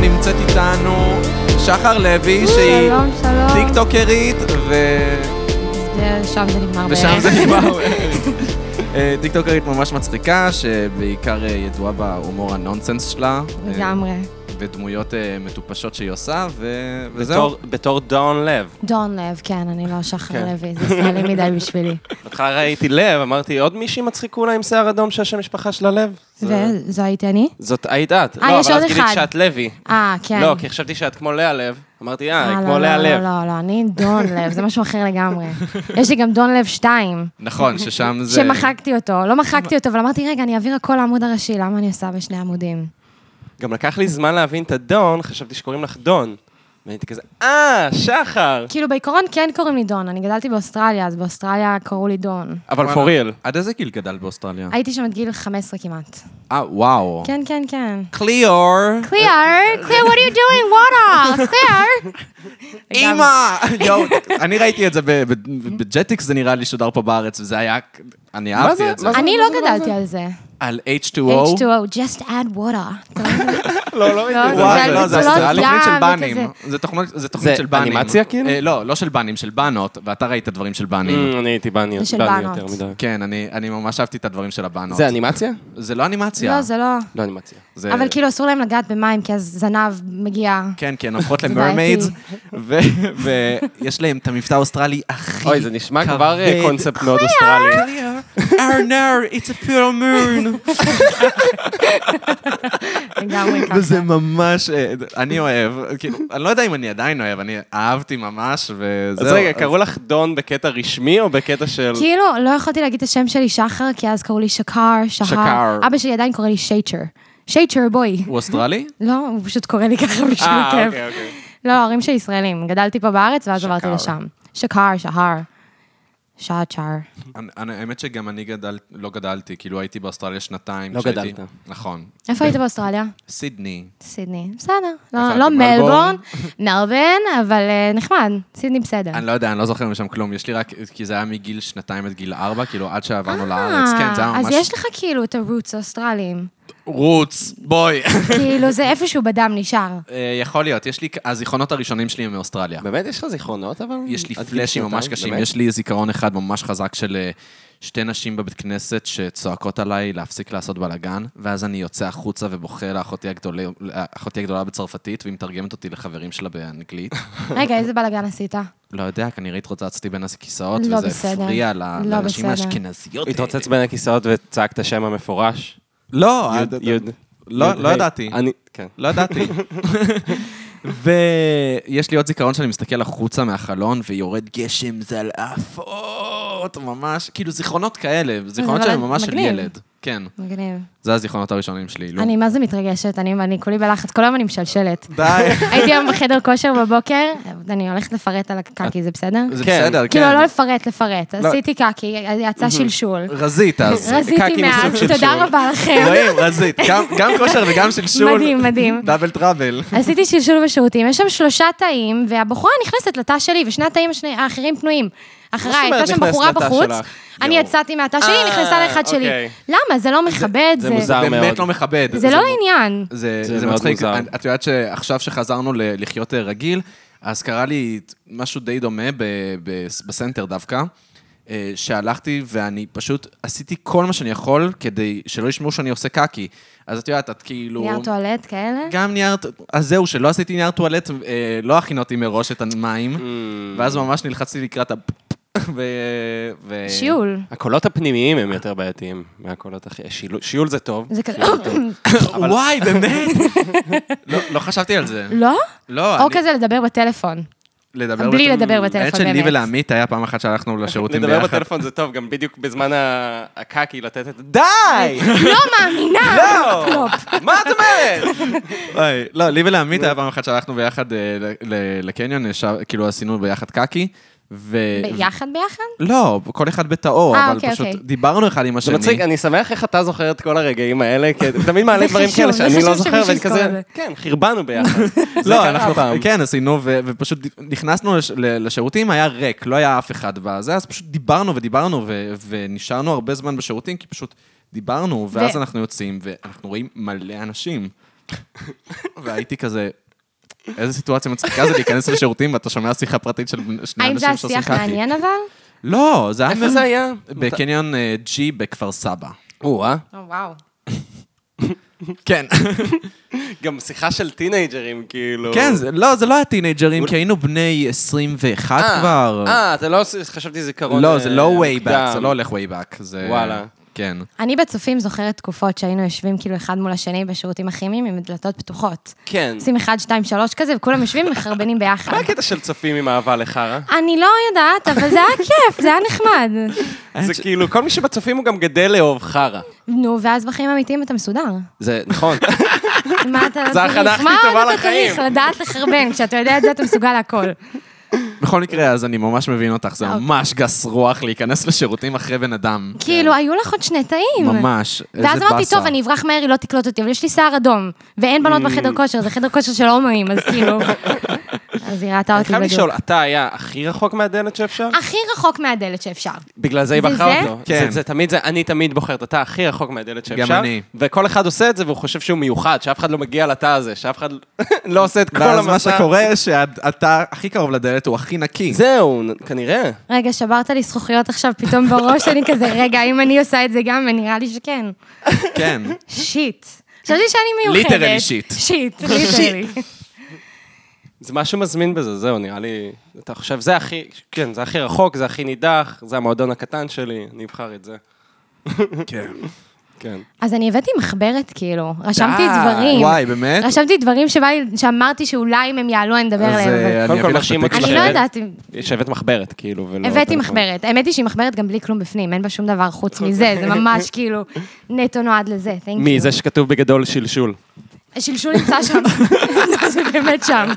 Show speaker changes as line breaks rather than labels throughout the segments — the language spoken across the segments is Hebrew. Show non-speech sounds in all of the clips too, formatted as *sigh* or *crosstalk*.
נמצאת איתנו שחר לוי, שהיא
שלום, אוקיי. שלום.
טיקטוקרית, ו...
זה- שם זה נגמר.
ושם
בערך.
זה נגמר. אה, טיקטוקרית ממש מצחיקה, שבעיקר אה, ידועה בהומור הנונסנס שלה. אה,
*laughs* לגמרי.
ודמויות אה, מטופשות שהיא עושה, ו- וזהו.
בתור- בתור דאון לב.
דון לב, כן, אני לא שחר
כן.
לוי, זה ישראלי מדי בשבילי.
בהתחלה ראיתי לב, אמרתי, עוד מישהי מצחיקונה עם שיער אדום שהשם משפחה שלה לב? *laughs* זה-
וזו הייתי אני?
זאת היית את.
אה, יש
לא, אבל
עוד
אז גילית
אחד.
שאת לוי.
אה, כן.
לא, כי חשבתי שאת כמו לאה לב. אמרתי, אה,
אה,
היא
לא,
כמו
לא,
לאה
לא,
לב.
לא, לא, אני דון לב, זה משהו אחר
*laughs*
לגמרי. יש לי גם דון לב 2,
נכון, ששם זה...
שמחקתי אותו. לא מחקתי אותו, אבל אמרתי, רגע, אני אעביר הכל לעמוד הראשי, למה אני עושה בשני עמודים?
גם לקח לי זמן להבין את הדון, חשבתי שקוראים לך דון. והייתי כזה, אה, שחר.
כאילו, בעיקרון כן קוראים לי דון, אני גדלתי באוסטרליה, אז באוסטרליה קראו לי דון.
אבל for
וואלה.
real.
עד איזה גיל גדלת באוסטרליה?
הייתי שם עד גיל 15 כמעט.
אה, וואו.
כן, כן, כן.
קליאור!
קליאר, קליאר, what are you doing? water? קליאר.
אימא! יואו, אני ראיתי את זה ב- ב- בג'טיקס, זה נראה לי שודר פה בארץ, וזה היה... אני אהבתי
זה?
את זה.
מה זה?
אני לא גדלתי על זה.
על
H2O,
H2O?
just add water.
לא, לא
לא,
ראיתי.
זה
וואי,
על
לא, זה
מצולות
הסדרה לפנית של
ים
בנים. זה תוכנית- זה תוכנית
זה
של בנים.
אנימציה, כאילו?
אה, לא, לא של בנים, של בנות, ואתה ראית דברים של בנים.
Mm, אני הייתי בניות,
של
בני
בנות.
יותר מדי.
כן, אני אני ממש אהבתי את הדברים של הבנות.
Mm. זה אנימציה?
זה לא אנימציה.
לא, זה לא.
לא אנימציה.
זה-
אבל כאילו אסור להם לגעת במים, כי אז זנב מגיע.
כן, כן, הופכות
זה
למרמיידס, ויש להם את המבטא האוסטרלי הכי...
אוי, זה נשמע כבר אה,
כבד.
קונספט
*laughs*
מאוד אוסטרלי.
ארנר, it's a pure moon.
לגמרי ככה.
וזה ממש, אה, אני אוהב, כאילו, אני לא יודע אם אני עדיין אוהב, אני אהבתי ממש, וזהו.
אז רגע, קראו לך דון בקטע רשמי או בקטע של...
כאילו, לא יכולתי להגיד את השם שלי שחר, כי אז קראו לי שקר,
שקר.
שחר. אבא שלי עדיין קורא לי שייצ'ר. שייצ'ר, בואי.
הוא אוסטרלי?
לא, הוא פשוט קורא לי ככה בשביל
אה,
הכיף.
אוקיי.
לא, ההורים שלי ישראלים. גדלתי פה בארץ, ואז עברתי
שקר.
לשם. שקר, שהר. שעצ'ר.
אני- אני- האמת שגם אני גדל- לא גדלתי, כאילו הייתי באוסטרליה שנתיים.
לא
כשהייתי-
גדלת.
נכון.
איפה היית באוסטרליה?
סידני.
סידני. בסדר. לא-
איפה היית?
לא
מלבורן?
מלבורן, מלבן, אבל אה, נחמד. סידני בסדר.
אה.
אני לא יודע, אני לא זוכר משם כלום, יש לי רק, כי זה היה מגיל שנתיים עד גיל ארבע, כאילו עד שעברנו לארץ, כן, זה היה
אה,
ממש...
אז יש לך כאילו את הרוץ האוסטרליים.
רוץ, בואי. *laughs*
כאילו, זה איפשהו בדם נשאר.
אה, יכול להיות, יש לי, הזיכרונות הראשונים שלי הם מאוסטרליה.
באמת יש לך זיכרונות אבל?
יש לי
עד גיל
פלאשים
שנתיים?
ממש קשים,
באמת?
יש לי זיכרון אחד ממש חזק של אה, שתי נשים בבית כנסת שצועקות עליי להפסיק לעשות בלאגן, ואז אני יוצא החוצה ובוכה לאחותי הגדולה- לאחותי הגדולה בצרפתית, והיא מתרגמת אותי לחברים שלה
*laughs*
באנגלית.
רגע, איזה בלאגן עשית?
לא יודע, כנראה התרוצצתי בין הכיסאות,
לא
וזה
בסדר.
הפריע ל-
לא
לאנשים
בסדר.
האשכנזיות. אה,
הוא התרוצץ בין הכיסאות וצעק את השם המפורש.
לא,
יוד,
אה,
יוד.
לא-
יוד,
לא
ה'.
ידעתי.
אני, כן.
לא ידעתי. ויש לי עוד זיכרון שאני מסתכל החוצה מהחלון ויורד גשם זלעפות, ממש, כאילו זיכרונות כאלה, זיכרונות
אבל
שהם ממש של
מגניב.
ילד. כן,
מגניב.
זה הזיכרונות הראשונים שלי. לא-
אני מה זה מתרגשת, אני אני כולי בלחץ, כל היום אני משלשלת.
די.
הייתי היום בחדר כושר בבוקר, אני הולכת לפרט על הקקי, זה בסדר?
זה
כן.
בסדר,
כאילו,
כן.
לא לפרט, לפרט. עשיתי קקי, יצא שלשול.
רזית אז.
קקי
רזיתי
מסוג לא.
מאז,
שלשול.
תודה רבה לכם.
אלוהים, רזית. גם- גם כושר וגם שלשול.
מדהים, מדהים.
דאבל טראבל.
עשיתי שלשול בשירותים, יש שם שלושה תאים, והבחורה נכנסת לתא שלי, ושני התאים השני- האחרים פנויים. אחריי,
אומרת
הייתה שם
נכנסת
בחורה
לתא
בחוץ,
שלך?
אני
יואו.
יצאתי מהתא שלי, היא נכנסה לאחד שלי.
אוקיי.
למה? זה לא מכבד,
זה
זה-
מוזר.
באמת
מאוד.
לא מכבד.
זה לא לעניין.
זה,
זה
זה, זה
מאוד
מצחיק,
מוזר.
את- את יודעת שעכשיו שחזרנו ל- לחיות אה, רגיל, אז קרה לי משהו די דומה ב, ב, בסנטר דווקא, אה, שהלכתי ואני פשוט עשיתי כל מה שאני יכול כדי שלא ישמעו שאני עושה קקי. אז את יודעת, את
לא-
כאילו...
נייר טואלט כאלה?
גם נייר, ט- אז זהו, שלא עשיתי נייר טואלט, אה, לא הכינותי מראש את המים,
Mm.
ואז ממש נלחצתי לקראת ה... ו... ו...
כן.
שיעול.
הקולות הפנימיים הם יותר בעייתיים מהקולות הכי... שיול- שיול זה טוב.
זה כזה,
*laughs* וואי, באמת? לא, לא חשבתי על זה.
*clears throat* לא?
לא,
או
אני...
כזה לדבר בטלפון.
לדבר אוקיי,
בלי
בטל-
לדבר בטלפון,
האמת שלי
באמת.
ולעמית היה פעם אחת שהלכנו לשירותים ביחד.
לדבר בטלפון זה טוב, גם בדיוק בזמן ה- הקקי לתת את... די! *laughs*
לא *laughs* מאמינה!
לא!
קלופ.
מה את אומרת?
אוי, לא, לי ולעמית היה פעם אחת שהלכנו ביחד אה, ל- ל- לקניון, ישב- כאילו עשינו ביחד קקי. ו...
אה,
ביחד ביחד?
לא, כל אחד בתאו,
אה,
אבל
אוקיי,
פשוט
אוקיי.
דיברנו אחד עם
*laughs* זה
השני.
מצחיק, אני שמח איך אתה זוכר את כל הרגעים האלה, כי אתה תמיד מעלה
זה
דברים
חשוב,
כאלה
זה
שאני
חשוב
לא זוכר,
שמישהו
ואני
יזכור את זה.
כזה... כן, חרבנו ביחד. זה
לא,
קרה
אנחנו,
פעם.
כן, עשינו, ו- ופשוט נכנסנו לש- ל- לשירותים, היה ריק, לא היה אף אחד בזה, אז פשוט דיברנו ודיברנו, ו- ונשארנו הרבה זמן בשירותים, כי פשוט דיברנו, ואז
ו-
אנחנו יוצאים, ואנחנו רואים מלא אנשים. *laughs* והייתי כזה, איזה סיטואציה מצחיקה זה להיכנס לשירותים ואתה שומע שיחה פרטית של בני- שני
האם זה
אנשים שעושים
השיח
קקי.
מעניין אבל?
לא, זה היה...
איפה זה היה? אה?
בקניון אה, G בכפר סבא.
או-אה.
או, וואו.
כן.
גם שיחה של טינג'רים, כאילו.
*laughs* כן, זה- לא, זה לא היה טינג'רים,
אולי-
כי היינו בני 21
אה,
כבר.
אה, אתה לא עושה- חשבתי זיכרון.
לא, זה
אה,
לא way
מוקדם.
back, זה לא הולך way back. זה...
וואלה.
כן.
אני בצופים זוכרת תקופות שהיינו יושבים כאילו אחד מול השני בשירותים הכימיים עם דלתות פתוחות.
כן.
עושים אחד, שתיים, שלוש כזה, וכולם יושבים ומחרבנים ביחד.
מה הקטע של צופים עם אהבה לחרא?
אני לא יודעת, אבל זה היה כיף, זה היה נחמד.
זה כאילו, כל מי שבצופים הוא גם גדל לאהוב חרא.
נו, ואז בחיים האמיתיים אתה מסודר.
זה נכון.
מה אתה
זה
צריך?
החדה הכי
מה
טובה
עוד אתה
לחיים. כן.
צריך לדעת לחרבן? כשאתה יודע את זה, אתה מסוגל להכל.
*laughs* בכל מקרה, אז אני ממש מבין אותך, זה
אוקיי.
ממש גס רוח להיכנס לשירותים אחרי בן
*laughs*
אדם.
כאילו, היו לך עוד שני תאים.
ממש, איזה
ואז
באסה.
אמרתי, טוב, אני אברח מהר, היא לא תקלוט אותי, אבל יש לי שיער אדום, ואין
Mm.
בנות בחדר כושר, זה חדר כושר של הומואים, אז
*laughs*
כאילו... אז היא ראתה
אני
אותי
חייב
בדיוק.
לשאול, אתה היה הכי רחוק מהדלת שאפשר?
הכי רחוק מהדלת שאפשר.
בגלל זה היא
אה, זה
בחרה
זה?
אותו.
כן.
זה- זה תמיד זה, אני תמיד בוחרת, אתה הכי רחוק מהדלת שאפשר.
גם אני.
וכל אחד עושה את זה והוא חושב שהוא מיוחד, שאף אחד לא מגיע לתא הזה, שאף אחד *laughs* לא עושה את כל המסע.
ואז מה שקורה, שאתה הכי קרוב לדלת, הוא הכי נקי.
זהו, נ- כנראה.
רגע, שברת לי זכוכיות עכשיו פתאום בראש, אני כזה, רגע, אם אני עושה את זה גם, ונראה לי שכן.
*laughs*
כן.
שיט. חשבתי שאני מיוחדת.
ליטרלי שיט.
שיט, ליטרלי.
זה משהו מזמין בזה, זהו, נראה לי... אתה חושב, זה הכי... כן, זה הכי רחוק, זה הכי נידח, זה המועדון הקטן שלי, אני אבחר את זה.
כן.
כן.
אז אני הבאתי מחברת, כאילו. רשמתי
די,
דברים.
אה, וואי, באמת?
רשמתי דברים שבא לי- שאמרתי שאולי אם הם יעלו, אני אדבר
אז
עליהם. אבל-
אה,
קודם
אני
כל
אביא לך את
מרשים אותי
הפתק
אני לא
מחברת.
יודעת אם...
יש הבאת מחברת, כאילו, ולא...
הבאתי
טלפון.
מחברת. האמת היא שהיא מחברת גם בלי כלום בפנים, אין בה שום דבר חוץ מזה, זה ממש כאילו נטו נועד לזה. Thank you.
מזה שכתוב בגדול שלשול.
השלשול נמצא שם. זה באמת שם.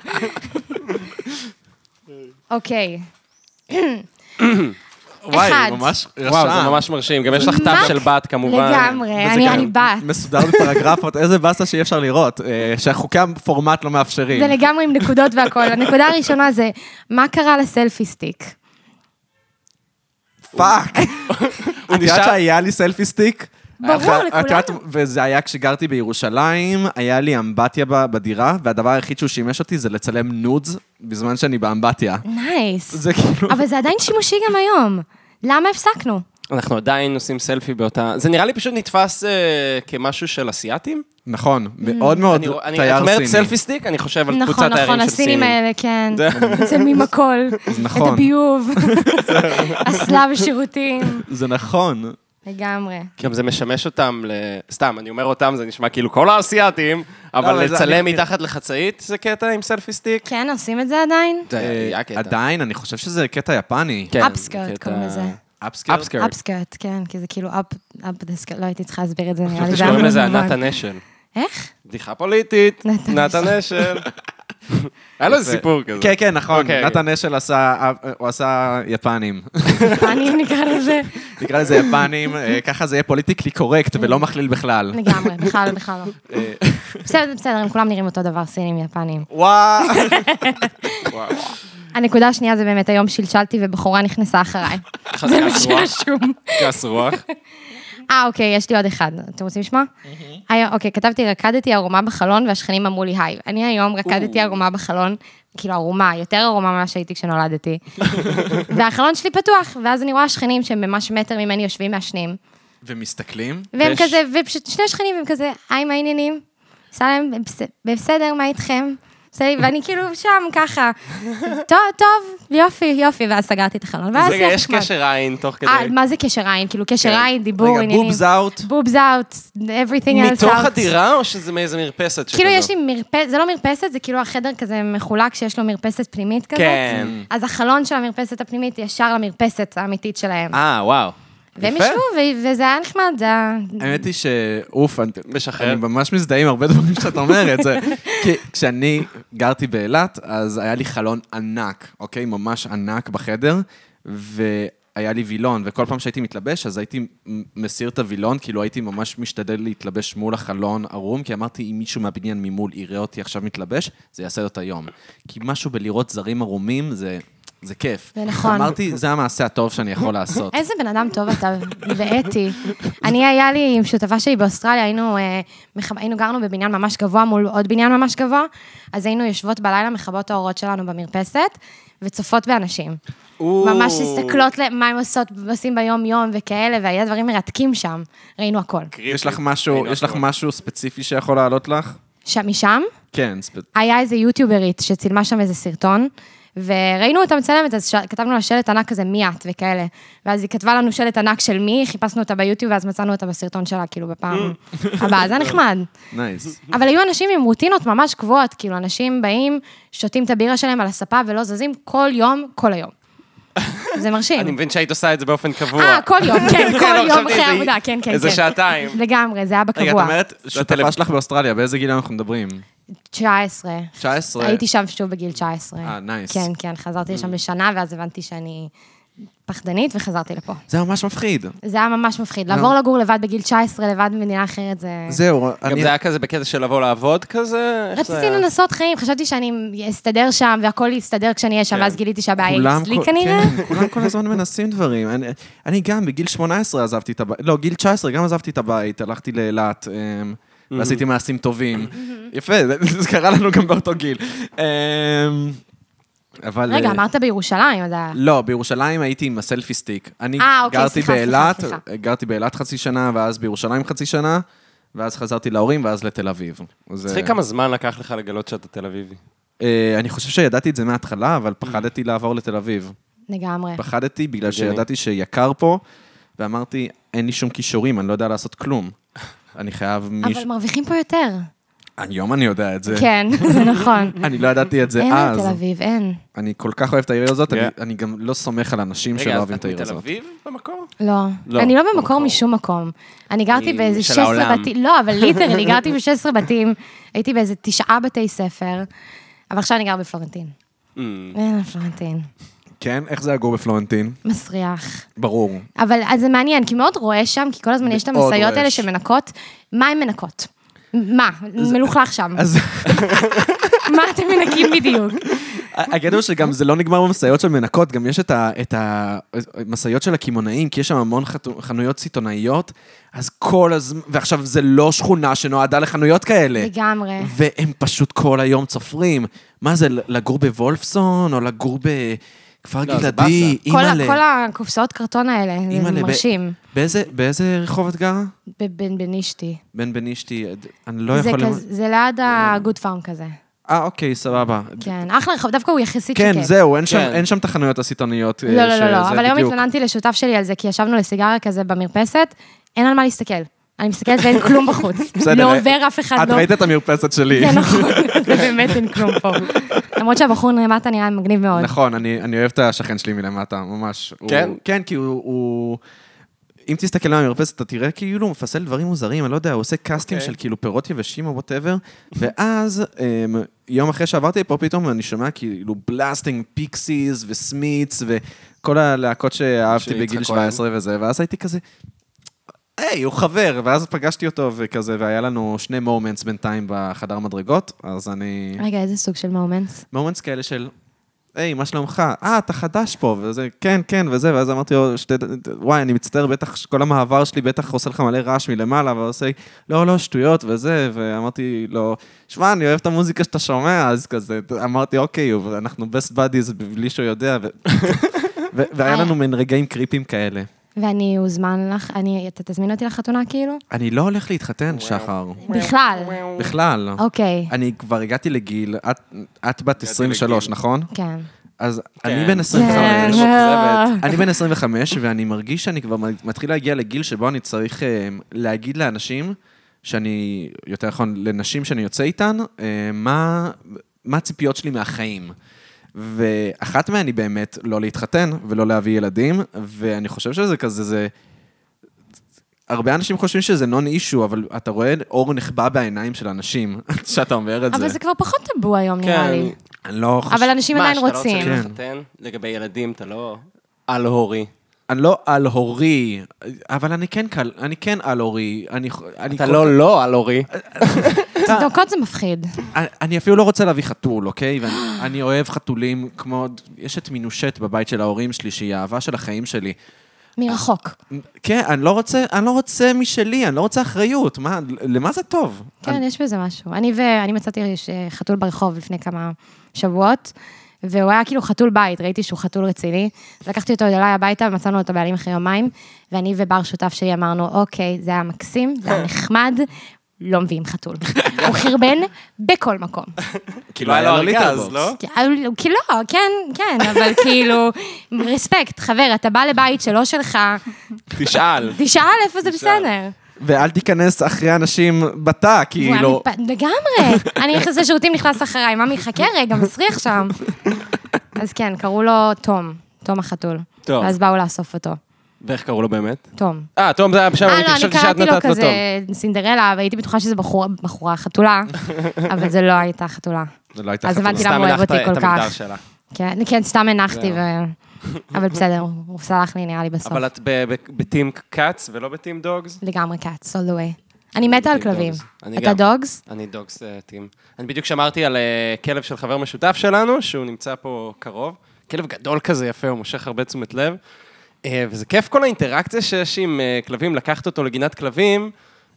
אוקיי. אחד.
וואי, ממש רשם.
וואו, זה ממש מרשים. גם יש לך טעם
מה?
של בת, כמובן.
לגמרי,
וזה
אני-
גם
אני בת.
מסודר בפרגרפות, איזה באסה שאי אפשר לראות, אה, שהחוקי הפורמט לא מאפשרים.
זה לגמרי עם נקודות והכול. הנקודה הראשונה זה, מה קרה לסלפי סטיק?
פאק. את יודעת
נשאר-
שהיה לי סלפי סטיק?
ברור,
אחת- את יודעת,
לכולנו.
וזה היה כשגרתי בירושלים, היה לי אמבטיה ב- בדירה, והדבר היחיד שהוא שימש אותי זה לצלם נודס בזמן שאני באמבטיה.
נייס.
זה כאילו...
*laughs* אבל זה עדיין שימושי גם היום. למה הפסקנו?
אנחנו עדיין עושים סלפי באותה... זה נראה לי פשוט נתפס אה, כמשהו של אסיאתים.
נכון,
Mm.
מאוד מאוד
אני רוא- אני-
תייר
את אומרת
סיני.
סלפי סטיק, אני חושב על קבוצת
נכון,
תיירים של סינים.
נכון, הסינים האלה, כן. מצלמים הכל. את
נכון.
*laughs*
הביוב, *laughs* אסלה ושירותים.
זה נכון.
אה,
לגמרי.
גם זה משמש אותם ל... סתם, אני אומר אותם, זה נשמע כאילו כל האסייתים,
אבל
לא, אבל
זה-
לצלם
אני-
מתחת לחצאית זה קטע עם סלפי סטיק?
כן, עושים את זה עדיין?
זה היה קטע.
אה, עדיין, אני חושב שזה קטע יפני.
כן,
Upskirt
זה קטע-
קוראים לזה.
כן.
אפסקרט.
Upskirt.
אפסקרט, כן, כי זה כאילו אפ, אפ דסקרט, לא הייתי צריכה להסביר את זה, נראה לי
חשבתי
זה היה
שקוראים לזה ענת
מובן.
הנשל.
איך?
בדיחה פוליטית,
נתן
נתן אשל. *laughs* היה לו איזה
יפה.
סיפור כזה.
כן, כן, נכון.
אוקיי.
נתן אשל עשה, אה, הוא עשה יפנים. *laughs*
אני נקרא לזה.
נקרא לזה יפנים, אה, ככה זה יהיה פוליטיקלי קורקט
Mm.
ולא מכליל בכלל.
לגמרי, בכלל, בכלל לא. בסדר, בסדר, הם כולם נראים אותו דבר, סינים, יפנים.
וואו. *laughs*
כן. *laughs*
הנקודה השנייה זה באמת, היום שלשלתי ובחורה נכנסה אחריי. זה מה
גס רוח,
שרשום. *laughs*
גס רוח.
אה, אוקיי, יש לי עוד אחד. אתם רוצים לשמוע? היום- אוקיי, כתבתי, רקדתי ערומה בחלון, והשכנים אמרו לי היי. אני היום רקדתי ערומה בחלון, כאילו ערומה, יותר ערומה ממה שהייתי כשנולדתי. והחלון שלי פתוח, ואז אני רואה שכנים שהם ממש מטר ממני יושבים מעשנים.
ומסתכלים?
והם
ויש-
כזה, ופשוט שני שכנים, והם כזה, היי, מה העניינים? עשה להם, "בס- בסדר, מה איתכם? בסדר, ואני כאילו שם, ככה. טוב, טוב, יופי, יופי, ואז סגרתי את החלון. ואז
אז רגע,
היה
יש
נחמד.
קשר עין תוך כדי.
אה, מה זה קשר עין? כאילו, קשר
כן.
עין, דיבור,
רגע,
עניינים.
בובס אאוט.
בובס אאוט, everything else out.
מתוך הדירה או שזה מאיזה מרפסת שכזו?
כאילו יש לי מרפסת, זה לא מרפסת, זה כאילו החדר כזה מחולק שיש לו מרפסת פנימית כזאת.
כן.
אז החלון של המרפסת הפנימית ישר למרפסת האמיתית שלהם.
אה, וואו.
והם
יפה.
ישבו, ו- וזה היה נחמד, זה היה...
האמת היא ש... אוף, אני-
משחרר.
אני ממש מזדהה עם הרבה דברים שאת אומרת. זה- *laughs* כי כשאני גרתי באילת, אז היה לי חלון ענק, אוקיי? ממש ענק בחדר, והיה לי וילון, וכל פעם שהייתי מתלבש, אז הייתי מ- מסיר את הווילון, כאילו הייתי ממש משתדל להתלבש מול החלון ערום, כי אמרתי, אם מישהו מהבניין ממול יראה אותי עכשיו מתלבש, זה יעשה לו את היום. כי משהו בלראות זרים ערומים זה... זה כיף.
זה נכון.
אמרתי, זה המעשה הטוב שאני יכול
*laughs*
לעשות.
איזה בן אדם טוב אתה, ואתי. אני, היה לי עם שותפה שלי באוסטרליה, היינו, אה, מח- היינו גרנו בבניין ממש גבוה מול עוד בניין ממש גבוה, אז היינו יושבות בלילה, מכבות האורות שלנו במרפסת, וצופות באנשים. ממש מסתכלות למה הם עושות, עושים ביום-יום וכאלה, והיה דברים מרתקים שם. ראינו הכל.
יש לך משהו, יש לך משהו ספציפי שיכול לעלות לך?
שם, משם,
כן, ספציפי.
היה איזה יוטיוברית שצילמה שם איזה סרטון, וראינו אותה מצלמת, אז ש... כתבנו לה שלט ענק כזה, מי את וכאלה. ואז היא כתבה לנו שלט ענק של מי, חיפשנו אותה ביוטיוב, ואז מצאנו אותה בסרטון שלה, כאילו,
*laughs*
בפעם הבאה, זה היה נחמד.
נייס.
אבל היו אנשים עם רוטינות ממש קבועות, כאילו, אנשים באים, שותים את הבירה שלהם על הספה ולא זזים כל יום, כל היום. זה
*laughs* אני
מרשים.
מבין שהיית עושה את זה באופן קבוע.
אה, כל יום, כן,
*laughs* כן,
כל
לא,
יום
חשבתי
אחרי
איזה-
עבודה, כן, כן, כן.
איזה
*laughs*
שעתיים.
לגמרי, זה היה בקבוע.
רגע, את אומרת, שותפה
הטלפ-
שלך באוסטרליה, באיזה גיל אנחנו מדברים?
19.
19.
הייתי שם שוב בגיל 19.
אה, nice. Mm.
כן, כן, חזרתי לשם לשנה, ואז הבנתי שאני פחדנית, וחזרתי לפה.
זה ממש מפחיד.
זה היה ממש מפחיד. לעבור לגור לבד בגיל 19, לבד במדינה אחרת, זה...
זהו,
גם
אני...
זה היה כזה בקטע של לבוא לעבוד כזה? איך זה
רציתי
היה?
לנסות חיים, חשבתי שאני אסתדר שם, והכל יסתדר כשאני אהיה שם,
כן.
ואז גיליתי שהבעיה היא
כולם
אצלי
כל-
כנראה. *laughs*
כן, כולם כל הזמן מנסים דברים. אני- אני גם בגיל 18 עזבתי את הבית, לא, גיל 19 גם עזבתי את הבית, הלכתי לאילת, אמ, ועשיתי מעשים טובים.
Mm-hmm.
יפה, זה- *laughs* זה קרה לנו גם באותו גיל. אמ, אבל...
רגע,
אה,
אמרת בירושלים, אז ה-
לא, בירושלים הייתי עם הסלפי סטיק. אני
אה, אוקיי,
גרתי
סליחה, סליחה,
באילת,
סליחה.
גרתי באילת חצי שנה, ואז בירושלים חצי שנה, ואז חזרתי להורים, ואז לתל אביב. אז,
מצחיק
אה,
כמה זמן לקח לך לגלות שאתה תל אביבי.
אה, אני חושב שידעתי את זה מההתחלה, אבל פחדתי לעבור לתל אביב.
אה. לגמרי.
פחדתי בגלל
הגיוני.
שידעתי שיקר פה, ואמרתי, אין לי שום כישורים, אני לא יודע לעשות כלום. אני חייב
אבל
מישהו...
מרוויחים פה יותר.
היום אני יודע את זה.
כן, *laughs* זה נכון.
אני לא ידעתי את זה
אין
אז.
בתל אביב, אין.
אני כל כך אוהב את העיר הזאת, אני-
Yeah.
אני גם לא סומך על אנשים
רגע,
שלא
אז
אוהבים
את
את העיר
מתל
הזאת.
אביב במקור?
לא.
לא,
אני לא
לא
במקור
מקור.
משום מקום. אני גרתי
אני
באיזה
של
16
העולם.
בתים,
*laughs*
לא, אבל ליטרלי, גרתי ב-16 בתים, הייתי באיזה תשעה בתי ספר, אבל עכשיו אני גר בפלורנטין.
Mm.
אה,
אין פלורנטין.
כן? איך זה לגור בפלורנטין?
מסריח.
ברור.
אבל אז זה מעניין, כי מאוד רועש שם, כי כל הזמן יש את
מאוד
המשאיות האלה
רועש.
שמנקות. מה הן מנקות? מה? מלוכלך שם.
אז
*laughs*
אה,
מה אתם מנקים בדיוק?
הגדול שגם זה לא נגמר במשאיות של מנקות, גם יש את ה- את המשאיות של הקמעונאים, כי יש שם המון חתו- חנויות סיטונאיות, אז כל הזמן, ועכשיו זה לא שכונה שנועדה לחנויות כאלה.
לגמרי.
והם פשוט כל היום צופרים. מה זה, לגור בוולפסון, או לגור בכפר
לא, זה
גלעדי?
כל ה-
אימא'לה,
כל הקופסאות קרטון האלה, זה
אימא'לה, ב-
מרשים.
באיזה- באיזה רחוב את גרה?
ב- בן בן אשתי.
בן בן אשתי, אני לא
זה
יכול... לא. למ-
כזה- זה ליד הגוד פארם כזה.
אה, אוקיי, סבבה.
כן, אחלה רחוב, דווקא הוא יחסית שקט.
כן, זהו, אין שם-
כן.
אין שם את החנויות הסיטוניות.
לא, לא, לא, לא, אבל היום
בדיוק.
התלוננתי לשותף שלי על זה, כי ישבנו לסיגריה כזה במרפסת, אין על מה להסתכל. אני מסתכלת ואין כלום בחוץ.
*laughs* בסדר, אה,
לא עובר אף אחד,
את
לא...
ראית את המרפסת שלי.
כן, נכון, *laughs* זה באמת אין כלום
*laughs*
פה. למרות שהבחור למטה נראה מגניב מאוד.
נכון, אני אני אוהב את השכן שלי מלמטה, ממש. הוא-
כן?
כן, כי הוא- הוא... אם תסתכל על המרפסת, אתה תראה כאילו הוא מפסל דברים מוזרים, אני לא יודע, הוא עושה קאסטים
אוקיי.
של כאילו פירות יבשים או וואטאבר, ואז אמ, יום אחרי שעברתי לפה, פתאום אני שומע כאילו בלאסטינג פיקסיס וסמיץ וכל הלהקות שאהבתי
של
בגיל
יצחק כהן.
17 וזה, ואז הייתי כזה, היי, הוא חבר, ואז פגשתי אותו וכזה, והיה לנו שני מומנטס בינתיים בחדר מדרגות, אז אני...
רגע, איזה סוג של מומנטס?
מומנטס כאלה של, היי, מה שלומך? אה, אתה חדש פה, וזה, כן, כן, וזה, ואז אמרתי לו, שתי, וואי, אני מצטער, בטח, כל המעבר שלי בטח עושה לך מלא רעש מלמעלה, ועושה, לא, לא, שטויות, וזה, ואמרתי לו, שמע, אני אוהב את המוזיקה שאתה שומע, אז כזה, אמרתי, אוקיי, אנחנו best buddies בלי שהוא יודע, ו... ו- והיה לנו מין רגעים קריפים כאלה.
ואני אוזמן לך, אני, אתה תזמין אותי לחתונה כאילו?
אני לא הולך להתחתן, שחר,
בכלל.
בכלל.
אוקיי,
אני כבר הגעתי לגיל, את- את בת 23,
לגיל.
נכון?
כן.
אז אני
כן.
בן
כן,
25.
אה.
אני בן 25, ואני מרגיש שאני כבר מתחיל להגיע לגיל שבו אני צריך אה, להגיד לאנשים, שאני, יותר נכון, לנשים שאני יוצא איתן, אה, מה, מה הציפיות שלי מהחיים. ואחת מהן היא באמת לא להתחתן ולא להביא ילדים, ואני חושב שזה כזה, זה... הרבה אנשים חושבים שזה נון אישו, אבל אתה רואה אור נחבא בעיניים של אנשים, *laughs* כשאתה אומר את זה.
אבל זה כבר פחות טאבו היום, נראה
כן.
לי.
אני לא חושב...
אבל אנשים
מה,
עדיין
שאתה לא
כן.
רוצים.
רוצה להתחתן? לגבי ילדים, אתה לא על-הורי.
אני לא על-הורי, אבל אני כן קל, אני כן על-הורי. אני, אני
אתה
כל- אה,
לא לא על אורי.
צדוקות זה מפחיד.
אני- אני אפילו לא רוצה להביא חתול, אוקיי? ואני אני אוהב חתולים כמו... יש את מינושט בבית של ההורים שלי, שהיא האהבה של החיים שלי.
מרחוק.
כן, אני לא רוצה, אני לא רוצה משלי, אני לא רוצה אחריות. מה, למה זה טוב?
כן, יש בזה משהו. אני ו- אני מצאתי ש- חתול ברחוב לפני כמה שבועות, והוא היה כאילו חתול בית, ראיתי שהוא חתול רציני. אז לקחתי אותו אליי הביתה, ומצאנו אותו בעלים אחרי יומיים, ואני ובר שותף שלי אמרנו, אוקיי, זה היה מקסים, זה *laughs* היה נחמד, לא מביאים חתול. הוא חרבן בכל מקום.
כאילו, היה לו ליטר בוקס.
לא?
אבל- כי לא, כן, כן, אבל כאילו, רספקט, חבר, אתה בא לבית שלא שלך,
*laughs*
תשאל.
תשאל איפה זה בסדר.
ואל תיכנס אחרי אנשים בתא,
הוא היה
כאילו.
מתפ-
*laughs*
לגמרי. אני נכנס לשירותים, נכנס אחריי. ממי, חכה רגע, מסריח
*laughs*
שם. אז כן, קראו לו תום, תום החתול.
טוב.
ואז באו לאסוף אותו.
ואיך קראו לו באמת?
תום.
אה, תום זה היה שם,
אה,
אני
לא, אני
חשבתי שאת
קראתי לו
נתת לו תום.
כזה סינדרלה, והייתי בטוחה שזה בחורה- בחורה
*laughs*
חתולה, אבל זה לא הייתה חתולה.
זה לא הייתה
אז
חתולה.
הבנתי למה הוא אוהב אותי כל
את המגדר
כך.
שלה.
כן, כן, סתם הנחתי,
זהו.
ו- אבל בסדר, הוא הוא סלח לי נראה לי בסוף.
לא. אבל את ב- ב- בטים כץ ולא בטים דוגס?
לגמרי cats, all the way. אני מתה על
Big
כלבים.
dogs. אני
אתה
גם.
דוגס?
אני דוגס אה, טים. אני בדיוק שמרתי על אה, כלב של חבר משותף שלנו, שהוא נמצא פה קרוב. כלב גדול כזה, יפה, הוא מושך הרבה תשומת לב. אה, וזה כיף כל האינטראקציה שיש עם אה, כלבים, לקחת אותו לגינת כלבים,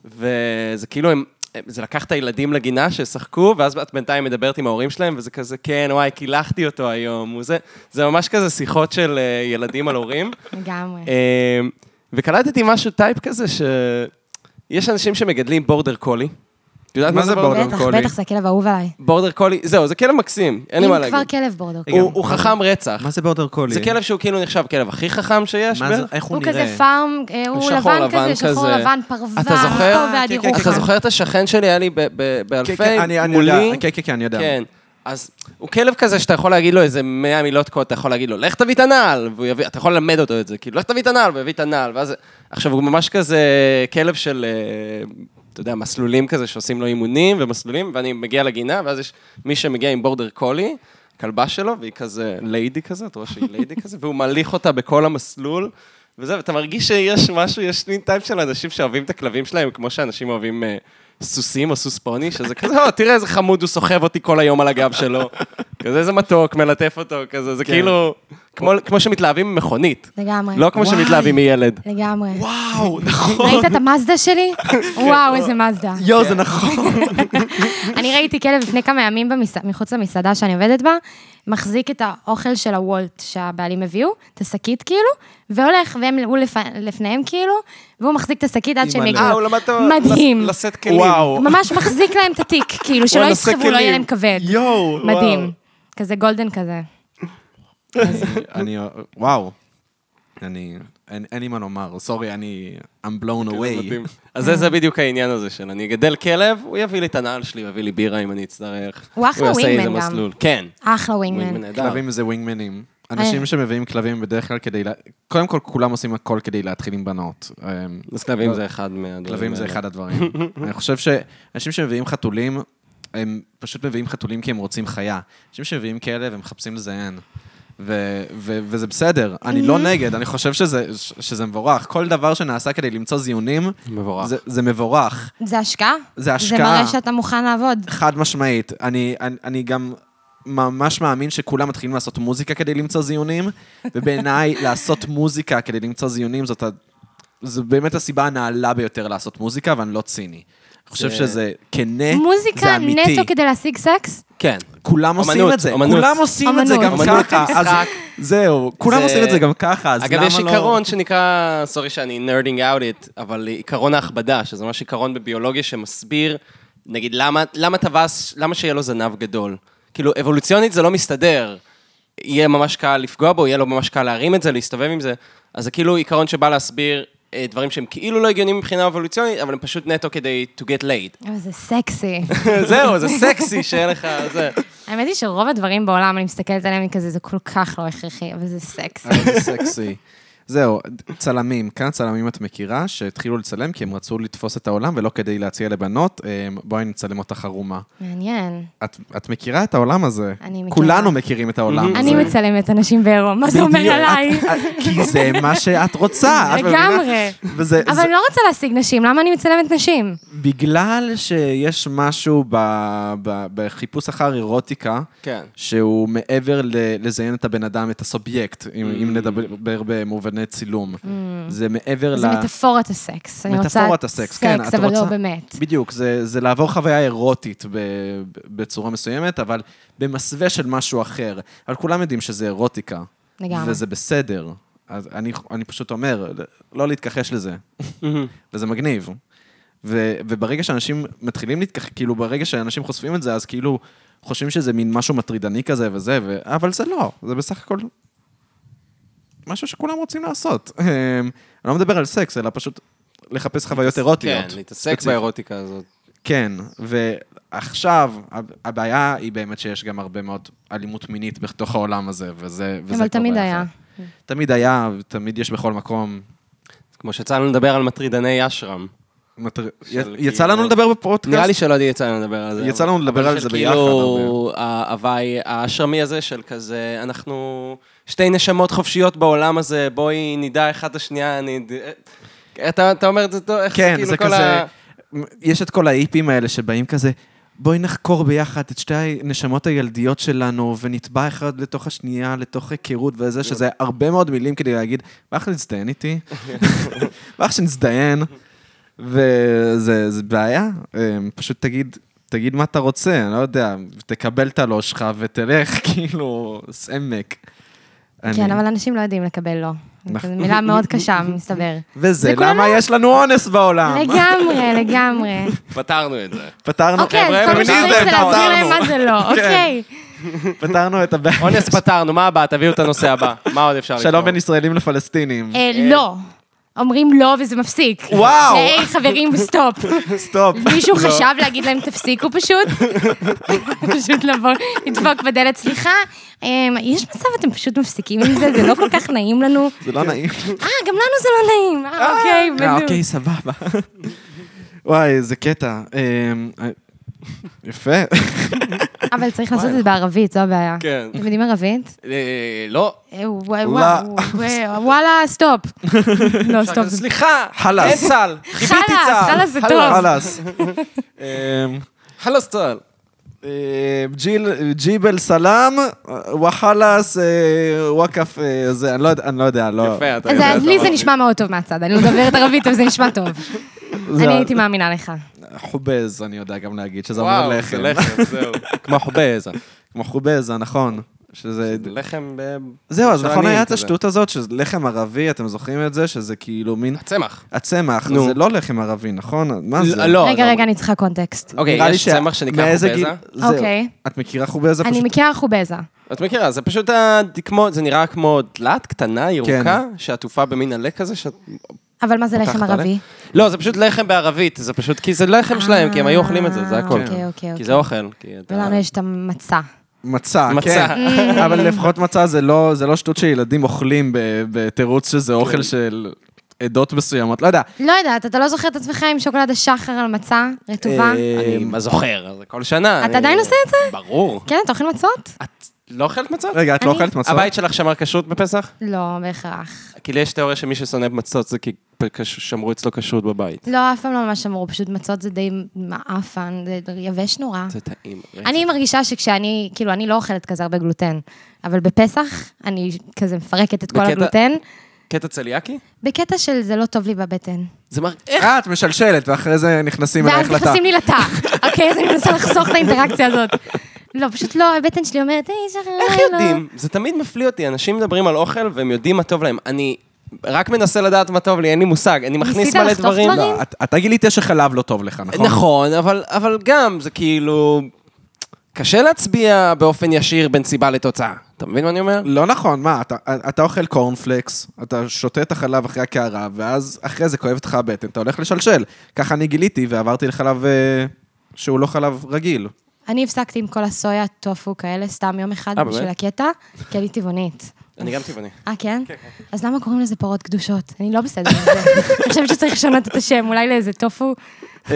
וזה כאילו הם... אה, זה לקח את הילדים לגינה שישחקו, ואז את בינתיים מדברת עם ההורים שלהם, וזה כזה, כן, וואי, קילחתי אותו היום. הוא זה, זה ממש כזה שיחות של אה, ילדים על הורים.
לגמרי.
אמ, וקלטתי משהו טייפ כזה, שיש אנשים שמגדלים בורדר קולי. את יודעת
מה זה border
בטח,
קולי.
בטח, זה הכלב האהוב עליי.
בורדר קולי, זהו, זה כלב מקסים, אין לי מה
אם
להגיד.
כבר כלב בורדר קולי.
הוא הוא חכם רצח.
מה זה בורדר קולי?
זה כלב שהוא כאילו נחשב כלב הכי חכם שיש.
מה זה,
בערך.
איך הוא
הוא
נראה?
כזה פארם, אה, הוא
שחור
לבן
לבן
כזה, שחור
כזה.
לבן, פרווה,
אתה זוכר?
פה
אה, כן, כן,
והדירוג
אתה
כן.
שלך.
זוכר את השכן שלי, היה לי ב- ב-
כן,
באלפי,
כן, אני אני
מולי?
יודע. כן, כן, כן, אני יודע.
כן. אז הוא כלב כזה שאתה יכול להגיד לו איזה 100 מילות קוד, אתה יכול להגיד לו, לך תביא את הנעל, והוא יביא, אתה יכול ללמד אותו את זה, כאילו, לך תביא את הנעל, והוא יביא את הנעל, ואז... עכשיו, הוא ממש כזה כלב של, אה, אתה יודע, מסלולים כזה, שעושים לו אימונים ומסלולים, ואני מגיע לגינה, ואז יש מי שמגיע עם בורדר קולי, כלבה שלו, והיא כזה ליידי כזה, אתה רואה שהיא ליידי כזה, והוא מליך אותה בכל המסלול. וזה, ואתה מרגיש שיש משהו, יש מין טייפ של אנשים שאוהבים את הכלבים שלהם, כמו שאנשים אוהבים אה, סוסים או סוס פוני, שזה כזה, "או, תראה איזה חמוד, הוא סוחב אותי כל היום על הגב שלו. כזה איזה מתוק, מלטף אותו, כזה,
כן.
זה כאילו, כמו, כמו שמתלהבים ממכונית.
לגמרי.
לא כמו
וואי.
שמתלהבים מילד.
לגמרי.
*laughs* וואו, נכון.
ראית את המאזדה שלי?
*laughs* כן,
וואו, איזה מאזדה.
יואו, זה נכון. *laughs*
אני ראיתי כלב לפני כמה ימים במסע- מחוץ למסעדה שאני עובדת בה, מחזיק את האוכל של הוולט שהבעלים הביאו, את השקית כאילו, והולך, והם הוא לפ- לפניהם כאילו, והוא מחזיק את השקית עד שהם
אימא'לה.
אה,
יגיעו. מדהים.
לשאת כלים.
וואו.
ממש מחזיק להם את התיק, כאילו, שלא
הנושא
יסחבו, לא יהיה
כלים.
להם כבד.
יואו.
מדהים. כזה גולדן כזה.
אני, וואו. אני, אין אין לי מה לומר, סורי, אני, I'm blown away.
מדהים. כאילו, אז זה, זה בדיוק העניין הזה של אני אגדל כלב, הוא יביא לי את הנעל שלי, הוא יביא לי בירה אם אני אצטרך.
הוא אחלה
יעשה איזה
wingman גם.
מסלול. כן.
אחלה
ווינגמן
ווינגמן.
נהדר.
כלבים זה ווינגמנים.
אה.
אנשים שמביאים כלבים בדרך כלל כדי, לה- קודם כל, כולם עושים הכל כדי להתחיל עם בנות. אמ,
אז כלבים
לא.
זה אחד מהדברים.
כלבים זה
האלה.
אחד הדברים. אני חושב שאנשים שמביאים חתולים, הם פשוט מביאים חתולים כי הם רוצים חיה. אנשים שמביאים כלב, הם מחפשים לזיין. ו- ו- וזה בסדר, אני לא נגד, אני חושב שזה, ש- שזה מבורך. כל דבר שנעשה כדי למצוא זיונים,
מבורך.
זה, זה מבורך,
זה השקעה?
זה
זה
השקעה.
מראה שאתה מוכן לעבוד.
חד משמעית. אני, אני, אני גם ממש מאמין שכולם מתחילים לעשות מוזיקה כדי למצוא זיונים, ובעיניי *laughs* לעשות מוזיקה כדי למצוא זיונים זאת ה... זו באמת הסיבה הנעלה ביותר לעשות מוזיקה, ואני לא ציני. אני חושב
זה-
שזה כנה, זה
מוזיקה
אמיתי.
נטו כדי להשיג סקס?
כן.
כולם עושים
אמנות,
את זה,
אמנות.
כולם עושים את זה גם
אמנות.
אמנות,
ככה. אז
משחק.
זהו, כולם
זה-
עושים את זה גם ככה, אז למה
אגב,
לא...
יש עיקרון שנקרא, סורי שאני נרדינג אאוט איט, אבל עיקרון ההכבדה, שזה ממש עיקרון בביולוגיה שמסביר, נגיד, למה, למה טווס, למה שיהיה לו זנב גדול? כאילו, אבולוציונית זה לא מסתדר. יהיה ממש קל לפגוע בו, יהיה לו ממש קל להרים את זה, להסתובב עם זה. אז זה כאילו עיקרון שבא להסביר אה, דברים שהם כאילו לא הגיוניים מבחינה אבולוציונית, אבל הם פשוט נטו כדי to get laid. *laughs*
אבל זה
*laughs*
סקסי.
זהו, זה סקסי שיהיה לך, זה.
האמת היא
אה.
שרוב הדברים בעולם, אני מסתכלת עליהם, אני כזה, זה כל כך לא הכרחי, אבל זה סקסי.
אבל זה סקסי. זהו, צלמים. כאן צלמים את מכירה, שהתחילו לצלם כי הם רצו לתפוס את העולם ולא כדי להציע לבנות, אה, בואי נצלם אותך ערומה.
מעניין.
את, את מכירה את העולם הזה?
אני מכירה.
כולנו מכירים את העולם הזה.
אני מצלמת אנשים בעירום, מה זה אומר
בדיוק,
עליי?
את- את- כי זה מה שאת רוצה. את מבינה?
לגמרי.
וזה,
אבל
זה,
אני לא רוצה להשיג נשים, למה אני מצלמת נשים?
בגלל שיש משהו ב, ב, בחיפוש אחר אירוטיקה,
כן.
שהוא מעבר ל- לזיין את הבן אדם, את הסובייקט, אם, אם נדבר במובני צילום. זה מעבר
Mm. זה
ל...
מטאפורת הסקס. אני רוצה
מטאפורת הסקס, כן, את
סקס, אבל לא
רוצה-
באמת.
בדיוק, זה, זה לעבור חוויה אירוטית ב, בצורה מסוימת, אבל במסווה של משהו אחר. אבל כולם יודעים שזה אירוטיקה.
לגמרי.
וזה בסדר. אז אני, אני פשוט אומר, לא להתכחש לזה. וזה מגניב. ו, וברגע שאנשים מתחילים להתכחש, כאילו, ברגע שאנשים חושפים את זה, אז כאילו חושבים שזה מין משהו מטרידני כזה וזה, ו, אבל זה לא, זה בסך הכל משהו שכולם רוצים לעשות. *laughs* אמ, אני לא מדבר על סקס, אלא פשוט לחפש חוויות אירוטיות.
כן, להתעסק
ספציפית.
באירוטיקה הזאת.
כן, ועכשיו, הב- הבעיה היא באמת שיש גם הרבה מאוד אלימות מינית בתוך העולם הזה, וזה... וזה
אבל
כבר
תמיד
בעיה
היה.
אחרת. תמיד היה, תמיד יש בכל מקום.
כמו שיצא לנו לדבר על מטרידני אשרם.
מטר-
של
יצא לנו
כאילו-
לדבר בפודקאסט?
נראה לי שלא יצא לנו לדבר על זה.
יצא
אבל-
לנו לדבר
אבל
על
של
זה ביחד
כאילו ההוואי האשרמי הזה של כזה, אנחנו שתי נשמות חופשיות בעולם הזה, בואי נדע אחד את השנייה, נד... אתה, אתה אומר את זה טוב, איך
כן,
כאילו
זה
כל
כזה...
ה...
יש את כל האיפים האלה שבאים כזה, בואי נחקור ביחד את שתי הנשמות הילדיות שלנו, ונטבע אחד לתוך השנייה, לתוך היכרות וזה, שזה הרבה מאוד מילים כדי להגיד, מה לך להזדיין איתי? מה לך שנזדיין? וזה זה בעיה, אמ, פשוט תגיד, תגיד מה אתה רוצה, אני לא יודע, תקבל את הלא שלך ותלך, *laughs* כאילו, סעמק.
כן, אבל אנשים לא יודעים לקבל לא. זו מילה
נכון.
מאוד קשה,
*laughs*
מסתבר.
וזה
זה כל
למה יש לנו אונס בעולם.
לגמרי, לגמרי.
פתרנו את זה.
פתרנו,
אוקיי, אז
חבר'ה,
כל מה שצריך זה
פמיניזם,
להסביר להם
פתרנו.
מה זה לא, אוקיי.
פתרנו את הבעיה.
אונס פתרנו, מה הבא? תביאו את הנושא הבא. מה עוד אפשר
שלום בין ישראלים לפלסטינים.
אה, לא. אומרים לא וזה מפסיק.
וואו.
היי, חברים, סטופ.
סטופ.
מישהו
לא.
חשב להגיד להם תפסיקו פשוט? *laughs* פשוט לבוא, לדפוק בדלת, סליחה, אמ, יש מצב אתם פשוט מפסיקים עם זה, זה לא כל כך נעים לנו.
זה לא נעים.
אה, גם לנו זה לא נעים. אה, *laughs* אוקיי,
אה,
בדיוק.
אוקיי, סבבה. וואי, איזה קטע. אמ, אה, יפה.
אבל צריך לעשות את זה בערבית, זו הבעיה.
כן.
אתם יודעים ערבית?
אה, לא.
אה, וואי, וואו, וואו, וואלה, סטופ. לא, סטופ. זה-
סליחה,
חלאס.
אין צה"ל. חיביתי
חלאס,
צה"ל.
חלאס זה טוב.
חלאס. אמ,
חלאס צה"ל.
אה, ג'יל- ג'יבל סלאם, וחלאס, אה, וואקף, אה, זה, אני לא יודע, אני לא יודע, לא...
יפה, אתה
אז
יודע.
לי זה
אתה-
נשמע מאוד טוב מהצד, אני לא מדברת ערבית, אבל זה נשמע
*laughs*
טוב.
זה-
אני הייתי מאמינה לך.
לא,
חובז, אני יודע גם להגיד, שזה אומר
וואו, זה
לחם.
לחם,
*laughs*
זהו. כמו חובז.
כמו חובזה, נכון. שזה...
לחם ב...
זהו, אז
של
נכון
עניים
היה את
כזה.
השטות הזאת, שזה לחם ערבי, אתם זוכרים את זה? שזה כאילו מין...
צמח.
הצמח,
נו.
זה לא לחם ערבי, נכון? מה זה?
לא,
רגע,
זה-
רגע, אני צריכה קונטקסט.
אוקיי,
נראה לי
יש
שה-
צמח שנקרא
מאיזה
חובזה.
גיל- זהו.
אוקיי.
את מכירה חובזה?
אני
פשוט-
מכירה חובזה.
את מכירה, זה פשוט ה- כמו, זה נראה כמו דלת קטנה, ירוקה,
כן.
שעטופה במין עלה כזה, שאת
אבל מה זה
פותחת
לחם
עליה.
ערבי?
לא, זה פשוט לחם בערבית, זה פשוט, כי זה לחם שלהם, כי הם היו אוכלים את זה, זה
כן.
הכל.
אוקיי, אוקיי,
כי
אוקיי.
זה אוכל. כי אתה-
ולנו יש את המצה.
מצה,
מצה.
כן.
*laughs*
אבל לפחות מצה זה לא זה לא שטות שילדים אוכלים ב- בתירוץ שזה
כן.
אוכל של עדות מסוימות, לא יודע.
לא יודעת, אתה לא זוכר את עצמך עם שוקולד השחר על מצה רטובה?
אה,
אני מה זוכר, זה כל שנה.
אתה
אני-
עדיין עושה את זה?
ברור.
כן, אתה אוכל מצות?
את לא אוכלת מצות?
רגע, את לא
אני-
אוכלת מצה?
הבית שלך שמר כשרות בפסח?
לא, בהכרח.
כי לי יש תיאוריה שמי ששונא מצות זה כי פ- שמרו אצלו כשרות בבית.
לא, אף פעם לא ממש אמרו, פשוט מצות זה די מעפן, זה יבש נורא.
זה טעים. רצח.
אני מרגישה שכשאני, כאילו, אני לא אוכלת כזה הרבה גלוטן, אבל בפסח אני כזה מפרקת את כל
בקטע-
הגלוטן,
קטע צליאקי?
בקטע של זה לא טוב לי בבטן.
זה מר... איך?
אה, את משלשלת, ואחרי זה נכנסים
ואז
אלייך לתא.
נכנסים לי לתא. אוקיי, אז אני מנסה לחסוך את האינטראקציה הזאת. לא, פשוט לא, הבטן שלי אומרת, היי, שחרר,
איך
לא."
יודעים? זה תמיד מפליא אותי, אנשים מדברים על אוכל והם יודעים מה טוב להם. אני רק מנסה לדעת מה טוב לי, אין לי מושג, אני מכניס
ניסית
מלא
לחטוף
דברים.
דברים?
לא, את- אתה גילית שחלב לא טוב לך, נכון?
נכון, אבל, אבל גם, זה כאילו... קשה להצביע באופן ישיר בין סיבה לתוצאה. אתה מבין מה אני אומר?
לא נכון, מה, אתה, אתה אוכל קורנפלקס, אתה שותה את החלב אחרי הקערה, ואז אחרי זה כואבת לך הבטן, אתה הולך לשלשל. ככה אני גיליתי ועברתי לחלב אה, שהוא לא חלב *laughs* רגיל.
אני הפסקתי עם כל הסויה, טופו כאלה, סתם יום אחד
אה,
בשביל
באמת?
הקטע, כי אני טבעונית.
אני גם טבעוני.
אה, כן? אז למה קוראים לזה פרות קדושות? אני לא בסדר עם זה. אני חושבת שצריך לשנות את השם, אולי לאיזה טופו.
אמ,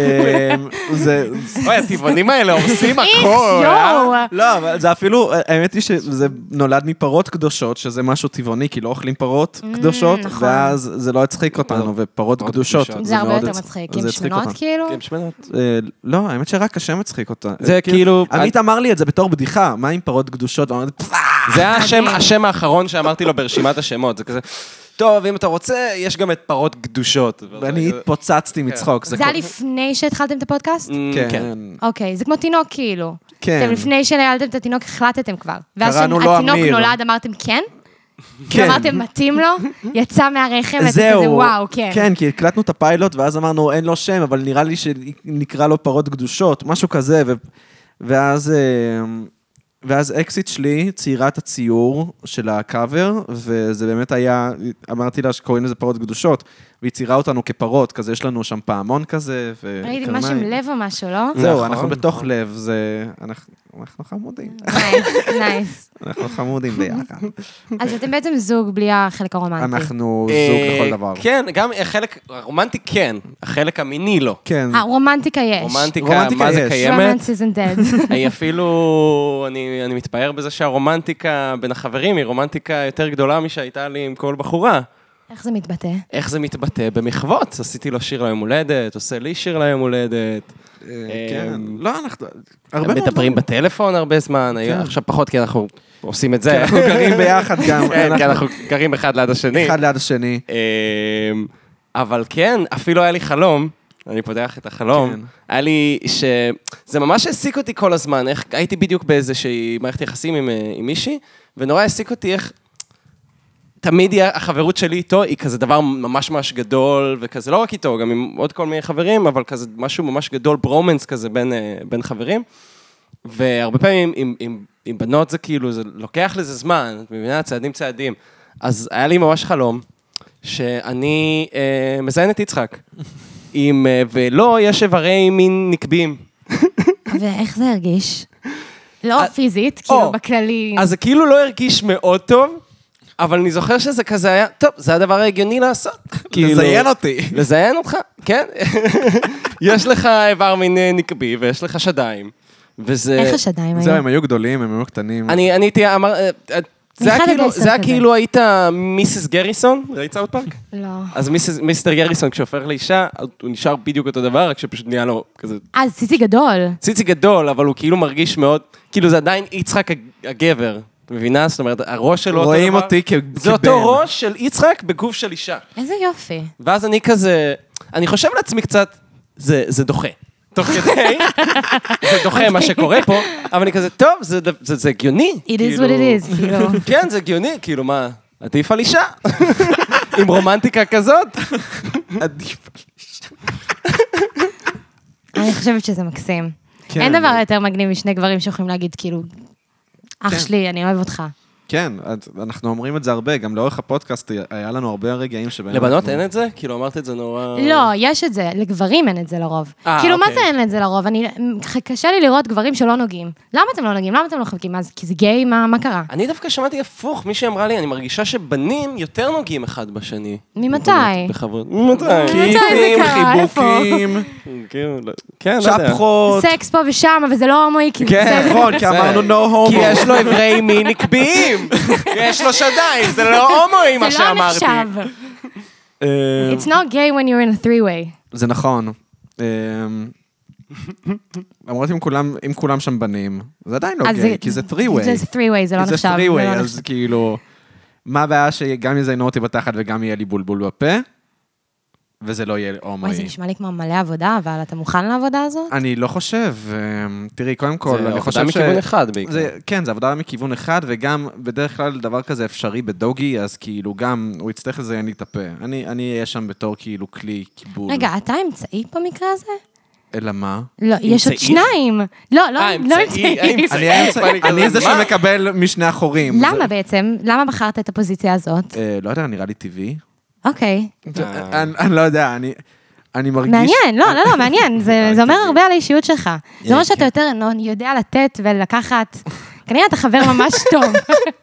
זה...
אוי, הטבעונים
*laughs*
האלה הורסים
איך,
הכל.
יואו!
לא, אבל זה אפילו, האמת היא שזה נולד מפרות קדושות, שזה משהו טבעוני, כי לא אוכלים פרות קדושות,
נכון.
ואז זה לא הצחיק אותנו, ופרות
פרות
קדושות.
קדושות.
זה הרבה
מאוד
יותר
הצ-
מצחיק.
זה
עם
הצחיק
שמנות,
אותנו.
כאילו?
כן, שמנות.
אה, לא, האמת שרק השם מצחיק אותה.
זה
אה,
כאילו-
עמית אמר לי את זה בתור בדיחה, מה עם פרות קדושות? ואמרתי, "פפפ".
זה השם, השם האחרון שאמרתי לו ברשימת השמות, זה כזה, טוב, אם אתה רוצה, יש גם את פרות קדושות.
ואני התפוצצתי מצחוק.
זה היה
כל-
לפני שהתחלתם את הפודקאסט?
Mm,
כן.
אוקיי, זה כמו תינוק כאילו.
כן.
אתם לפני שניהלתם את התינוק, החלטתם כבר. ואז
קראנו לו
כשהתינוק
אמיר.
נולד, אמרתם כן?
כן.
אמרתם מתאים לו?
*laughs*
יצא מהרחם, ואתם
זהו.
כזה, וואו, כן.
כן, כי הקלטנו את הפיילוט, ואז אמרנו, אין לו שם, אבל נראה לי שנקרא לו פרות קדושות, משהו כזה, ו... ואז... אה, ואז אקזיט שלי ציירה את הציור של הקאבר, וזה באמת היה, אמרתי לה שקוראים לזה פרות קדושות, והיא ציירה אותנו כפרות, כזה יש לנו שם פעמון כזה, ו...
ראיתי משהו עם לב או משהו, לא?
זהו,
נכון,
אנחנו
נכון.
בתוך לב, זה... אנחנו אנחנו חמודים,
אה. נייס, נייס.
אנחנו חמודים ביחד.
אז אתם בעצם זוג בלי החלק הרומנטי.
אנחנו
אה,
זוג לכל דבר.
כן, גם החלק, הרומנטי כן, החלק המיני לא.
כן.
אה, רומנטיקה יש.
רומנטיקה,
רומנטיקה
מה זה
יש.
קיימת?
Romance isn't dead.
*laughs*
היא אפילו, אני, אני מתפאר בזה שהרומנטיקה בין החברים היא רומנטיקה יותר גדולה משהייתה לי עם כל בחורה.
איך זה מתבטא?
איך זה מתבטא? במחוות. עשיתי לו שיר ליום הולדת, עושה לי שיר ליום הולדת.
אה, כן.
אה,
לא, אנחנו... הרבה מאוד כן.
מדברים בטלפון הרבה זמן, היו- עכשיו פחות כי אנחנו עושים את זה.
אנחנו גרים ביחד גם.
כן, כי אנחנו גרים אחד ליד השני.
אחד ליד השני.
אמ, אבל כן, אפילו היה לי חלום, אני פותח את
כן.
החלום, היה לי ש... זה ממש העסיק אותי כל הזמן, איך... הייתי בדיוק באיזושהי מערכת יחסים עם, אה, עם מישהי, ונורא העסיק אותי איך... תמיד היא- החברות שלי איתו היא כזה דבר ממש ממש גדול, וכזה לא רק איתו, גם עם עוד כל מיני חברים, אבל כזה משהו ממש גדול, ברומנס כזה בין, אה, בין חברים. והרבה פעמים עם, עם, עם בנות זה כאילו, זה לוקח לזה זמן, את מבינה? צעדים צעדים. אז היה לי ממש חלום, שאני אה, מזיין את יצחק. עם, אה, ולא, יש איברי מין נקביים.
ואיך זה הרגיש? לא
אה,
פיזית,
או.
כאילו בכללי.
אז זה כאילו לא הרגיש מאוד טוב, אבל אני זוכר שזה כזה היה, טוב, זה הדבר ההגיוני לעשות. כאילו-
לזיין אותי.
לזיין אותך, כן. *laughs* יש לך איבר מין אה, נקבי ויש לך שדיים. וזה...
אה,
איך השדיים
זהו,
היו?
הם היו גדולים, הם היו קטנים.
אני אני הייתי, אמר... אה, אה, זה היה
מיכל
כאילו-
גייסר
זה היה
כזה.
כאילו היית מיסס גריסון, ראית סאוט פארק?
לא.
אז מיסס- מיסטר גריסון כשהופך לאישה, הוא נשאר בדיוק אותו דבר, רק שפשוט נהיה לו כזה
אז ציצי גדול.
ציצי גדול, אבל הוא כאילו מרגיש מאוד, כאילו זה עדיין יצחק הג- הגבר, את מבינה? זאת אומרת, הראש שלו אותו דבר.
רואים אותי כ-
זה
כבן.
אותו ראש של יצחק בגוף של אישה.
איזה יופי.
ואז אני כזה, אני חושב לעצמי קצת, זה, זה דוחה. תוך כדי, זה דוחה מה שקורה פה, אבל אני כזה, טוב, זה, זה, זה, הגיוני.
It is what it is,
*laughs*
כאילו.
כן, זה הגיוני, כאילו מה, עדיף על אישה. עם רומנטיקה כזאת.
עדיף.
אני חושבת שזה מקסים.
כן.
אין דבר יותר מגניב משני גברים שיכולים להגיד, כאילו, אח
כן.
שלי, אני אוהב אותך.
כן, אז אנחנו אומרים את זה הרבה, גם לאורך הפודקאסט היה לנו הרבה רגעים שבהם...
לבנות
אנחנו-
אין את זה? כאילו אמרת את זה נורא...
לא, יש את זה, לגברים אין את זה לרוב.
אה,
כאילו, מה
אוקיי.
זה אין את זה לרוב? אני, ככה קשה לי לראות גברים שלא נוגעים. למה אתם לא נוגעים? למה אתם לא חלקים? אז כי זה גיי? מה מה קרה?
אני דווקא שמעתי הפוך, מישהי אמרה לי, אני מרגישה שבנים יותר נוגעים אחד בשני.
ממתי?
בחברות. ממתי?
ממתי זה קרה? איפה?
חיבוקים,
כן, לא- כן, לא יודע.
שפחות.
סקס פה ושם, אבל זה לא הומואי, כאילו,
כן,
בסדר.
נכון, כי אמרנו no homo.
כי יש לו איברי מין נקביים, יש לו שדיים, זה לא הומואי מה
זה לא
שאמרתי.
נחשב.
אה,
It's not gay when you're in a three-way.
זה נכון. אמ, למרות אם כולם, אם כולם שם בנים, זה עדיין לא
אז
גיי, כי זה three-way.
זה three-way, זה לא
כי זה
נחשב. זה לא
three-way,
נחשב.
אז כאילו, מה הבעיה שגם יזיינו אותי בתחת וגם יהיה לי בולבול בפה, וזה לא יהיה
וואי, זה
הומואי.
נשמע לי כמו מלא עבודה, אבל אתה מוכן לעבודה הזאת?
אני לא חושב, אמ, תראי, קודם כל, אני חושב ש...
אחד בעיקר.
זה, כן, זה עבודה מכיוון אחד, וגם בדרך כלל דבר כזה אפשרי בדוגי, אז כאילו גם הוא יצטרך לזיין לי את הפה. אני אני אהיה שם בתור כאילו כלי קיבול.
רגע, אתה אמצעי במקרה הזה?
אלא מה?
לא, יש עוד
אמצעי?
שניים. לא, לא,
אה,
לא
אמצעי,
אמצעי.
האמצעי.
אני האמצע-
כזה,
אני זה
מה?
שמקבל משני החורים.
למה
זה-
בעצם? למה בחרת את הפוזיציה הזאת?
אה, לא יודע, נראה לי טבעי.
אוקיי.
אה.
אני אני לא יודע, אני- אני מרגיש...
מעניין, לא, לא, לא, מעניין. זה
אל
זה אומר
תגיד.
הרבה על האישיות שלך. זה
אה,
אומר שאתה
כן.
יותר נו- יודע לתת ולקחת. כנראה אתה חבר ממש טוב.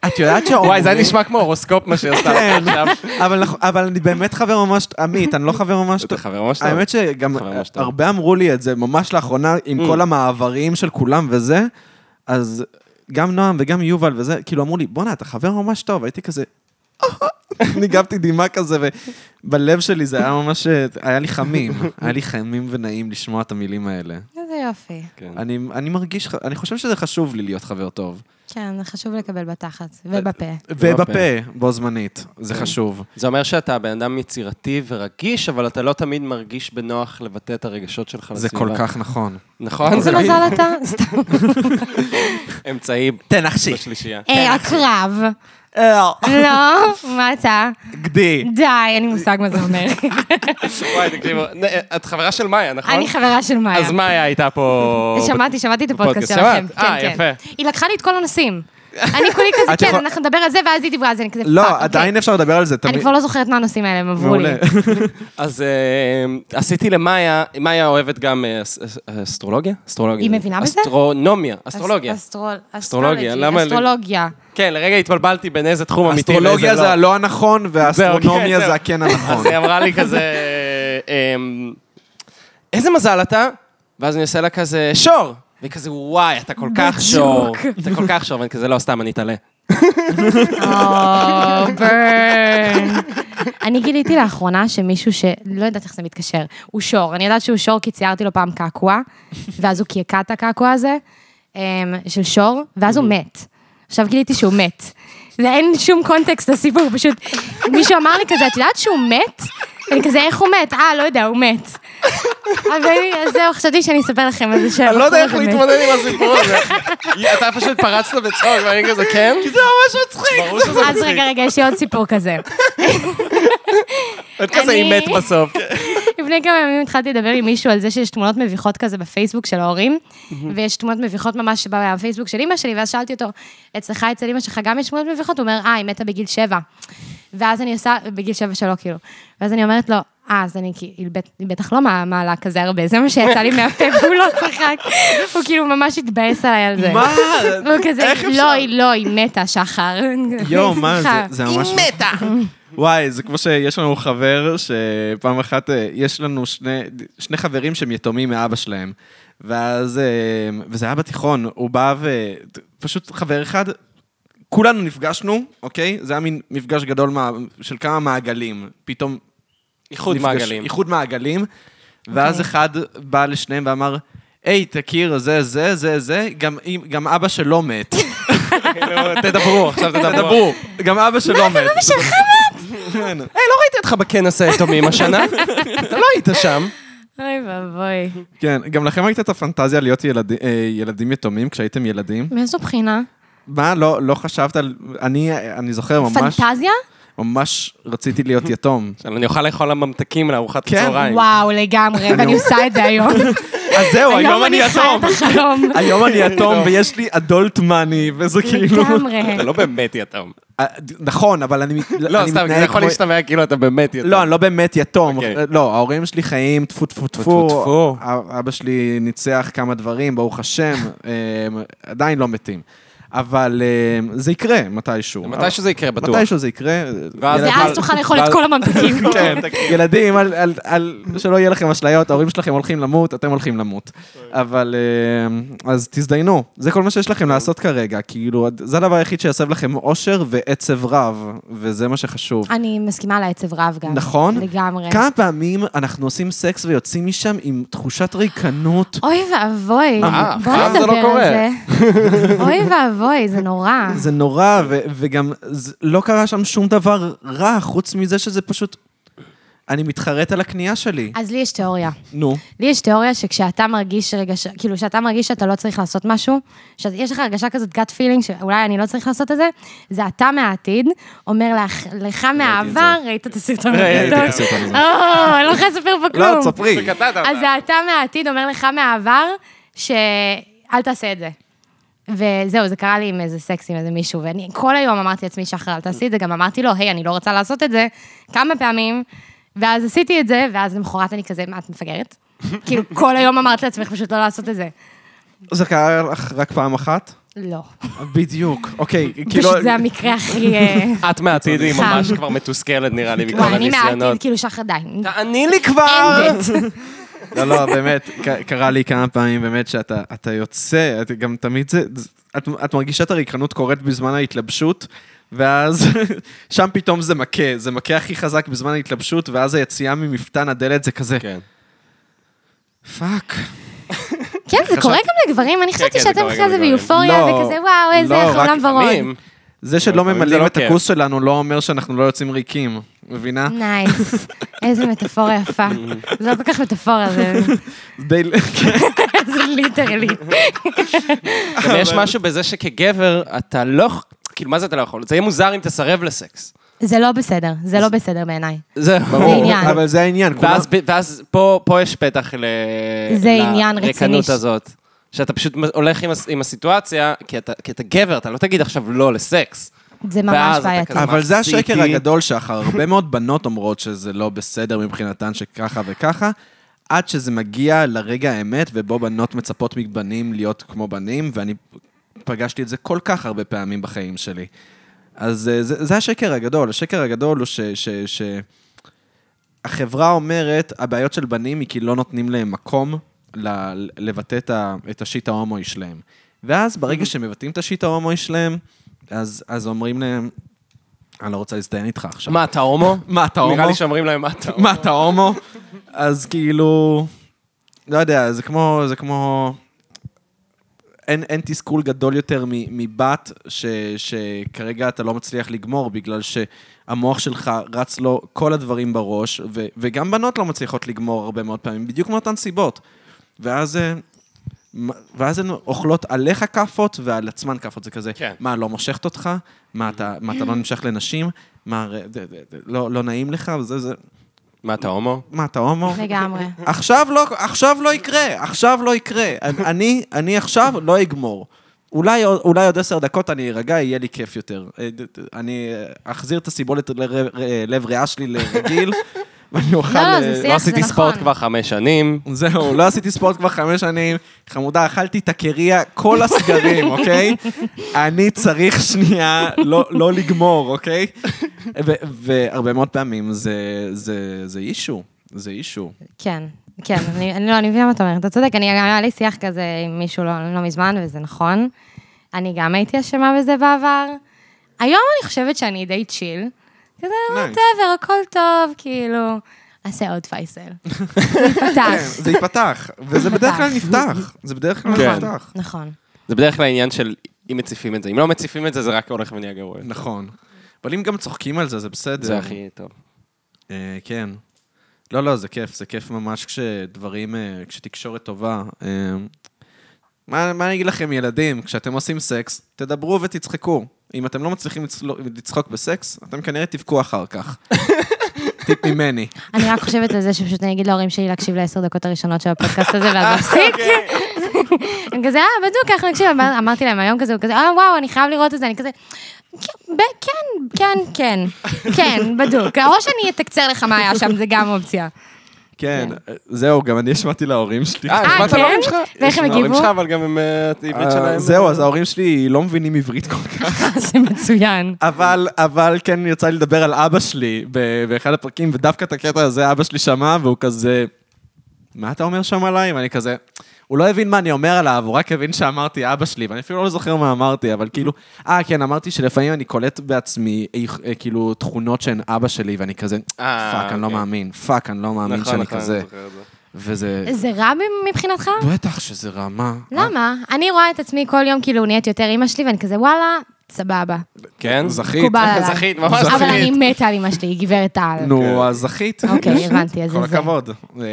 את
*laughs*
יודעת שההומואים...
וואי, זה היה נשמע כמו הורוסקופ מה שעשתה
כן.
עכשיו.
אבל אנחנו- אבל אני באמת חבר ממש... עמית, אני לא חבר ממש
אתה
טוב.
חבר ממש טוב.
האמת שגם
חבר ממש טוב. Mm.
הרבה אמרו לי את זה ממש לאחרונה, עם כל המעברים של כולם וזה, אז גם נועם וגם יובל וזה, כאילו אמרו לי, בואנה, אתה חבר ממש טוב, הייתי כזה... *laughs* ניגבתי דמעה כזה, ובלב שלי זה היה ממש, היה לי חמים, היה לי חמים ונעים לשמוע את המילים האלה.
איזה יופי.
כן.
אני, אני מרגיש, אני חושב שזה חשוב לי להיות חבר טוב.
כן, זה חשוב לקבל בתחת ובפה.
לא
ובפה, בו זמנית, זה
כן.
חשוב.
זה אומר שאתה בן אדם יצירתי ורגיש, אבל אתה לא תמיד מרגיש בנוח לבטא את הרגשות שלך
זה
לסביבה.
כל כך נכון.
נכון?
איזה
זה
מזל אתה? סתם.
אמצעי
תנחשי.
בשלישייה.
אה, הקרב.
אה.
לא, מה אתה?
גדי.
די, אין לי מושג מה זה אומר.
וואי, תקשיבו, נ- את חברה של מאיה,
*laughs*
נכון?
אני חברה של מאיה. אה,
אז מאיה הייתה פה...
שמעתי, שמעתי את הפודקאסט
בפודקאסט,
שלכם.
שמעת? אה,
כן, כן.
יפה.
היא לקחה לי את כל הנושאים. אני כולי כזה,
את
כן,
יכול-
אנחנו נדבר על זה, ואז היא דיברה על זה, אני כזה פאק.
לא,
אוקיי."
עדיין אפשר לדבר על זה,
אני
תמיד.
כבר לא זוכרת מה הנושאים האלה, הם עברו לי.
*laughs* מעולה.
אז אה, עשיתי למאיה, מאיה אוהבת גם אה, אס- אס- אסטרולוגיה? אסטרולוגיה.
היא מבינה בזה?
אסטרונומיה, אסטרולוגיה.
אס- אסטרול-
אסטרולוגיה,
אסטרולוגי,
למה-
אסטרולוגיה.
כן, לרגע התבלבלתי בין איזה תחום אמיתי לאיזה לא.
אסטרולוגיה זה אוקיי, הלא נכון. הנכון,
כן,
והאסטרונומיה
זהו.
זה הכן הנכון. *laughs*
אז היא אמרה לי כזה, אמ, איזה מזל אתה? ואז אני עושה לה כזה, שור! והיא כזה, וואי, אתה כל כך שור. אתה כל כך שור, ואני כזה, לא, סתם, אני אתעלה.
או,
*laughs*
ברן. אני גיליתי לאחרונה שמישהו שלא יודעת איך זה מתקשר, הוא שור. אני יודעת שהוא שור כי ציירתי לו פעם קעקוע, ואז הוא קעקע את הקעקוע הזה, אמ, של שור, ואז הוא
Mm-hmm.
מת. עכשיו גיליתי שהוא מת. ואין שום קונטקסט לסיפור, פשוט מישהו אמר לי כזה, את יודעת שהוא מת? ואני כזה, איך הוא מת? אה, לא יודע, הוא מת. אבל אז זהו, חשבתי שאני אספר לכם על זה ש...
אני לא יודע איך להתמודד עם הסיפור הזה. *laughs* אתה פשוט פרצת בצחוק, ואני כזה, כן? כי זה ממש מצחיק. ברור שזה
אז
מצחיק.
רגע, רגע, יש לי עוד סיפור כזה.
את כזה, היא
אני-
מת בסוף.
לפני כמה ימים התחלתי לדבר עם מישהו על זה שיש תמונות מביכות כזה בפייסבוק של ההורים, ויש תמונות מביכות ממש בפייסבוק של אימא שלי, ואז שאלתי אותו, אצלך, אצל אימא שלך גם יש תמונות מביכות? הוא אומר, אה, היא מתה בגיל שבע. ואז אני עושה, בגיל שבע שלו, כאילו. ואז אני אומרת לו, אה, אז אני כאילו, היא בט- היא בטח לא מע- מעלה כזה הרבה, זה מה שיצא לי מהפה, והוא לא צחק. הוא כאילו ממש התבאס עליי על
*laughs*
זה.
מה?
הוא כזה, לא, היא לא, היא מתה, שחר.
יואו,
*laughs*
מה זה?
סליחה.
זה ממש... היא מתה! וואי, זה כמו שיש לנו חבר שפעם אחת, אה, יש לנו שני, שני חברים שהם יתומים מאבא שלהם. ואז, אה, וזה היה בתיכון, הוא בא ו... פשוט חבר אחד, כולנו נפגשנו, אוקיי? זה היה מין מפגש גדול מה, של כמה מעגלים. פתאום
איחוד
נפגש-
מעגלים.
איחוד מעגלים. ואז אחד בא לשניהם ואמר, היי, תכיר, זה, זה, זה, זה, גם, אם- גם אבא שלו
*laughs*
מת.
תדברו, עכשיו תדברו.
דברו, גם אבא שלו מת.
אבא שלך
כן.
היי, לא ראיתי אותך בכנס היתומים השנה. אתה לא היית שם.
אוי ואבוי.
כן, גם לכם הייתה את הפנטזיה להיות ילדי- אה, ילדים יתומים כשהייתם ילדים?
מאיזו בחינה?
מה, לא לא חשבת על... אני אני זוכר ממש,
פנטזיה?
ממש רציתי להיות יתום.
עכשיו אני אוכל לאכול ממתקים לארוחת
כן.
הצהריים.
וואו, לגמרי, ואני עושה את זה
*laughs*
היום.
אז זהו, היום אני
חיה
יתום.
את החלום.
היום
*laughs*
אני יתום ויש לי אדולט מאני, וזה כאילו...
לגמרי.
אתה לא באמת יתום.
אה, ד- נכון, אבל אני מת-
לא,
אני
סתם, זה
מתנהג
יכול
כמו-
להשתמע כאילו אתה באמת יתום.
לא, אני לא באמת יתום.
אוקיי.
לא, ההורים שלי חיים טפו טפו
טפו,
טפו.
טפו.
א- אבא שלי ניצח כמה דברים, ברוך השם, *laughs* אמ, עדיין לא מתים. אבל אמ, זה יקרה מתישהו.
מתי שזה יקרה, בטוח.
מתישהו זה יקרה.
ואז-
ילדים-
אבל-
ואז תוכל לאכול את
אבל-
כל
*laughs*
הממתקים.
כן, ילדים, על- על- על- שלא יהיה לכם אשליות, ההורים שלכם הולכים למות, אתם הולכים למות. אבל אמ, אז תזדיינו, זה כל מה שיש לכם לעשות כרגע, כאילו, זה הדבר היחיד שיסב לכם אושר ועצב רב, וזה מה שחשוב.
אני מסכימה לעצב רב גם.
נכון?
לגמרי.
כמה פעמים אנחנו עושים סקס ויוצאים משם עם תחושת ריקנות?
אוי ואבוי,
אה,
בוא
פעם זה לא
נדבר על
קורה. *laughs*
זה. אוי ואבוי, זה נורא.
זה נורא, ו- וגם זה- לא קרה שם שום דבר רע, חוץ מזה שזה פשוט... אני מתחרט על הקנייה שלי.
אז לי יש תיאוריה.
נו.
לי יש תיאוריה שכשאתה מרגיש רגע, ש- כאילו, כשאתה מרגיש שאתה לא צריך לעשות משהו, שיש לך הרגשה כזאת gut feeling שאולי אני לא צריך לעשות את זה, זה אתה מהעתיד אומר לך, לך מהעבר, ראית את הסרטון
אה,
ראיתי את
הגדול?
הסרטון הזה.
או, אני לא יכולה לספר פה כלום.
לא, תספרי.
אז זה אתה מהעתיד אומר לך מהעבר, שאל תעשה את זה. וזהו, זה קרה לי עם איזה סקס עם איזה מישהו, ואני כל היום אמרתי לעצמי, שחר, אל תעשי את זה, גם אמרתי לו, היי, אני לא רוצה לעשות את זה, כמה פעמים, ואז עשיתי את זה, ואז למחרת אני כזה, מה, את מפגרת? כאילו, כל היום אמרת לעצמך פשוט לא לעשות את זה.
זה קרה לך רק פעם אחת?
לא.
בדיוק. אוקיי, כאילו...
פשוט זה המקרה הכי... אה,
את מהעתיד היא
חם.
*laughs* ממש כבר מתוסכלת, נראה לי, מכל
וואי, אני
הניסיונות.
מהעתיד, כאילו שחר די.
תעני לי כבר!
לא, לא, באמת, ק- קרה לי כמה פעמים, באמת, שאתה אתה יוצא, את גם תמיד זה... זה- את, את מרגישה את הריקנות קורית בזמן ההתלבשות, ואז *laughs* שם פתאום זה מכה, זה מכה הכי חזק בזמן ההתלבשות, ואז היציאה ממפתן הדלת זה כזה,
כן.
פאק.
כן, זה קורה גם לגברים, אני חשבתי
כן, זה
שאתם
קורה
אחרי
גם
זה
לגברים.
ביופוריה,
לא,
וכזה, וואו, איזה
לא, רק
חולם ורוד.
מי?
זה שלא
לפעמים זה
ממלאים
לא
את
כיף.
הכוס שלנו לא אומר שאנחנו לא יוצאים ריקים, מבינה?
נייס, איזה מטאפורה יפה. זה לא כל כך מטאפורה, זה
די...
זה ליטרלי.
גם יש משהו בזה שכגבר, אתה לא... כאילו, מה זה אתה לא יכול? זה יהיה מוזר אם תסרב לסקס.
זה לא בסדר, זה לא בסדר בעיניי.
זהו.
זה עניין.
אבל זה העניין. כולם-
ואז, ב- ואז פה, פה יש פתח ל...
זה עניין רציני ש-
לריקנות הזאת. שאתה פשוט הולך עם, הס- עם הסיטואציה, כי אתה, כי אתה גבר, אתה לא תגיד עכשיו לא לסקס.
זה ממש
ואז אתה
בעייתי.
כזה-
אבל זה
מחזיק
השקר
איתי.
הגדול שחר. הרבה מאוד בנות אומרות שזה לא בסדר מבחינתן שככה וככה, עד שזה מגיע לרגע האמת, ובו בנות מצפות מבנים להיות כמו בנים, ואני פגשתי את זה כל כך הרבה פעמים בחיים שלי. אז אה, זה, זה השקר הגדול. השקר הגדול הוא ש... ש, ש החברה אומרת, הבעיות של בנים היא כי לא נותנים להם מקום ל- לבטא את, ה- את השיט ההומואי שלהם. ואז ברגע שמבטאים את השיט ההומואי שלהם, אז, אז אומרים להם, אני לא רוצה להזדיין איתך עכשיו.
מה, אתה הומו?
מה, אתה
נראה
הומו?
לי שאומרים להם, מה אתה הומו?
*laughs* מה, אתה הומו? אז כאילו, לא יודע, זה כמו, זה כמו... אין, אין תסכול גדול יותר מ- מבת ש, שכרגע אתה לא מצליח לגמור, בגלל שהמוח שלך רץ לו כל הדברים בראש, ו, וגם בנות לא מצליחות לגמור הרבה מאוד פעמים, בדיוק מאותן סיבות. ואז, אה, מ- ואז הן אוכלות עליך כאפות ועל עצמן כאפות, זה כזה,
כן.
מה, לא מושכת אותך? מה, אתה, מה, אתה לא נמשך לנשים? מה, ר- ד- ד- ד- לא, לא נעים לך? וזה, זה,
מה, אתה הומו?
מה, אתה הומו?
לגמרי.
עכשיו לא, עכשיו לא יקרה, עכשיו לא יקרה. אני, אני עכשיו לא אגמור. אולי, אולי עוד עשר דקות אני ארגע, יהיה לי כיף יותר. אני אחזיר את הסיבולת ללב ריאה שלי לרגיל, *laughs* ואני אוכל... אה,
לא, זה שיח,
לא עשיתי
נכון.
ספורט כבר חמש שנים.
זהו, לא עשיתי ספורט כבר חמש שנים. חמודה, אכלתי את הקריה, כל הסגרים, אוקיי? אני צריך שנייה לא, לא לגמור, אוקיי? ו- והרבה מאוד פעמים זה, זה, זה אישו, זה אישו.
כן, כן, אני, אני לא, אני מבינה מה אתה אומר, אתה צודק, אני גם, היה לי שיח כזה עם מישהו לא, לא מזמן, וזה נכון. אני גם הייתי אשמה בזה בעבר. היום אני חושבת שאני די צ'יל. כזה,
Nice.
whatever, הכל טוב, כאילו, נעשה עוד פייסל.
כן,
פתח.
זה ייפתח, וזה בדרך כלל נפתח. זה בדרך כלל
כן.
נפתח.
נכון.
זה בדרך כלל עניין של אם מציפים את זה. אם לא מציפים את זה, זה רק הולך ונהיה גרוע.
נכון. אבל אם גם צוחקים על זה, זה בסדר.
זה הכי טוב.
אה, כן. לא, לא, זה כיף, זה כיף ממש כשדברים, אה, כשתקשורת טובה. אה, מה מה אני אגיד לכם, ילדים, כשאתם עושים סקס, תדברו ותצחקו. אם אתם לא מצליחים לצלו- לצחוק בסקס, אתם כנראה תבכו אחר
*laughs*
כך. טיפ ממני.
אני רק חושבת על זה שפשוט אני אגיד להורים שלי להקשיב לעשר דקות הראשונות של הפודקאסט הזה, ואז להפסיק. הם כזה, אה, בדיוק, אנחנו נקשיב. אמר- אמרתי להם היום כזה, הוא כזה, אה, וואו, אני חייב לראות את זה. אני כזה, "ב- כן, כן, כן, כן, בדוק. או שאני אתקצר לך מה היה שם, זה גם אופציה.
כן, אה, זהו, גם אני השמעתי להורים שלי.
אה, נשמעת
כן?
להורים שלך?
ואיך
יש
הם
להורים
הגיבו?
שלך, אבל גם עם אה, את העברית
אה,
שלהם.
זהו, אז ההורים שלי לא מבינים עברית כל כך.
אה, זה מצוין.
אבל, אבל כן יצא לי לדבר על אבא שלי ב- באחד הפרקים, ודווקא את הקטע הזה אבא שלי שמע, והוא כזה, מה אתה אומר שם עליי? ואני כזה, הוא לא הבין מה אני אומר עליו, הוא רק הבין שאמרתי אבא שלי, ואני אפילו לא זוכר מה אמרתי, אבל כאילו, אה, כן, אמרתי שלפעמים אני קולט בעצמי, אי- אה, כאילו, תכונות שהן אבא שלי, ואני כזה,
אה,
פאק, אני לא
אוקיי.
מאמין, פאק, אני לא מאמין
נכון,
שאני
נכון,
כזה.
אני זוכר את זה.
וזה,
זה רע מבחינתך?
בטח שזה רמה.
למה? אני רואה את עצמי כל יום כאילו נהיית יותר אימא שלי, ואני כזה, וואלה, סבבה.
כן?
אה, זכית.
מקובל עליי.
זכית, ממש
אבל אני
זכית.
מתה על אימא שלי, היא גברת על.
נו, אז זכית. *laughs*
אוקיי, הבנתי, אז זה
כל
זה.
הכבוד. אה,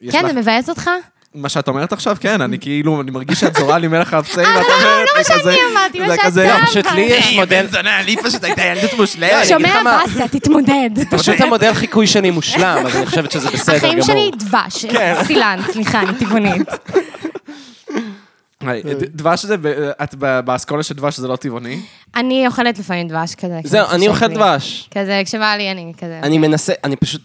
יש
כן,
לך-
זה מבאס אותך?
מה שאת אומרת עכשיו, כן, אני כאילו, אני מרגיש שאת זורה לי מלח האפסאים, ואת אומרת,
לא מה שאני
כזה-
אמרתי, מה
זה
שאת
כזה-
אמרת.
לא,
פשוט לי יש מודל...
זונה, לי פשוט הייתה ילדות מושלמת.
אני אגיד
שומע
לך מה.
באסה, תתמודד.
פשוט המודל חיקוי שלי מושלם, אז אני חושבת שזה בסדר גמור.
אוקיי. החיים שלי דבש, סילן, סליחה, אני טבעונית.
היי, ד- דבש זה, ב- את ב- באסכולה של דבש זה לא טבעוני?
אני אוכלת לפעמים דבש כזה.
זהו,
כזה
אני
שקט
אוכל
לי.
דבש.
כזה, כשבא לי אני כזה.
אני מנסה, אני פשוט...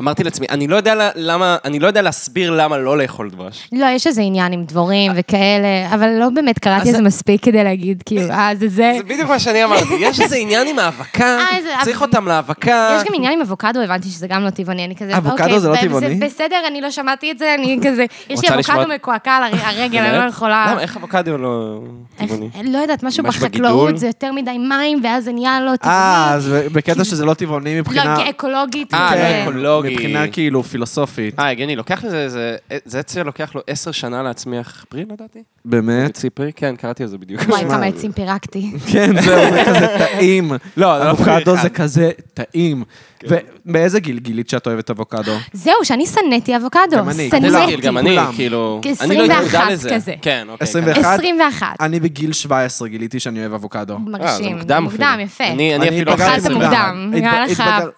אמרתי לעצמי, אני לא יודע ל- למה, אני לא יודע להסביר למה לא לאכול דבש.
לא, יש איזה עניין עם דבורים וכאלה, אבל לא באמת קראתי את זה מספיק כדי להגיד, כאילו, אה, זה זה.
זה בדיוק מה שאני אמרתי, יש איזה עניין עם האבקה,
אה, זה-
צריך אותם לאבקה.
יש גם עניין עם אבוקדו, הבנתי שזה גם לא טבעוני, אני כזה,
אבוקדו
אוקיי,
זה לא
ב-
טבעוני?
בסדר, אני לא שמעתי את זה, אני כזה, יש לי
רוצה לשמוע-
אבוקדו מקועקע על הר- הרגל, אני לא
באמת?
יכולה...
למה, איך אבוקדו לא
איך-
טבעוני?
לא יודעת, משהו
משהו בגידול?
בחקלאות, זה יותר מדי מים, ואז זה נהיה לא טבעוני.
אה, אז בקטע שזה לא טבעוני מבחינה...
לא, כן. כאקולוגית.
אה,
כזה.
לא אקולוגית. אקולוגי.
מבחינה כאילו פילוסופית.
אה, הגיוני, לוקח לזה איזה... זה אצלי לוקח לו עשר שנה להצמיח פרי, לדעתי?
באמת?
עצי פרי? כן, קראתי על זה בדיוק.
אה? וואי,
שמע,
כמה
זה-
עצים פירקתי.
כן, זהו, זה כזה טעים.
לא, זה לא
אבוקדו
פרי אחד.
זה כזה טעים. ובאיזה גיל גילית שאת אוהבת אבוקדו?
זהו, שאני שנאתי אבוקדו.
גם אני.
אני לא רגיל,
שנאתי.
גם אני,
כולם.
כאילו...
כ-
אני לא הייתי מודע
21
לזה.
כזה.
כן, אוקיי.
21. אחד.
21.
אני בגיל 17 גיליתי שאני אוהב אבוקדו.
כן. אה, זה
מרשים.
מוקדם אפילו.
מוקדם, יפה.
אני אני אפילו...
התבגרתי
אחרי
התבגרת
עשרים.
מוקדם. נראה
התבג-
לך-
התבגר-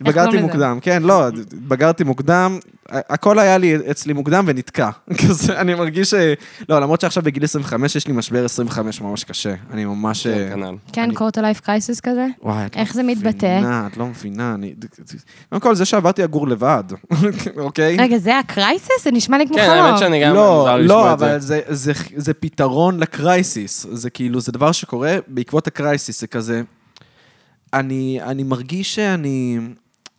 התבגרתי
קוראים לזה?
מוקדם, כן, לא, התבגרתי מוקדם, הכל היה לי אצלי מוקדם ונתקע. *laughs* כזה, אני מרגיש ש... לא, למרות שעכשיו בגיל 25 יש לי משבר 25 ממש קשה. אני ממש...
כן,
אה,
כנ"ל.
כן,
אני-
קורטו לייף קרייסס כזה?
וואי, את לא
איך זה מתבטא?
מבינה, את לא מבינה, אני... קודם כל, זה שעברתי לגור לבד, *laughs* אוקיי?
רגע, זה הקרייסס? זה נשמע לי כמו
כן,
חלום.
האמת שאני גם...
לא,
מוזר לי
לא,
לשמוע את זה.
אבל זה, זה, זה פתרון לקרייסיס. זה כאילו, זה דבר שקורה בעקבות הקרייסיס, זה כזה... אני, אני מרגיש שאני...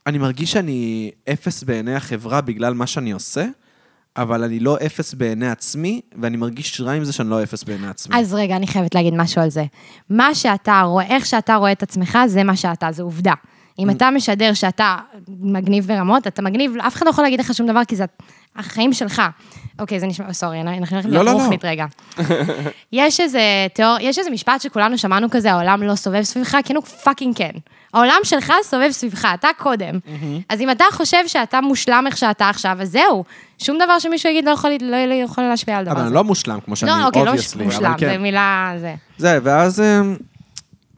אני מרגיש שאני אפס בעיני החברה בגלל מה שאני עושה, אבל אני לא אפס בעיני עצמי, ואני מרגיש רע עם זה שאני לא אפס בעיני עצמי.
אז רגע, אני חייבת להגיד משהו על זה. מה שאתה רואה, איך שאתה רואה את עצמך, זה מה שאתה, זה עובדה.
Mm.
אם אתה משדר שאתה מגניב ברמות, אתה מגניב, אף אחד לא יכול להגיד לך שום דבר, כי זה החיים שלך. אוקיי, זה נשמע, סורי, אני הולכת
לא,
להיות
לא.
רוחנית
*laughs*
רגע. יש איזה תיאור, יש איזה משפט שכולנו שמענו כזה, העולם לא סובב סביבך, כן הוא פאקינג כן. העולם שלך סובב סביבך, אתה קודם.
Mm-hmm.
אז אם אתה חושב שאתה מושלם איך שאתה עכשיו, אז זהו. שום דבר שמישהו יגיד לא יכול, לא, לא יכול להשפיע על דבר
אבל
הזה.
אני לא מושלם, כמו שאני,
לא, אוקיי, לא
obviously, אבל
מושלם,
כן.
זה מילה... זה.
זה, ואז... אמ,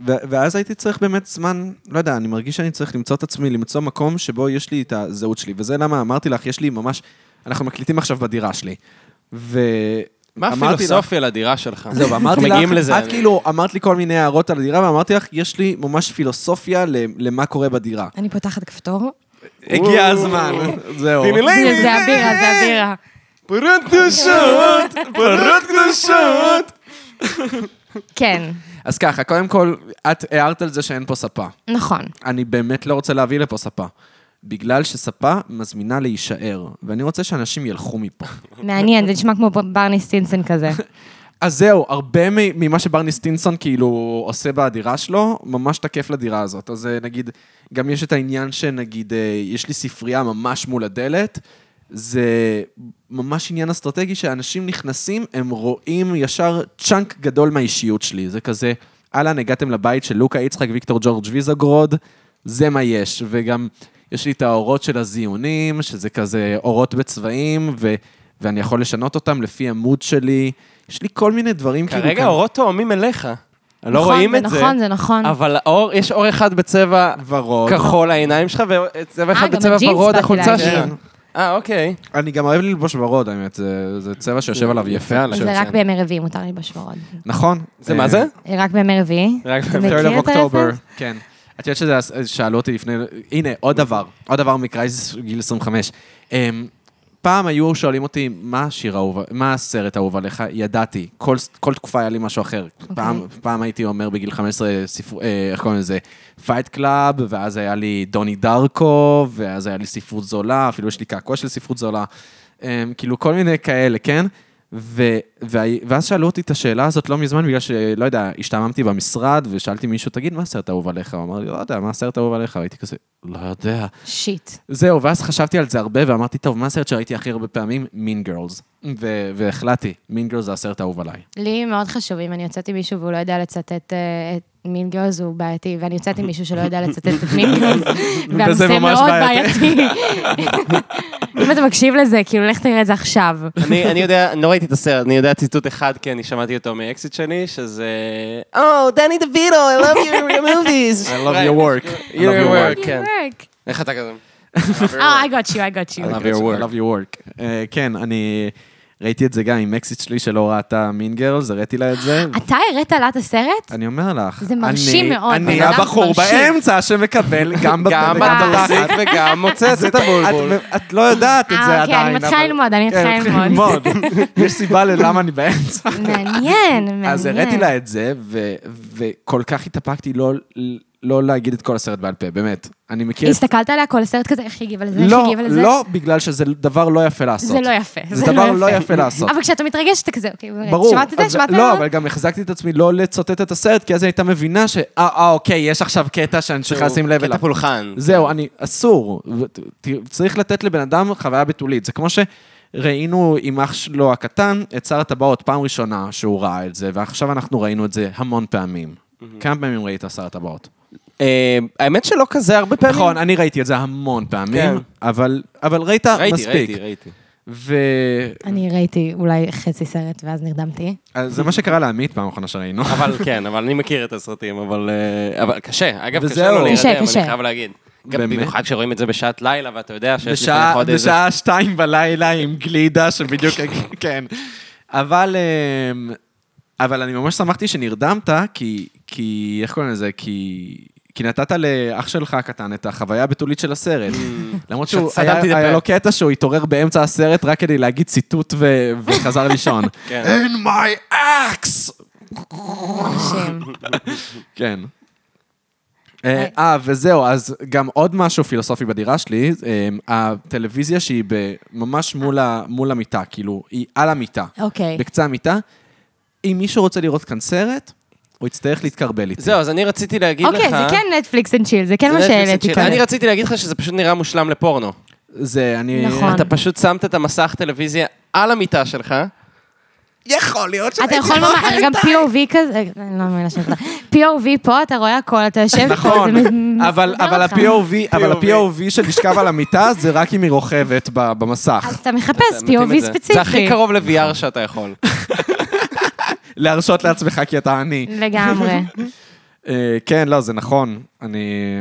ו- ואז הייתי צריך באמת זמן, לא יודע, אני מרגיש שאני צריך למצוא את עצמי, למצוא מקום שבו יש לי את הזהות שלי. וזה למה אמרתי לך, יש לי ממש, אנחנו מקליטים עכשיו בדירה שלי. ו...
מה
אמרתי
הפילוסופיה לדירה שלך?
לך- זהו, ואמרתי
אנחנו מגיעים
לך,
לזה.
את כאילו אמרת לי כל מיני הערות על הדירה, ואמרתי לך, יש לי ממש פילוסופיה ל- למה קורה בדירה.
אני פותחת כפתור.
הגיע הזמן, זהו.
זה זה הבירה, זה הבירה.
פרות קדושות, פרות קדושות.
כן,
אז ככה, קודם כל, את הערת על זה שאין פה ספה.
נכון.
אני באמת לא רוצה להביא לפה ספה. בגלל שספה מזמינה להישאר, ואני רוצה שאנשים ילכו מפה.
מעניין, זה נשמע כמו ברני סטינסון כזה.
אז זהו, הרבה מ- ממה שברני סטינסון כאילו עושה בדירה שלו, ממש תקף לדירה הזאת. אז אה, נגיד, גם יש את העניין שנגיד, אה, יש לי ספרייה ממש מול הדלת, זה ממש עניין אסטרטגי שאנשים נכנסים, הם רואים ישר צ'אנק גדול מהאישיות שלי. זה כזה, אהלן, הגעתם לבית של לוקה יצחק ויקטור ג'ורג' ויזגרוד, זה מה יש. וגם יש לי את האורות של הזיונים, שזה כזה אורות בצבעים, ו... ואני יכול לשנות אותם לפי המוד שלי. יש לי כל מיני דברים כאילו...
כרגע
כאן.
האורות תואמים אליך. לא
נכון,
רואים את זה.
נכון, זה נכון.
אבל האור, יש אור אחד בצבע
ורוד.
כחול העיניים שלך, וצבע אחד
אה, גם
בצבע
הג'ינס
ורוד
באתי
החולצה
להגיד.
שלך.
כן.
אה, אוקיי.
אני גם אוהב ללבוש ורוד, האמת. זה, זה צבע שיושב עליו יפה. אני חושב.
זה רק
כן.
בימי רביעי מותר לי בשמרות.
נכון.
זה
אה,
מה זה?
רק בימי רביעי?
רק
אתה
בימי
מכיר
3
את הרפרנס?
כן. את יודעת שזה, אז שאלו אותי לפני, הנה, עוד דבר, עוד דבר מקרייזיס גיל 25. אמ, פעם היו שואלים אותי, מה השיר האהוב, מה הסרט האהוב עליך? ידעתי, כל, כל תקופה היה לי משהו אחר. פעם, פעם הייתי אומר בגיל 15, ספר, אה, איך קוראים לזה? פייט קלאב, ואז היה לי דוני דרקו, ואז היה לי ספרות זולה, אפילו יש לי קעקוע של ספרות זולה. אמ, כאילו, כל מיני כאלה, כן? ו- וה- ואז שאלו אותי את השאלה הזאת לא מזמן, בגלל שלא יודע, השתעממתי במשרד, ושאלתי מישהו, תגיד, מה הסרט האהוב עליך? הוא אמר לי, לא יודע, מה הסרט האהוב עליך? הייתי כזה, לא יודע.
שיט.
זהו, ואז חשבתי על זה הרבה, ואמרתי, טוב, מה הסרט שראיתי הכי הרבה פעמים? מין גרלס. ו- והחלטתי, מין גרלס זה הסרט האהוב עליי.
לי מאוד חשוב, אם אני יוצאת עם מישהו והוא לא יודע לצטט אה, את מין גרלס, הוא בעייתי, ואני יוצאת עם מישהו שלא יודע לצטט את מין גרלס, והנושא
ממש
מאוד
בעייתי.
בעייתי. *laughs* אם אתה מקשיב לזה, כאילו, לך תראה את זה עכשיו.
אני אני יודע, אני לא ראיתי את הסרט, אני יודע ציטוט אחד, כי אני שמעתי אותו מאקסיט שלי, שזה... או, דני דוידו, I love your your movies.
I love your work. I love
Your
your
work, כן.
Work.
איך אתה כזה?
*laughs* Oh, I got you, I got you.
I love your work. I love your work. אה, כן, Uh, אני... ראיתי את זה גם עם אקסיט שלי שלא ראתה מין גרלס, הראיתי לה את זה.
אתה הראת לה את הסרט?
אני אומר לך,
זה מרשים
אני-
מאוד,
אני
בן אדם
הבחור
מרשים.
באמצע שמקבל גם
גם בתחזיק
*laughs*
בתחת.
וגם מוצץ את הבולבול.
את לא יודעת את
אה,
זה
אוקיי,
עדיין.
אני מתחילה
אבל-
ללמוד, אני
כן,
מתחילה
מתחילה
ללמוד.
ללמוד. יש סיבה ללמה אני באמצע.
מעניין, מעניין.
אז הראתי לה את זה, ו- וכל כך התאפקתי לא- לא להגיד את כל הסרט בעל פה, באמת. אני מכיר את
הסתכלת עליה כל הסרט כזה, איך היא הגיבה לזה, איך היא
לא,
הגיבה לזה?
לא בגלל שזה דבר לא יפה לעשות.
זה לא יפה.
זה דבר לא יפה לעשות.
אבל כשאתה מתרגש, אתה כזה, אוקיי,
ברור.
שמעת את זה?
אז-
שמעת
לא,
מה?
אבל גם החזקתי את עצמי לא לצטט את הסרט, כי אז היא הייתה מבינה ש... אה, אה, אוקיי, יש עכשיו קטע שאני צריכה לשים לב
קטע
אליו.
פולחן.
זהו, אני... אסור. ו- ת- ת- צריך לתת לבן אדם חוויה בתולית. זה כמו שראינו עם אח שלו הקטן את שר הטבעות, פעם ראשונה שהוא ראה את זה, ועכשיו אנחנו ראינו את זה המון פעמים. כמה פעמים ראית שר הטבעות?
אה, האמת שלא כזה הרבה פעמים.
נכון, אני ראיתי את זה המון
כן.
פעמים, אבל אבל ראית
ראיתי,
מספיק.
ראיתי, ראיתי.
ו-
אני ראיתי אולי חצי סרט, ואז נרדמתי.
אז זה מה שקרה לעמית פעם האחרונה שראינו.
אבל כן, אבל אני מכיר את הסרטים, אבל, אה, אבל קשה, אגב, קשה
וזהו.
לא
קשה,
להירדם,
קשה.
אני חייב להגיד. גם
באמת?
במיוחד כשרואים את זה בשעת לילה, ואתה יודע שיש לפני
בשעה,
חודש... זה-
בשעה שתיים בלילה עם גלידה
*laughs*
שבדיוק, כן. אבל, אמ, אבל אני ממש שמחתי שנרדמת, כי, כי איך קוראים לזה? כי, כי נתת לאח שלך הקטן את החוויה הבתולית של
Mm.
הסרט. למרות שהוא, היה,
סתמתי את
היה
הפה.
לו קטע שהוא התעורר באמצע הסרט רק כדי להגיד ציטוט ו, וחזר לישון.
*laughs* כן.
In my axe!
מרשים.
כן. אה, אה, וזהו, אז גם עוד משהו פילוסופי בדירה שלי, אה, הטלוויזיה שהיא ב- ממש מול ה- מול המיטה, כאילו, היא על המיטה,
אוקיי.
בקצה המיטה. אם מישהו רוצה לראות כאן סרט, הוא יצטרך להתקרבל איתי.
זהו, אז אני רציתי להגיד לך...
אוקיי, זה כן נטפליקס אנד צ'יל, זה כן
זה
מה
נטפליקס
שהעליתי
לא, של-
כאן.
אני רציתי להגיד לך שזה פשוט נראה מושלם לפורנו.
זה, אני...
נכון.
אתה פשוט שמת את המסך טלוויזיה על המיטה שלך.
יכול להיות
אתה יכול ממש, גם POV כזה, אה, אני לא מאמינה שאתה, POV פה, אתה רואה הכל, אתה יושב פה,
נכון,
*laughs* זה מ-
*laughs* אבל
מסדר
אבל
אותך.
ה-POV אבל
POV.
ה-POV של לשכב על המיטה זה רק אם היא רוכבת ב-
אז
במסך.
אתה מחפש
אתה מתאים את
POV
זה.
ספציפי.
זה הכי קרוב ל-VR שאתה
*laughs*
יכול.
להרשות לעצמך כי אתה עני.
לגמרי.
אה, כן, לא, זה נכון. אני...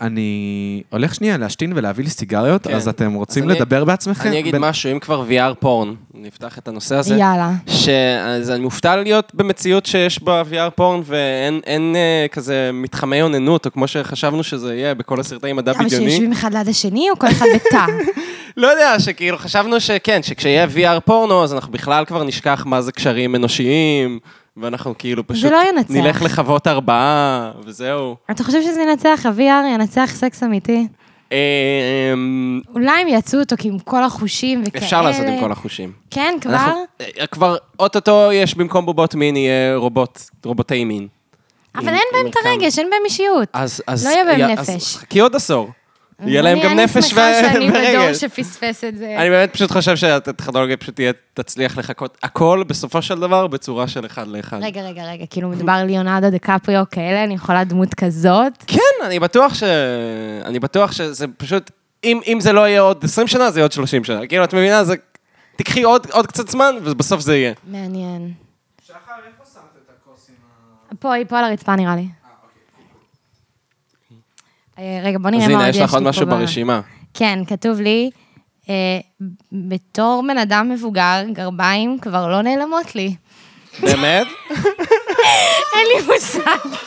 אני הולך שנייה להשתין ולהביא לי סיגריות,
כן.
אז אתם רוצים
אז אני-
לדבר בעצמכם?
אני אגיד
בין-
משהו, אם כבר VR פורן, נפתח את הנושא הזה.
יאללה.
ש... אז אני מופתע להיות במציאות שיש בה VR פורן ואין אין, אה, כזה מתחמי אוננות, או כמו שחשבנו שזה יהיה בכל הסרטי מדע
אבל
בדיוני.
שיושבים אחד ליד השני, או כל אחד
*laughs*
בתא?
לא יודע, שכאילו חשבנו שכן, שכשיהיה VR פורנו, אז אנחנו בכלל כבר נשכח מה זה קשרים אנושיים, ואנחנו כאילו פשוט
לא ינצח.
נלך לחוות ארבעה, וזהו.
אתה חושב שזה ינצח, ה-VR ינצח סקס אמיתי?
אה, אמ,
אולי הם יעשו אותו כי עם כל החושים וכאלה.
אפשר לעשות עם כל החושים.
כן, כבר?
אנחנו- אה, כבר, אוטוטו יש במקום בובות מין, יהיה רובוט, רובוטי מין.
אבל
עם-
אין בהם
עם
את הרגש, אין בהם אישיות.
אז, אז...
לא יהיה בהם
יא-
נפש.
אז חכי עוד עשור. יהיה להם
אני-
גם נפש ו- *laughs*
אני שמחה שאני בדור
ורגש.
שפספס את זה.
אני באמת פשוט חושב שהטכנולוגיה פשוט תהיה, תצליח לחכות הכל בסופו של דבר בצורה של אחד לאחד.
רגע, רגע, רגע, כאילו מדובר על ליאונרדו דקפריו כאלה, אני יכולה דמות כזאת?
כן, אני בטוח ש... אני בטוח שזה פשוט... אם, אם זה לא יהיה עוד 20 שנה, זה יהיה עוד 30 שנה. כאילו, את מבינה? זה... תקחי עוד, עוד קצת זמן, ובסוף זה יהיה.
מעניין. פה, היא פה על הרצפה נראה
אוקיי.
לי. אה, רגע, בוא נראה
אז
מה עוד
הנה,
יש
יש
לי
לך עוד
פה
משהו
ב-
ברשימה.
כן, כתוב לי, אה, בתור בן אדם מבוגר, גרביים כבר לא נעלמות לי. *laughs*
באמת?
אין לי מושג.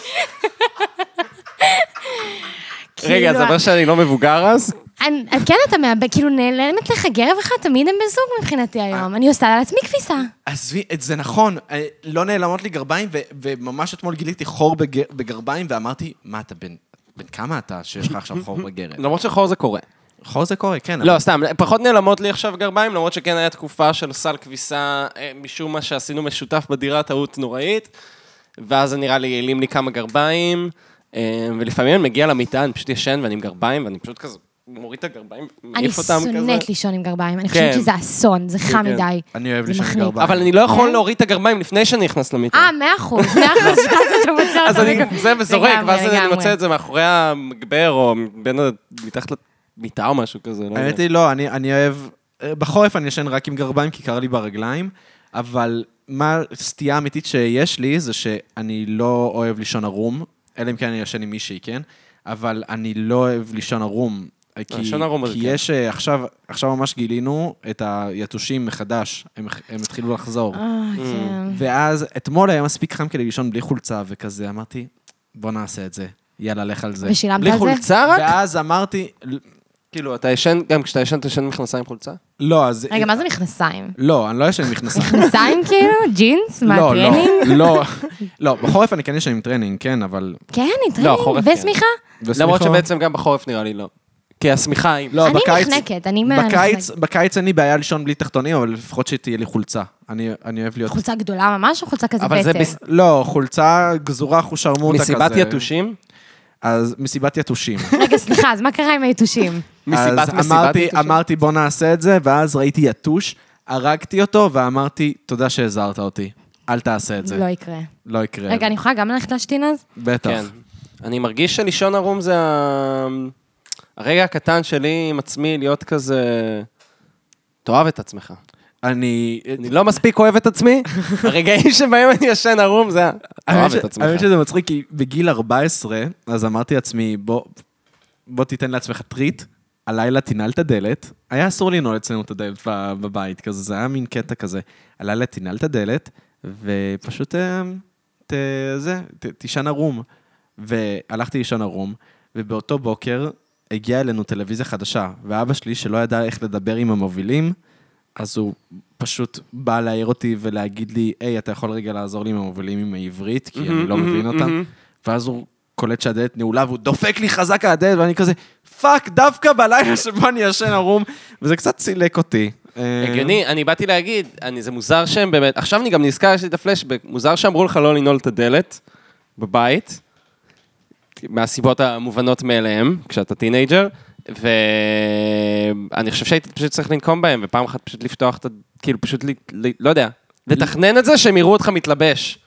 רגע,
כאילו,
זה אומר שאני לא מבוגר אז?
אני- אז כן, אתה מאבד, כאילו נעלמת לך גרב אחד, תמיד הם בזוג מבחינתי היום. אני עושה על עצמי כביסה.
עזבי, את זה נכון, אה, לא נעלמות לי גרביים, ו- וממש אתמול גיליתי חור בג- בגרביים, ואמרתי, מה אתה בן... בן כמה אתה שיש לך עכשיו חור
*laughs*
בגרב?
למרות שחור זה קורה.
חור זה קורה, כן.
לא, סתם, פחות נעלמות לי עכשיו גרביים, למרות שכן הייתה תקופה של סל כביסה, אה, משום מה שעשינו משותף בדירה, טעות נוראית, ואז זה נראה לי, העלים לי כמה גרביים, אה, ולפעמים אני מגיע למיטה, אני פשוט ישן ואני עם גרביים, ואני פשוט כזה מוריד את הגרביים,
אני
מעיף אותם כזה.
שונאת לישון עם גרביים, אני חושבת
כן.
שזה אסון, זה חם
כן.
מדי.
אני אוהב
זה
לישון עם
מחניק.
גרביים.
אבל אני לא יכול
כן?
להוריד את הגרביים לפני שאני נכנס למיטה.
אה, מאה אחוז, מאה אחוז, שאתה מוצא
*laughs* אז
אותם.
אני זה וזורק,
לגמרי,
ואז אני
לגמרי.
מוצא את זה מאחורי המגבר, או בין ה... מתחת למיטה או משהו כזה, לא
האמת
יודע.
היא, לא, אני, אני אוהב... אה, בחורף אני ישן רק עם גרביים, כי קר לי ברגליים, אבל מה הסטייה האמיתית שיש לי, זה שאני לא אוהב לישון ערום, אלא אם כן אני ישן עם מישהי, כן? אבל אני לא אוהב לישון ערום. כי,
לשון הרומז,
כי
כן.
יש אה, עכשיו, עכשיו ממש גילינו את היתושים מחדש, הם, הם התחילו לחזור.
Mm.
אה, כן.
ואז אתמול היה מספיק חם כדי לישון בלי חולצה וכזה, אמרתי, בוא נעשה את זה, יאללה, לך על זה.
ושילמת
בלי
על זה?
חולצה רק?
ואז אמרתי,
כאילו, אתה ישן, גם כשאתה ישן, אתה ישן מכנסיים חולצה?
לא, אז...
רגע, מה זה מכנסיים?
לא, אני לא ישן עם מכנסיים.
מכנסיים כאילו? ג'ינס? מה,
לא, לא,
טרנינג?
לא,
*laughs*
לא, בחורף אני כן ישן עם טרנינג, כן, אבל...
כן, עם
לא,
טרנינג
חורף כן.
ושמיכה?
ושמיכות.
למרות שבעצם גם בחורף נראה לי לא. כי השמיכה היא...
לא,
אני
בקיץ-
נחנקת, אני מה-
בקיץ, בקיץ אין לי בעיה לישון בלי תחתונים, אבל לפחות שתהיה לי חולצה. אני, אני אוהב להיות...
חולצה גדולה ממש או חולצה כזה
אבל זה
בטן?
בס-
לא, חולצה גזורה אחושרמוטה כזה.
מסיבת יתושים?
אז מסיבת יתושים.
רגע, סליחה, אז מה קרה עם היתושים?
*laughs* מסיבת
אז
מסיבת
אמרתי,
יתושים?
אמרתי, בוא נעשה את זה, ואז ראיתי יתוש, הרגתי אותו, ואמרתי, תודה שהזהרת אותי. אל תעשה את *laughs* זה.
לא יקרה.
לא יקרה.
רגע, אני יכולה גם ללכת להשתין אז?
בטח.
כן. אני מרגיש שלישון ערום זה ה- הרגע הקטן שלי עם עצמי להיות כזה... תאהב את עצמך.
אני...
אני לא מספיק אוהב את
*laughs*
עצמי, הרגעים שבהם אני ישן ערום זה ה-
האמת
תאהב
ש-
את עצמך.
האמת שזה מצחיק, כי בגיל 14, אז אמרתי לעצמי, בוא, בוא תיתן לעצמך טריט, הלילה תנעל את הדלת. היה אסור לנעול אצלנו את הדלת ב- בבית, כזה, זה היה מין קטע כזה. הלילה תנעל את הדלת, ופשוט, אה, ת, זה, ת, תישן ערום. והלכתי לישון ערום, ובאותו בוקר הגיעה אלינו טלוויזיה חדשה, ואבא שלי, שלא ידע איך לדבר עם המובילים, אז הוא פשוט בא להעיר אותי ולהגיד לי, היי, אתה יכול רגע לעזור לי עם המובילים עם העברית, כי אני לא מבין אותם. ואז הוא קולט שהדלת נעולה, והוא דופק לי חזק על הדלת, ואני כזה, פאק, דווקא בלילה שבו אני ישן ערום, וזה קצת סילק אותי. אה,
הגיוני, אני באתי להגיד, אני, זה מוזר שהם באמת, עכשיו אני גם נזכר, יש לי את הפלשבק, מוזר שאמרו לך לא לנעול את הדלת בבית, מהסיבות המובנות מאליהם, כשאתה טינג'ר, ואני חושב שהיית פשוט צריך לנקום בהם, ופעם אחת פשוט לפתוח את ה... כאילו פשוט, ל... ל... לא יודע, לתכנן את זה שהם יראו אותך מתלבש,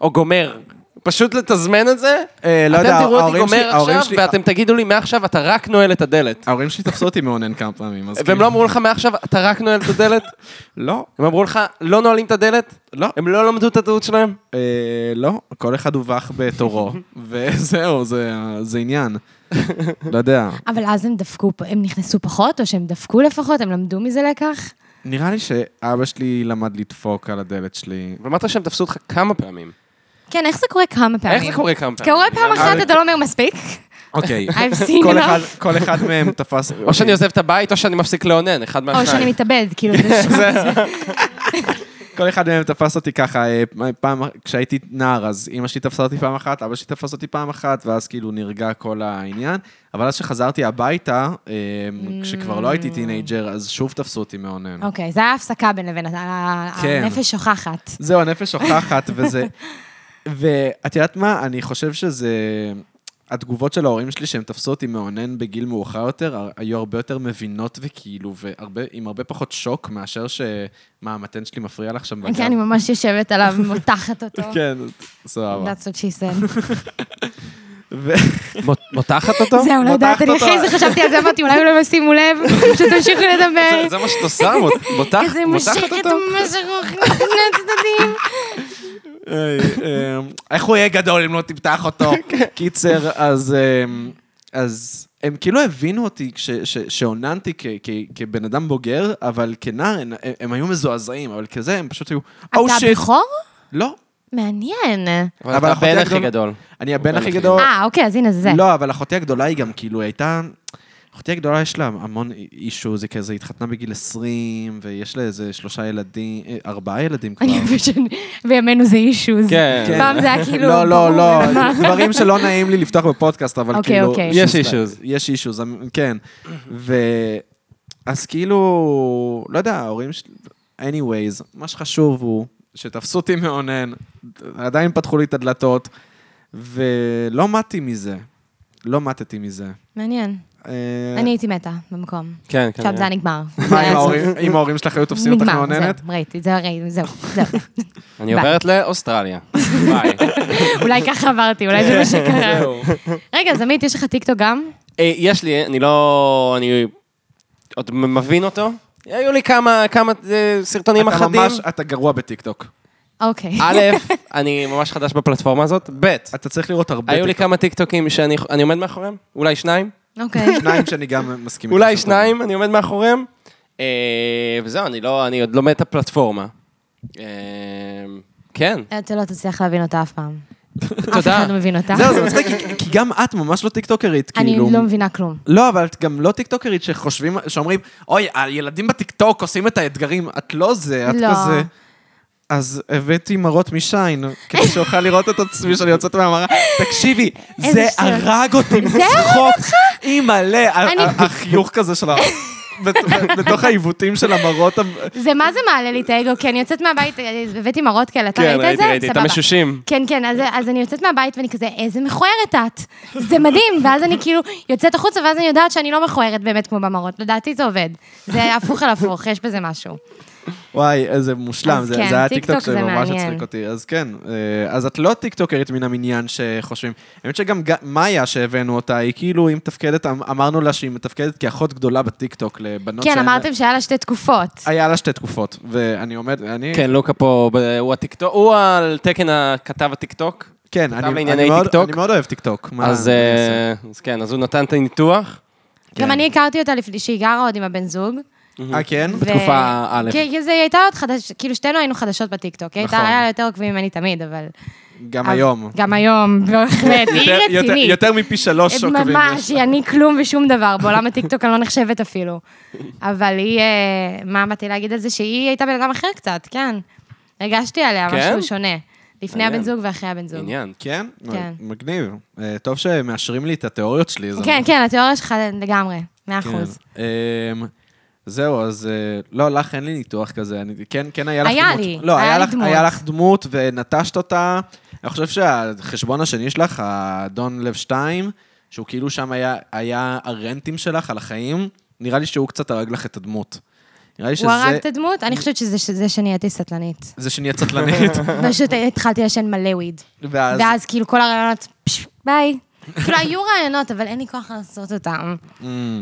או גומר. פשוט לתזמן את זה,
אה, לא
אתם
יודע,
תראו אותי
ההורים שלי-
גומר
ההורים
עכשיו,
שלי-
ואתם תגידו לי, מעכשיו אתה רק נועל את הדלת.
ההורים שלי תפסו אותי מאונן כמה פעמים, אז
*laughs*
כאילו-
והם לא אמרו לך, מעכשיו אתה רק נועל את הדלת?
לא,
הם אמרו לך, לא נועלים את הדלת?
לא.
הם לא למדו את הטעות שלהם?
אה, לא, כל אחד הובך
*laughs*
בתורו, וזהו, זה- זה עניין. לא יודע.
אבל אז הם דפקו, פ- הם נכנסו פחות, או שהם דפקו לפחות, הם למדו מזה לקח?
נראה לי שאבא שלי למד לדפוק על הדלת שלי.
אבל אמרת שהם תפסו אותך כמה פעמים.
כן, איך זה קורה כמה פעמים?
איך זה קורה כמה פעמים?
קורה פעם אחת,
אבל-
אתה לא אומר
*laughs*
מספיק.
אוקיי.
I've seen
כל אחד-
enough.
כל אחד מהם תפס...
או שאני עוזב את הבית, או שאני מפסיק לאונן, אחד
או שאני
מהשניים.
מתאבד, כאילו,
*laughs*
זה-
כל אחד מהם תפס אותי ככה, אה, פעם, כשהייתי נער, אז אמא שלי תפסה אותי פעם אחת, אבא שלי תפס אותי פעם אחת, ואז כאילו נרגע כל העניין. אבל אז כשחזרתי הביתה, אה, כשכבר לא הייתי טינג'ר, אז שוב תפסו אותי מאונן.
אוקיי, זה היה הפסקה בין לבין, ה-
כן.
הנפש שוכחת.
זהו, הנפש שוכחת, וזה... *laughs* ואת יודעת מה? אני חושב שזה... התגובות של ההורים שלי שהם תפסו אותי מאונן בגיל מאוחר יותר, הר- היו הרבה יותר מבינות וכאילו, והרבה, עם הרבה פחות שוק מאשר ש... מה, המתן שלי מפריע לך שם בגב?
כן, אני ממש יושבת עליו, מותחת אותו.
*laughs* כן, סבבה.
That's what she said.
ו-
מות- מותחת אותו?
זהו, לא יודעת,
מותחת
אני
אותו.
אחרי זה חשבתי על זה, אמרתי, אולי אולי לא ישימו לב,
*laughs*
שתמשיכו
זה-
לדבר.
זה מה שאת עושה?
*laughs*
מות- מותח-
כזה
מותחת
מושכת
אותו?
ממש ארוך לשני הצדדים.
היי, אמ, איך הוא יהיה גדול אם לא תפתח
*laughs*
אותו?
כן.
קיצר, אז... אמ, אז הם כאילו הבינו אותי כש- ש- שאוננתי כ- כ- כבן אדם בוגר, אבל כנער הם- הם היו מזועזעים, אבל כזה הם פשוט היו, או
אתה
שיט.
בכור?
לא,
מעניין.
אבל
אבל
אתה
אחותי
הבן
הגדול-
הכי
*laughs*
גדול.
אני הבן
בן
הכי
הכי
גדול.
אה, אוקיי, אז הנה זה זה.
Oh. לא, אבל אחותי הגדולה היא גם כאילו, היא הייתה... אחותי הגדולה יש לה המון אישו, זה כזה, היא התחתנה בגיל 20, ויש לה איזה שלושה ילדים, אה, ארבעה ילדים כבר.
אני אוהבת שבימינו זה אישוז.
כן.
פעם
*laughs*
זה היה כאילו...
לא, לא,
ברור,
לא, *laughs*
אבל-
דברים שלא נעים לי לפתוח בפודקאסט, אבל
אוקיי,
כאילו...
אוקיי.
יש אישוז.
יש אישוז, כן. ו... אז כאילו, לא יודע, ההורים שלי... anyways, מה שחשוב הוא שתפסו אותי מאונן, עדיין פתחו לי את הדלתות, ולא מתי מזה. לא מתתי מזה.
מעניין.
אה,
אני הייתי מתה במקום.
כן,
עכשיו זה
כנראה.
היה נגמר. זה
*laughs* מה,
היה
אם
סוף.
ההורים- אם ההורים שלך היו תופסים אותך
נגמר,
מאוננת?
זהו, ראיתי, זה ראיתי, זהו, זהו. *laughs*
אני עוברת לאוסטרליה. ביי.
אולי ככה עברתי, אולי זה מה
כן.
שקרה. רגע, אז עמית, יש לך טיקטוק גם?
אה, יש לי, אני לא... אני עוד מבין אותו. היו לי כמה כמה, אה, סרטונים
אתה
אחדים.
ממש, אתה גרוע בטיקטוק. אה.
אוקיי.
*laughs* א', אני ממש חדש בפלטפורמה הזאת. ב',
אתה צריך לראות הרבה
היו לי
טיקטוק.
כמה טיקטוקים שאני אני עומד מאחוריהם, אולי שניים,
אוקיי.
שניים שאני גם מסכים איתם.
אולי שניים, אני עומד מאחוריהם. אה, וזהו, אני לא, אני עוד לומד את הפלטפורמה. אה, כן,
אתה לא תצליח להבין אותה אף פעם. אף
תודה.
אחד לא מבין אותה.
זהו, זה מצחיק, כי- כי גם את ממש לא טיקטוקרית,
אני
כאילו.
לא מבינה כלום.
לא, אבל את גם לא טיקטוקרית שחושבים, שאומרים, אוי, הילדים בטיקטוק עושים את האתגרים, את לא זה, את
לא.
כזה. אז הבאתי מראות משיין, כדי שאוכל לראות את עצמי שאני יוצאת מהמראה. תקשיבי,
איזה
זה
שטות.
הרג אותי מצחוק. אימא'לה, ה-
אני-
ה- החיוך כזה של ה... בת- בתוך העיוותים של המראות. ה-
זה מה זה מעלה לי את האגו, כי אני יוצאת מהבית, אה, הבאתי מראות כאלה, אתה
כן,
ראית את
ראיתי,
זה?
ראיתי, את
סבבה.
המשושים.
כן, כן, אז, אז אני יוצאת מהבית ואני כזה, איזה מכוערת את. זה מדהים, ואז אני כאילו יוצאת החוצה, ואז אני יודעת שאני לא מכוערת באמת כמו במראות. לדעתי זה עובד. זה הפוך על הפוך, יש בזה
לא,
משהו.
וואי, איזה מושלם.
אז
זה
כן,
זה היה
טיקטוק
טיקטוק
זה
שממש
מעניין.
הצחיק אותי. אז כן, אה, אז את לא טיקטוקרית מן המניין שחושבים. האמת שגם ג- מאיה שהבאנו אותה, היא כאילו, היא מתפקדת, אמ- אמרנו לה שהיא מתפקדת כאחות גדולה בטיקטוק לבנות
כן,
שאין-
אמרתם שהיה לה שתי תקופות.
היה לה שתי תקופות, ואני עומד, אני...
כן, לוקה פה, ב- הוא הטיקטוק, הוא על תקן הכתב הטיקטוק.
כן,
כתב
אני,
לענייני
אני, מאוד,
טיקטוק.
אני מאוד אוהב טיקטוק. מה
אז
אני אעשה?
אה, אז כן, אז הוא נתן את הניתוח. כן.
גם אני הכרתי אותה לפני שהיא גרה עוד עם הבן זוג.
אה, כן?
ו-
בתקופה א'.
כי כי זה היא הייתה עוד חדש, כאילו שתינו היינו חדשות בטיקטוק. היא הייתה,
נכון.
היה לה יותר עוקבים ממני תמיד, אבל...
גם היום.
גם היום, *laughs* לא, בהחלט. היא
יותר- יותר-
רצינית.
יותר לא מפי שלוש עוקבים.
ממש,
יש.
היא אני כלום ושום דבר, בעולם הטיקטוק אני לא נחשבת אפילו. אבל היא, אה, מה באתי להגיד על זה? שהיא הייתה בן אדם אחר קצת, כן. הרגשתי עליה
כן?
משהו שונה. לפני
מעניין.
הבן זוג ואחרי הבן זוג.
עניין.
כן?
כן.
מגניב. אה, טוב שמאשרים לי את התיאוריות שלי. זה
כן, כן, התיאוריה שלך לגמרי, מאה
כן.
אחוז.
אמ, זהו, אז אה, לא, לך אין לי ניתוח כזה. אני, כן, כן היה לך
היה
דמות.
לי,
לא,
היה לי
לך,
דמות.
היה לך דמות ונטשת אותה. אני חושב שהחשבון השני שלך, האדון לב 2, שהוא כאילו שם היה, היה הרנטים שלך על החיים, נראה לי שהוא קצת הרג לך את הדמות. נראה לי
הוא הרג
שזה...
את הדמות? אני חושבת שזה שזה
*laughs*
שנהייתי סטלנית.
זה שנהיית
*laughs*
סטלנית,
פשוט התחלתי לעשן מלא וויד.
ואז...
ואז כאילו כל הרעיונות, פש, ביי. כאילו, היו רעיונות, אבל אין לי כוח לעשות אותם.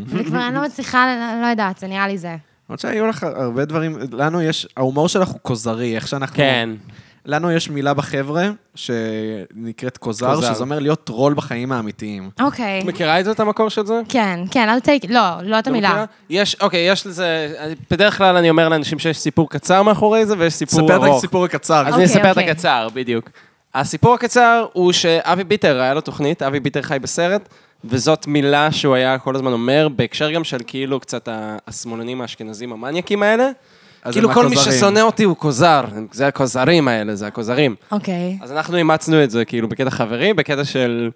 וכבר אני לא מצליחה, לא- לא יודעת, זה נראה לי זה.
אמ, למרות שהיו לך הרבה דברים, לנו יש, ההומור שלך הוא כוזרי, איך שאנחנו...
כן.
לנו יש מילה בחבר'ה שנקראת כוזר,
כוזר.
שזה אומר להיות טרול בחיים האמיתיים.
אוקיי.
את מכירה את זה, את המקור של זה?
כן, כן, אל תהי... לא, לא את
לא מכירה?
המילה.
יש, אוקיי, יש לזה, בדרך כלל אני אומר לאנשים שיש סיפור קצר מאחורי זה ויש סיפור
ספר את
ארוך.
הסיפור הקצר.
אז
אוקיי,
אני אספר את
אוקיי.
הקצר, בדיוק. הסיפור הקצר הוא שאבי ביטר, היה לו תוכנית, אבי ביטר חי בסרט, וזאת מילה שהוא היה כל הזמן אומר, בהקשר גם של כאילו קצת ה- השמאלנים האשכנזים המניאקים האלה.
אז
כאילו
הם
כל מי
הכוזרים.
ששונא אותי הוא כוזר, זה הכוזרים האלה, זה הכוזרים.
אוקיי.
אז אנחנו אימצנו את זה כאילו בקטע חברי, בקטע של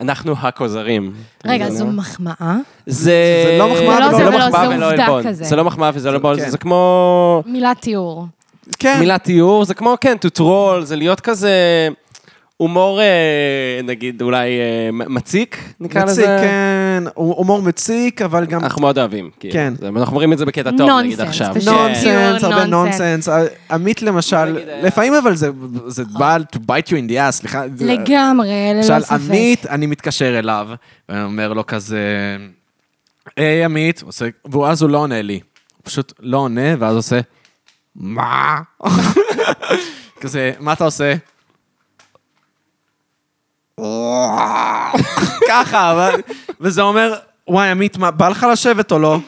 אנחנו הכוזרים.
רגע,
לא
אתה
זו
מבין?
מחמאה?
זה...
זה לא מחמאה
זה לא ולא- זה
זה
ולא, זה
מחמאה
עובדה
ולא עלבון.
כזה.
זה לא מחמאה וזה לא עלבון,
כן.
זה כמו...
מילת תיאור.
כן.
מילת תיאור, זה כמו, כן, to troll, זה להיות כזה הומור, אה, נגיד, אולי אה, מ- מציק, נקרא
מציק,
לזה.
כן, הוא הומור מציק, אבל גם
אנחנו מאוד אוהבים, כאילו.
כן.
זה- אנחנו אומרים את זה בקטע טוב, נגיד
נונסנס,
עכשיו.
פשוט.
כן.
נונסנס,
טיול,
הרבה
נונסנס. אה,
נונסנס. אה, עמית למשל,
נגיד, היה-
לפעמים אבל זה זה בא to bite you in the ass, סליחה.
לגמרי, ללא
למשל,
ספק.
עמית, אני מתקשר אליו, ואני אומר לו כזה, היי עמית, עושה- ואז הוא לא עונה לי. הוא פשוט לא עונה, ואז עושה, מה? *laughs* כזה, מה אתה עושה? *laughs* ככה, אבל- וזה אומר, וואי, עמית, מה, בא לך לשבת או לא?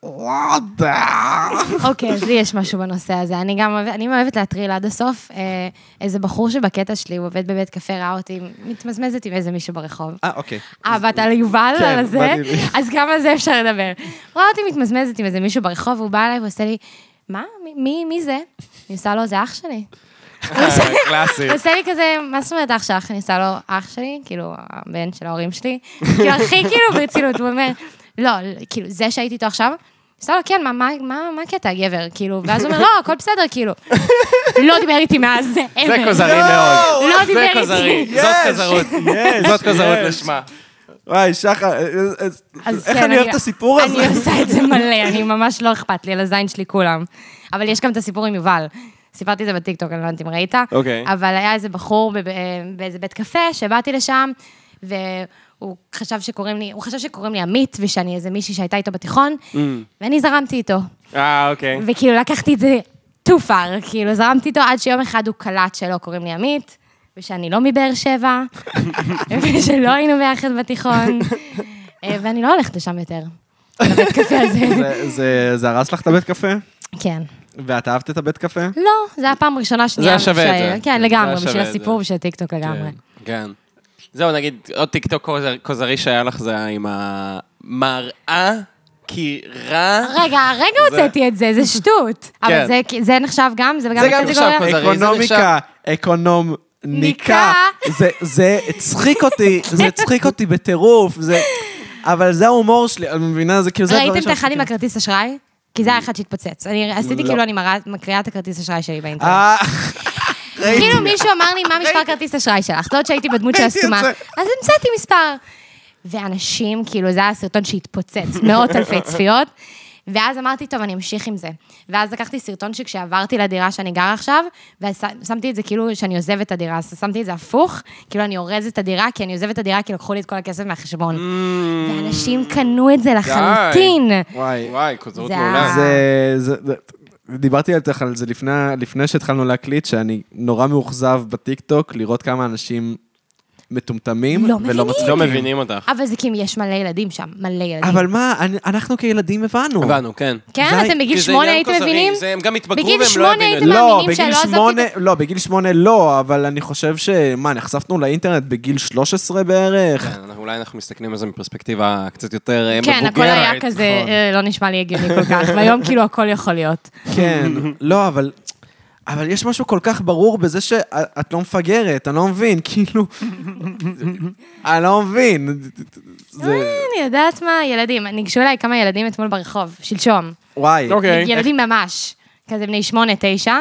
*laughs* אוקיי, אז לי יש משהו בנושא הזה. אני גם אוהבת- אני אוהבת להטריל עד הסוף. אה, איזה בחור שבקטע שלי, הוא עובד בבית קפה, ראה אותי מתמזמזת עם איזה מישהו ברחוב.
אה, אוקיי.
אה, באת על יובל,
כן,
על הזה?
באתי-
*laughs* אז גם על זה אפשר לדבר. רואה אותי מתמזמזת עם איזה מישהו ברחוב, הוא בא אליי ועושה לי, מה? מי- מי, מי זה? אני עושה לו, זה אח שלי.
אה,
קלאסי.
הוא עושה לי כזה, מה זאת אומרת אח שלך? אני עושה לו אח שלי, כאילו, הבן של ההורים שלי. כאילו, הכי כאילו ברצינות, הוא אומר, לא, כאילו, זה שהייתי איתו עכשיו, עושה לו, כן, מה- מה- מה מה הקטע, גבר? כאילו, ואז הוא אומר, לא, הכל בסדר, כאילו. לא דיבר איתי מאז, זה
זה
אבן.
כוזרי מאוד.
לא דיבר
זה
איתי.
כוזרי, זאת כזרות. זאת כזרות לשמה.
וואי, שחר, אה, אה,
אז
איך
כן,
אני אוהב את הסיפור הזה?
אני עושה את זה מלא, אני ממש לא אכפת לי, על הזין שלי כולם. אבל יש גם את הסיפור עם יובל. סיפרתי את זה בטיקטוק, אני לא יודעת אם ראית.
אוקיי.
אבל היה איזה בחור בב- אה, באיזה בית קפה, שבאתי לשם, והוא חשב שקוראים לי, הוא חשב שקוראים לי עמית, ושאני איזה מישהי שהייתה איתו בתיכון,
Mm.
ואני זרמתי איתו.
אה, אוקיי.
וכאילו לקחתי את זה too far, כאילו זרמתי איתו עד שיום אחד הוא קלט שלא קוראים לי עמית, ושאני לא מבאר
*laughs*
שבע, ושלא היינו ביחד בתיכון, אה, ואני לא הולכת לשם יותר, לא לבית קפה
*laughs*
הזה.
זה- זה- זה הרס לך את הבית קפה?
כן.
ואת אהבת את הבית קפה?
לא, זה היה פעם ראשונה, שנייה.
היה שווה את
ש-
זה.
כן,
זה
לגמרי,
היה שווה
בשביל
את זה.
הסיפור, בשביל הטיקטוק לגמרי.
כן. זהו, נגיד, עוד טיקטוק כוזר- כוזרי שהיה לך זה היה עם המראה, כי רע.
רגע, הרגע הוצאתי את זה, זה
*laughs*
שטות. אבל זה- זה נחשב גם, זה גם
כן. זה גם נחשב כזה. זריז, זה
אקונומיקה, אקונומניקה. זה- זה הצחיק אותי, זה הצחיק אותי בטירוף, זה... אבל זה ההומור שלי, את מבינה? זה כאילו, זה
ראיתם
לא
הדברים
את האחד עם
שמצחיקים.
הכרטיס אשראי? כי
Mm.
זה היה אחד שהתפוצץ. אני עשיתי
לא.
כאילו אני מראה- מקריאה את הכרטיס אשראי שלי באינטרנט.
אה, *laughs* ראיתי.
כאילו מישהו אמר לי, מה מספר כרטיס אשראי שלך? זאת שהייתי בדמות של
ראיתי את
הסתומה.
זה.
אז המצאתי מספר. ואנשים, כאילו, זה היה סרטון שהתפוצץ, מאות
*laughs*
אלפי צפיות. ואז אמרתי, טוב, אני אמשיך עם זה. ואז לקחתי סרטון שכשעברתי לדירה שאני גרה עכשיו, ושמתי את זה כאילו שאני עוזבת את הדירה, אז שמתי את זה הפוך, כאילו אני אורזת את הדירה, כי אני עוזבת את הדירה, כי לקחו לי את כל הכסף מהחשבון.
Mm.
ואנשים קנו את זה לחלוטין.
וואי.
וואי, כוזרות
זה
מעולה.
ה- אה.
זה... אה, זה- זה- דיברתי איתך על זה לפני, לפני שהתחלנו להקליט, שאני נורא מאוכזב בטיקטוק לראות כמה אנשים מטומטמים
לא
ולא
מבינים.
מצליחים.
לא מבינים אותך.
אבל זה כי יש מלא ילדים שם, מלא ילדים.
אבל מה, אני- אנחנו כילדים הבנו.
הבנו, כן.
כן,
זה-
אתם בגיל
כי זה
שמונה
עניין
הייתם
כוזרי,
מבינים?
זה- הם גם התבגרו
בגיל
והם לא
שמונה
הבינו את
הייתם
זה.
לא,
מאמינים
בגיל
שלא עזבתי
שמונה,
את
לא, בגיל שמונה לא, אבל אני חושב ש... מה, נחשפנו לאינטרנט בגיל 13 בערך?
כן, אנחנו- אולי אנחנו מסתכלים על זה מפרספקטיבה קצת יותר אה, מבוגרת. נכון.
כן, הכל היה כזה, אה, לא נשמע לי הגיוני כל כך, *laughs* והיום כאילו הכל יכול להיות.
*laughs* כן, לא, אבל... אבל יש משהו כל כך ברור בזה שאת לא מפגרת, אני לא מבין, *laughs* כאילו... אני לא מבין. זה...
אני יודעת מה, ילדים, ניגשו אליי כמה ילדים אתמול ברחוב, שלשום.
וואי.
לא,
אוקיי.
ילדים ממש, כזה בני שמונה, תשע.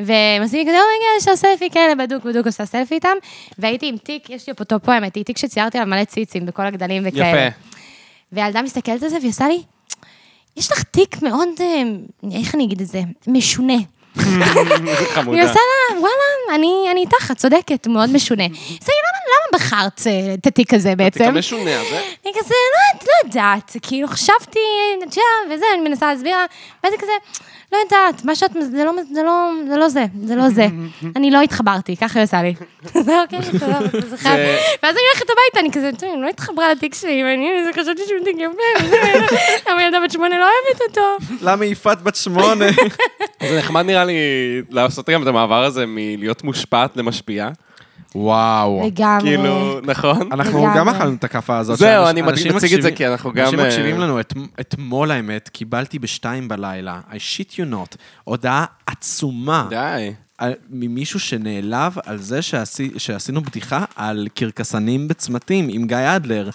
והם עושים לי כזה, "Oh רגע, יש לה סלפי כאלה, בדוק, בדוק עושה סלפי איתם. והייתי עם תיק, יש לי אותו פה, האמת, היא תיק שציירתי עליו מלא ציצים בכל הגדלים וכאלה.
יפה.
והילדה מסתכלת על זה והיא עושה לי, יש לך תיק מאוד, אה, איך אני אגיד את זה? משונה.
חמודה.
היא עושה לה, וואלה, אני, אני איתך, את צודקת, מאוד משונה. אז היא, למה, למה בחרת אה, את התיק הזה
זה
בעצם?
משונה, זה...
אני כזה, לא, את לא יודעת, כאילו חשבתי, את יודעת, וזה, אני מנסה להסביר לה, ואז היא כזה, לא יודעת, מה שאת, זה לא, זה לא, זה לא זה, זה לא *laughs* זה. אני לא התחברתי, ככה היא עושה לי. *laughs* זה אוקיי, תודה, זה חייב. ואז אני הולכת הביתה, אני כזה, "טוב, אני לא התחברה לתיק שלי, ואני חשבתי שהוא תיק יפה, וזה, *laughs* למה ילדה בת שמונה לא אוהבת אותו?
למה יפעת בת שמונה?
זה נחמד נראה לי לעשות גם את המעבר הזה מלהיות מושפעת למשפיעה.
*laughs* וואו.
לגמרי.
כאילו, נכון?
אנחנו
לגמרי.
גם אכלנו את הכאפה הזאת.
זהו,
שאנשים-
אני מציג-
אנשים
מציג את זה
מקשיבים-
כי אנחנו גם,
אנשים
אה,
מקשיבים לנו, את- אתמול האמת, קיבלתי בשתיים בלילה, I shit you not, הודעה עצומה.
די.
על- ממישהו שנעלב על זה שעשי, שעשינו בדיחה על קרקסנים בצמתים עם גיא אדלר.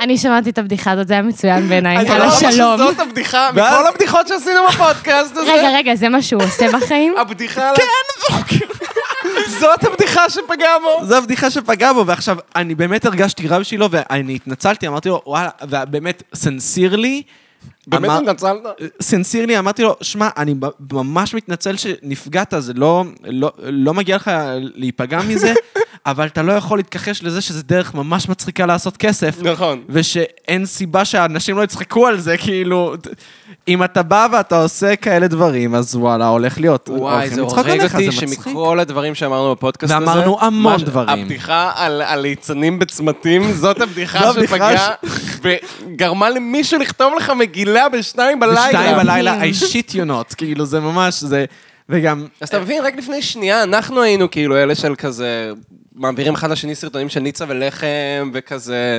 אני שמעתי את הבדיחה הזאת, זה היה מצוין בעיניי,
אתה
על
לא אומר
השלום.
שזאת הבדיחה
ואז-
מכל הבדיחות שעשינו בפודקאסט הזה.
רגע, כן, רגע, זה מה שהוא עושה
*laughs*
בחיים?
הבדיחה עליו. *laughs* זאת הבדיחה שפגעה בו.
זו הבדיחה שפגעה בו, ועכשיו, אני באמת הרגשתי רב שלו, ואני התנצלתי, אמרתי לו, וואלה, ובאמת, סנסירלי,
באמת
אמר-
התנצלת?
סנסירלי אמרתי לו, שמע, אני ב- ממש מתנצל שנפגעת, זה לא, לא, לא מגיע לך להיפגע *laughs* מזה, אבל אתה לא יכול להתכחש לזה שזה דרך ממש מצחיקה לעשות כסף.
נכון.
ושאין סיבה שאנשים לא יצחקו על זה, כאילו, ת- אם אתה בא ואתה עושה כאלה דברים, אז וואלה, הולך להיות.
וואי,
הולכים
זה
לצחוק
הורג
עליך,
אותי
זה מצחיק.
שמכל הדברים שאמרנו בפודקאסט הזה...
ואמרנו המון
מה ש-
דברים.
הבדיחה על על ליצנים בצמתים, זאת
זו
הבדיחה
הבדיחה
שפגעה וגרמה למישהו לכתוב לך מגילה בשתיים בלילה.
בשתיים בלילה,
מדהים.
I shit you not, כאילו, זה ממש, זה... וגם,
אז אתה מבין, רק לפני שנייה אנחנו היינו כאילו אלה של כזה, מעבירים אחד לשני סרטונים של ניצה ולחם, וכזה,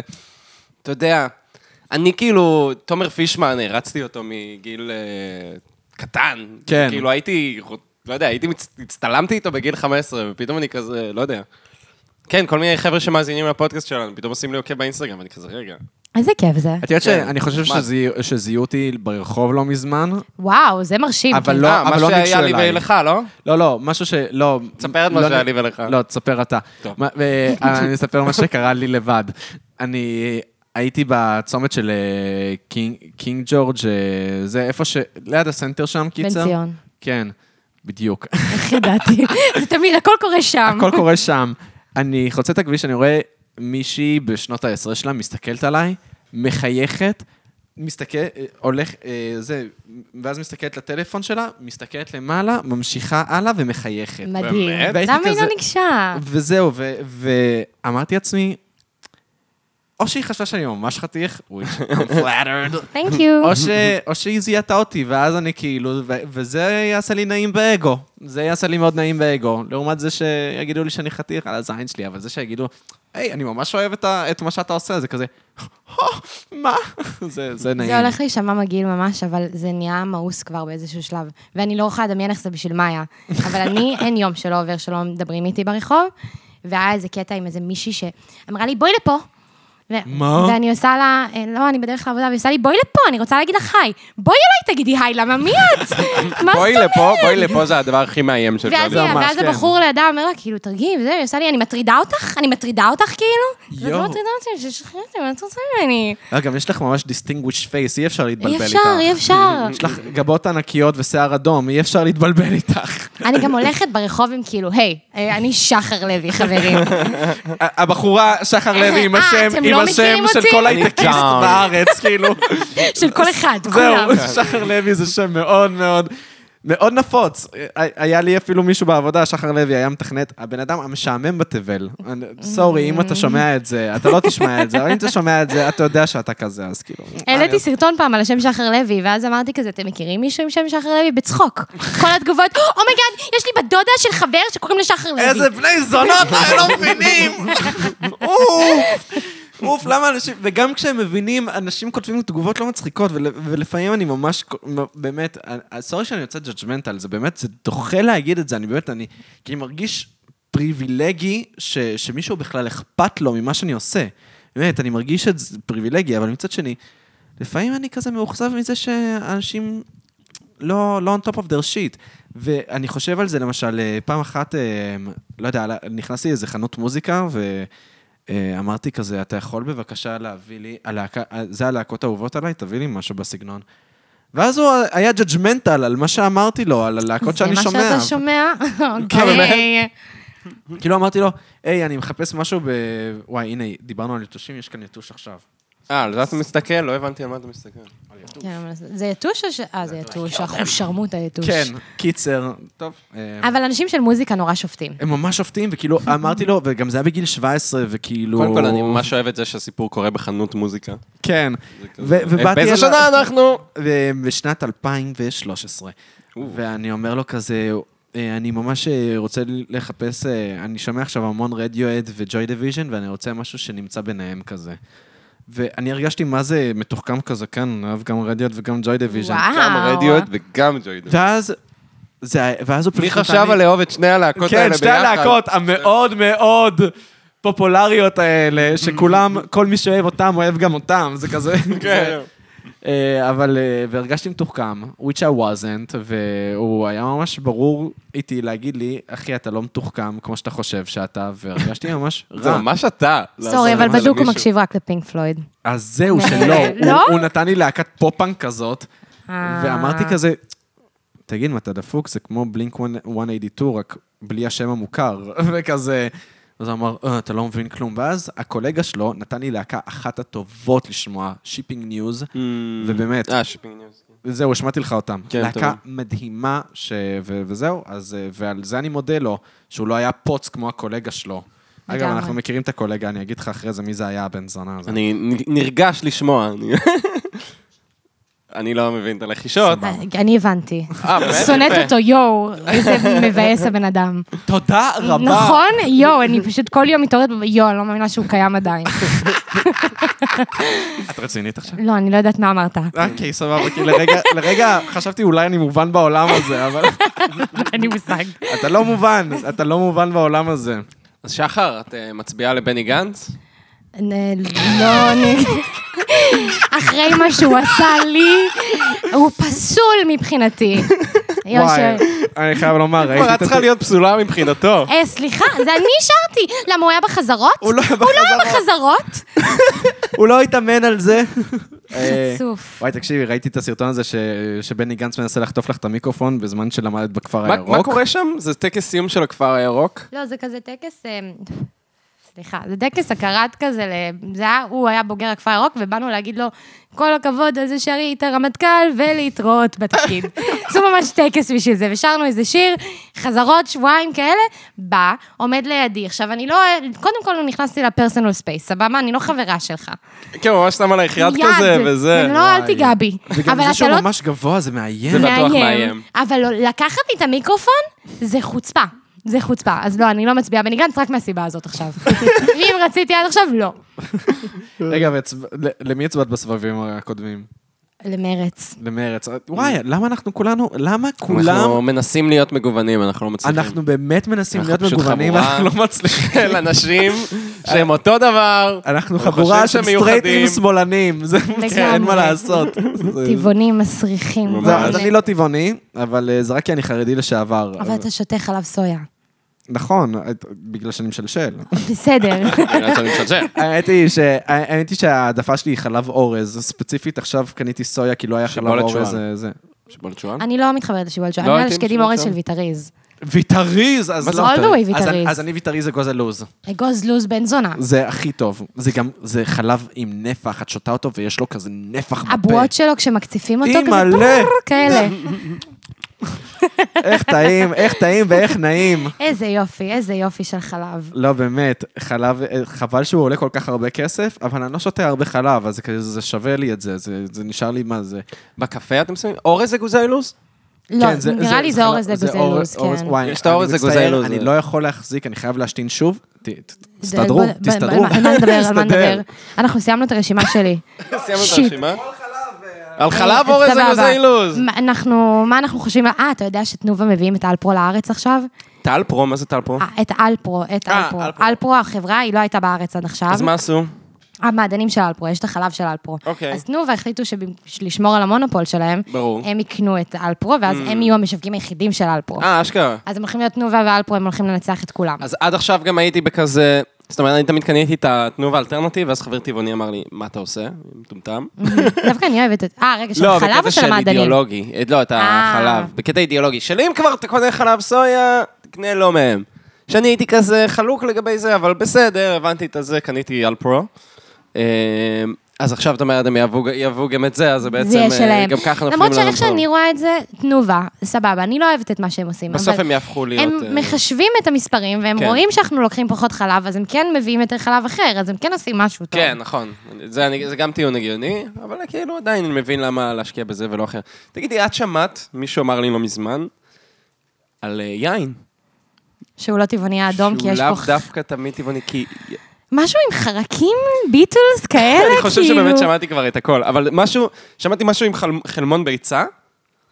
אתה יודע, אני כאילו, תומר פישמן, הרצתי אותו מגיל אה, קטן.
כן.
כאילו הייתי, לא יודע, הייתי, מצ- הצטלמתי איתו בגיל 15, ופתאום אני כזה, לא יודע. כן, כל מיני חבר'ה שמאזינים לפודקאסט שלנו, פתאום עושים לי עוקב באינסטגרם, ואני כזה, רגע.
איזה כיף זה.
את יודעת
כן,
שאני חושב
מה?
שזיהו- שזיהו אותי ברחוב לא מזמן?
וואו, זה מרשים.
אבל
כן.
לא,
אה, מה
לא ניגשו
שהיה לי
אליי.
ולך, לא?
לא, לא, משהו ש... לא...
תספר את מה
לא
שהיה
נ-
לי ולך.
לא, תספר אתה.
טוב.
מה- ו- אה,
*laughs*
אני אספר מה שקרה לי לבד. אני הייתי בצומת של אה, קינג- קינג ג'ורג', אה, זה איפה ש... ליד הסנטר שם, קיצר.
ציון.
כן,
*laughs*
בדיוק.
איך ידעתי? זה תמיד, הכל קורה שם.
הכל קורה שם. אני חוצה את הכביש, אני רואה מישהי בשנות ה-10 שלה, מסתכלת עליי, מחייכת, מסתכל, אה, הולך, אה, זה, ואז מסתכלת לטלפון שלה, מסתכלת למעלה, ממשיכה הלאה ומחייכת.
מדהים.
באמת?
למה היא
והייתי
לא
כזה-
ניגשה?
וזהו, ו- ואמרתי לעצמי, או שהיא חשבה שאני ממש חתיך, which I'm flattered, *laughs*
Thank you.
או, ש, או שהיא זיהתה אותי, ואז אני כאילו, ו- וזה יעשה לי נעים באגו. זה יעשה לי מאוד נעים באגו. לעומת זה שיגידו לי שאני חתיך על הזין שלי, אבל זה שיגידו, היי, אני ממש אוהב את, ה, את מה שאתה עושה, זה כזה, "הו, מה? *laughs* זה, זה נעים.
זה הולך להישמע מגעיל ממש, אבל זה נהיה מאוס כבר באיזשהו שלב. ואני לא יכולה לדמיין איך זה בשביל
*laughs*
מאיה. אבל אני, אין יום שלא עובר שלא מדברים איתי ברחוב, והיה איזה קטע עם איזה מישהי שאמרה לי, בואי לפה. ו-
מה?
ואני עושה לה, אה, לא, אני בדרך לעבודה, והיא עושה לי, בואי לפה, אני רוצה להגיד לך היי. בואי אליי, תגידי היי, למה מי
*laughs*
את? מה זאת
בואי
אומרת?
לפה, בואי לפה זה הדבר הכי מאיים של
ואז,
זה.
היא-
ממש,
ואז
כן.
הבחור לידה אומר לה, כאילו, תרגיעי, וזה, היא עושה לי, אני מטרידה אותך? אני מטרידה אותך, כאילו? זה
יואו.
לא מטרידה אותי, ששחררתי, מה את רוצה ממני?
לא, גם יש לך ממש distinguished face, אי אפשר להתבלבל
אי
איתך.
אפשר, אי אפשר.
*laughs* יש לך גבות ענקיות ושיער אדום, אי אפשר להתבלבל איתך.
אני גם הולכת ברחוב עם כאילו, היי, אה, אני שחר לוי,
*laughs*
חברים.
הבחורה, שחר לוי, עם
אה,
השם,
אתם
עם
לא
השם
מכירים
של
אותי?
כל
אני
הייטקיסט
down.
בארץ, כאילו.
של כל אחד, *laughs*
*laughs*
כולם.
זהו, שחר לוי זה שם מאוד מאוד, מאוד נפוץ. אה, היה לי אפילו מישהו בעבודה, שחר לוי היה מתכנת, הבן אדם המשעמם בתבל. אני- סורי, אם אתה שומע את זה, אתה לא תשמע את זה, אבל אם אתה שומע את זה, אתה יודע שאתה כזה, אז כאילו...
העליתי סרטון פעם על השם שחר לוי, ואז אמרתי כזה, אתם מכירים מישהו עם שם שחר לוי? בצחוק. כל התגובות, אומייגאד, יש לי בת דודה של חבר שקוראים לה שחר לוי.
איזה בני זונות, הם לא מבינים! אוף! אוף, למה אנשים, וגם כשהם מבינים, אנשים כותבים תגובות לא מצחיקות, ול- ולפעמים אני ממש, באמת, סורי שאני יוצא ג'אג'מנטל, זה באמת, זה דוחה להגיד את זה, אני באמת, אני, כי אני מרגיש פריבילגי ש, שמישהו בכלל אכפת לו ממה שאני עושה. באמת, אני מרגיש את זה פריבילגי, אבל מצד שני, לפעמים אני כזה מאוכזב מזה שאנשים לא, לא on top of their shit. ואני חושב על זה, למשל, אה, פעם אחת, אה, לא יודע, נכנסתי לאיזה חנות מוזיקה, ואמרתי כזה, אתה יכול בבקשה להביא לי, הלהקה, אה, זה הלהקות האהובות עליי, תביא לי משהו בסגנון. ואז הוא אה, היה ג'אג'מנטל על מה שאמרתי לו, על הלהקות שאני שומע. כן,
זה מה שאתה שומע? אוקיי.
באמת?
כאילו אמרתי לו, היי, אני מחפש משהו ב... וואי, הנה, דיברנו על יתושים, יש כאן יתוש עכשיו.
אה, על זה אתה מסתכל? לא הבנתי על מה אתה מסתכל.
כן, אבל זה- זה יתוש או ש... אה, זה יתוש, החושרמוט היתוש.
כן, קיצר. טוב. אה,
אבל אנשים של מוזיקה נורא שופטים.
הם ממש שופטים, וכאילו, אמרתי לו, וגם זה היה בגיל 17, וכאילו...
קודם כל, אני ממש אוהב את זה שהסיפור קורה בחנות מוזיקה.
כן.
כזה-
ו- ובאתי
באיזה
אליו-
שנה אנחנו?
ו- בשנת 2013. ואני אומר לו כזה, אה, אני ממש אה, רוצה לחפש, אה, אני שומע עכשיו המון רדיואד וג'וי דיוויז'ן, ואני רוצה משהו שנמצא ביניהם כזה. ואני הרגשתי מה זה מתוחכם כזה, כן, אני אוהב גם רדיואד וגם ג'וי דיוויז'ן.
אה, וואו.
גם רדיואט וגם ג'וידן.
ואז, זה, ואז הוא פשוט...
מי
נתן
חשב
לי-
על לאהוב את שני הלהקות האלה
כן,
ביחד?
שתי הלהקות המאוד מאוד פופולריות האלה, שכולם,
*laughs*
כל מי שאוהב אותם, אוהב גם אותם, זה כזה.
כן.
אה, אבל, אה, והרגשתי מתוחכם, which I wasn't, והוא היה ממש ברור איתי להגיד לי, אחי, אתה לא מתוחכם כמו שאתה חושב שאתה, והרגשתי ממש
*laughs* זה
רע.
ממש אתה.
לא,
סורי, אבל
לעשות את זה
בדוק הוא
למישהו.
מקשיב רק לפינק פלויד.
אז זהו, שלא. הוא-
*laughs* לא?
הוא נתן לי להקת פופאנק כזאת,
אה.
ואמרתי כזה, תגיד, מה, אתה דפוק? זה כמו בלינק 182, רק בלי השם המוכר, *laughs* וכזה. אז הוא אמר, "אה, אתה לא מבין כלום. ואז הקולגה שלו נתן לי להקה אחת הטובות לשמוע, שיפינג ניוז, ובאמת,
Mm. אה, שיפינג ניוז.
זהו, השמעתי לך אותם.
כן,
להקה
טוב.
מדהימה, ש... ו... וזהו, אז, אה, ועל זה אני מודה לו, שהוא לא היה פוץ כמו הקולגה שלו. אגב,
לגמרי.
אנחנו מכירים את הקולגה, אני אגיד לך אחרי זה מי זה היה הבן זונה הזה.
אני נ- נרגש לשמוע. אני- *laughs* אני לא מבין את הלחישות.
אני
*laughs*
הבנתי.
אה, באמת?
שונאת
יפה.
אותו, יואו, איזה מבאס הבן אדם.
תודה רבה.
נכון? יואו, אני פשוט כל יום מתעוררת, יואו, אני לא מאמינה שהוא
*laughs*
קיים עדיין.
את רצינית עכשיו?
לא, אני לא יודעת מה אמרת. *laughs*
אוקיי, סבבה, כי לרגע, לרגע חשבתי אולי אני מובן בעולם הזה, אבל *laughs*
אין לי מושג.
אתה לא מובן, אתה לא מובן בעולם הזה.
אז שחר, את אה, מצביעה לבני גנץ?
נ- לא, אני... *laughs* אחרי מה שהוא עשה לי, הוא פסול
*laughs*
מבחינתי.
וואי,
יושר.
אני חייב לומר, ראיתי
כבר את
את
צריכה
הת-
להיות פסולה מבחינתו.
אה, סליחה, זה אני אישרתי. למה, הוא היה בחזרות?
הוא לא היה
היה
בחזרות,
בחזרות?
הוא לא התאמן על
*laughs*
זה. אה,
חצוף.
וואי, תקשיבי, ראיתי את הסרטון הזה ש- שבני גנץ מנסה לחטוף לך את המיקרופון בזמן שלמדת בכפר
מה-
הירוק.
מה קורה שם? זה טקס סיום של הכפר הירוק?
לא, זה כזה טקס... אה, סליחה, זה טקס הכרת כזה, ל- זה היה, הוא היה בוגר הכפר הירוק, ובאנו להגיד לו, כל הכבוד על זה שהיית רמטכ"ל, ולהתראות בתפקיד. זה ממש טקס בשביל זה, ושרנו איזה שיר, חזרות, שבועיים כאלה, בא, עומד לידי. עכשיו, אני לא, קודם כל נכנסתי לפרסונל ספייס, סבבה? אני לא חברה שלך.
כן, ממש שם עלייך יד כזה וזה.
לא, אל תיגע בי.
וגם
אבל
זה
אתה
שהוא
לא
ממש גבוה, זה מאיים.
זה בטוח מאיים.
אבל לא- לקחת לי את המיקרופון, זה חוצפה. זה חוצפה. אז לא, אני לא מצביעה בני גנץ רק מהסיבה הזאת עכשיו. אם רציתי עד עכשיו, לא.
רגע, והצב- ל- למי הצבעת בסבבים הקודמים?
למרץ.
למרץ.
וואי, למה אנחנו כולנו, למה כולם,
אנחנו מנסים להיות מגוונים, אנחנו לא מצליחים.
אנחנו באמת מנסים
אנחנו
להיות
פשוט
מגוונים,
חבורה.
אנחנו לא מצליחים.
של אנשים שהם אותו *laughs* דבר.
אנחנו
הם
חבורה של
חושבים שהם
סטרייטים
מיוחדים.
שמאלנים, זה כן, אין מה לעשות. זה-
טבעונים מסריחים.
ממש.
אה, זה- אז אני לא טבעוני, אבל אה, זה רק כי אני חרדי לשעבר.
אבל אתה שותה חלב סויה.
נכון, את- בגלל שאני משלשל.
בסדר.
בגלל שאני משלשל.
האמת היא ש- האמת היא שההעדפה שלי היא חלב אורז, ספציפית עכשיו קניתי סויה כי לא היה חלב
שיבולת
אורז.
שועל.
אה, זה.
שיבולת שועל?
אני לא מתחברת לשיבול שועל.
לא
אני על
הייתי
שקדים
בשיבול
אורז של
שועל.
ויטריז.
ויטריז, אז
מה
לא.
זה
All the way
אז אני-
ויטריז.
אז אני ויטריז אגוז הלוז.
אגוז לוז בן זונה.
זה הכי טוב. זה גם, זה חלב עם נפח, את שותה אותו ויש לו כזה נפח בפה.
הבועות שלו כשמקציפים אותו כזה,
אימא'לה.
פררר, כאלה.
איך טעים, איך טעים ואיך נעים.
איזה יופי, איזה יופי של חלב.
לא, באמת, חלב, אה, חבל שהוא עולה כל כך הרבה כסף, אבל אני לא שותה הרבה חלב, אז זה כזה, זה שווה לי את זה, זה, זה נשאר לי מה זה.
בקפה אתם שמים? אורז אגוזי אילוז?
לא,
כן,
נראה לי זה
חלב-
אורז אגוזי
אור-
לוז,
אורז-
כן.
וואי,
יש את האורז
אני
אגוזי
מצטער,
לוז,
אני
זה-
לא יכול להחזיק, אני חייב להשתין שוב. ת- ת-
זה-
תסתדרו,
בוא- בוא-
תסתדרו.
על מה- על מה נדבר, על
תסתדר.
מה
*laughs*
נדבר. אנחנו סיימנו את הרשימה שלי.
סיימנו את
שיט. אה,
הרשימה? על חלב אורז
סבבה.
אגוזי אילוז.
מה אנחנו, מה אנחנו חושבים? אה, אתה יודע שתנובה מביאים את אלפרו לארץ עכשיו?
טל פרו, מה זה טל פרו?
אה, את אלפרו, את
אה,
אלפרו.
אלפרו.
אלפרו, החברה, היא לא הייתה בארץ עד עכשיו.
אז מה עשו?
אוקיי. המעדנים של אלפרו, יש את החלב של אלפרו.
אוקיי.
אז תנובה החליטו שלשמור על המונופול שלהם,
ברור. Mm.
הם יקנו את אלפרו, ואז הם יהיו המשווקים היחידים של אלפרו.
אה, אשכרה.
אז הם הולכים להיות תנובה ואלפרו, הם הולכים לנצח את כולם.
אז עד עכשיו גם הייתי בכזה... זאת אומרת, אני תמיד קניתי את התנובה האלטרנטיב, ואז חבר טבעוני אמר לי, מה אתה עושה? מטומטם.
דווקא אני אוהבת את... אה, רגע, של
לא,
החלב או
בקטע
של
של
המעדנים?
אידיאולוגי. אה, לא, את החלב. בקטע אידיאולוגי. של אם כבר אתה קונה חלב סויה, תקנה לא מהם. שאני הייתי כזה חלוק לגבי זה, אבל בסדר, הבנתי את הזה, קניתי על פרו. אה, אז עכשיו את אומרת, הם יאהבו יאהבו גם את זה, אז זה בעצם...
זה יהיה
אה,
שלהם.
גם ככה נופלים לנו
למרות שאיך
פה.
שאני רואה את זה, תנובה, סבבה, אני לא אוהבת את מה שהם עושים.
בסוף
אבל
הם יהפכו להיות...
הם
אה,
מחשבים את המספרים, והם
כן.
רואים שאנחנו לוקחים פחות חלב, אז הם כן מביאים יותר חלב אחר, אז הם כן עושים משהו טוב.
כן, נכון. זה, אני, זה גם טיעון הגיוני, אבל כאילו עדיין אני מבין למה להשקיע בזה ולא אחר. תגידי, את שמעת, מישהו אמר לי לא מזמן, על אה, יין.
שהוא לא טבעוני האדום, כי יש
שהוא
פה...
לאו דווקא תמיד טבעוני, כי...
משהו עם חרקים, ביטלס כאלה, כאילו.
*laughs* אני חושב שבאמת שמעתי כבר את הכל, אבל משהו, שמעתי משהו עם חל- חלמון ביצה.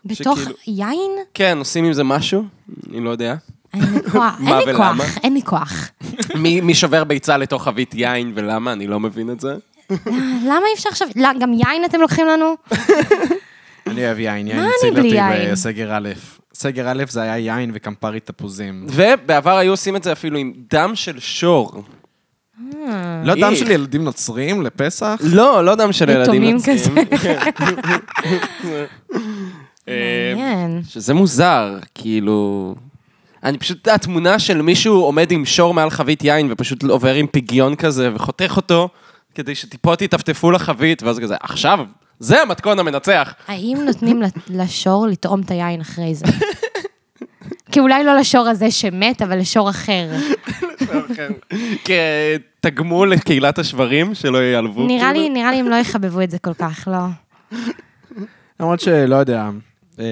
בתוך
שכאילו-
יין?
כן, עושים עם זה משהו, אני לא *laughs* יודע.
אין לי כוח, אין
מה
לי
ולמה?
כוח, אין לי כוח.
מי, מי שובר ביצה לתוך חבית יין ולמה, אני לא מבין את זה.
למה אי אפשר עכשיו... לא, גם יין אתם לוקחים לנו?
אני אוהב יין, יין
אני
הציל
בלי
אותי
יין?
בסגר א'. סגר א' זה היה יין וקמפרי תפוזים.
ובעבר היו עושים את זה אפילו עם דם של שור.
אה.
לא דם
איך?
של ילדים נוצרים לפסח?
לא, לא דם של ילדים
יתומים
נוצרים. אה,
מעניין.
*laughs* שזה מוזר, כאילו... אני פשוט, התמונה של מישהו עומד עם שור מעל חבית יין ופשוט עובר עם פיגיון כזה וחותך אותו, כדי שטיפות יטפטפו לחבית, ואז כזה, עכשיו, זה המתכון המנצח.
האם נותנים ל- לשור לטעום את היין אחרי זה? כי אולי לא לשור הזה שמת, אבל לשור אחר.
אוקיי, *laughs* כתגמול לקהילת השברים, שלא ייעלבו.
נראה
כאילו.
לי, נראה לי הם לא יחבבו את זה כל כך, לא.
למרות שלא יודע. אה,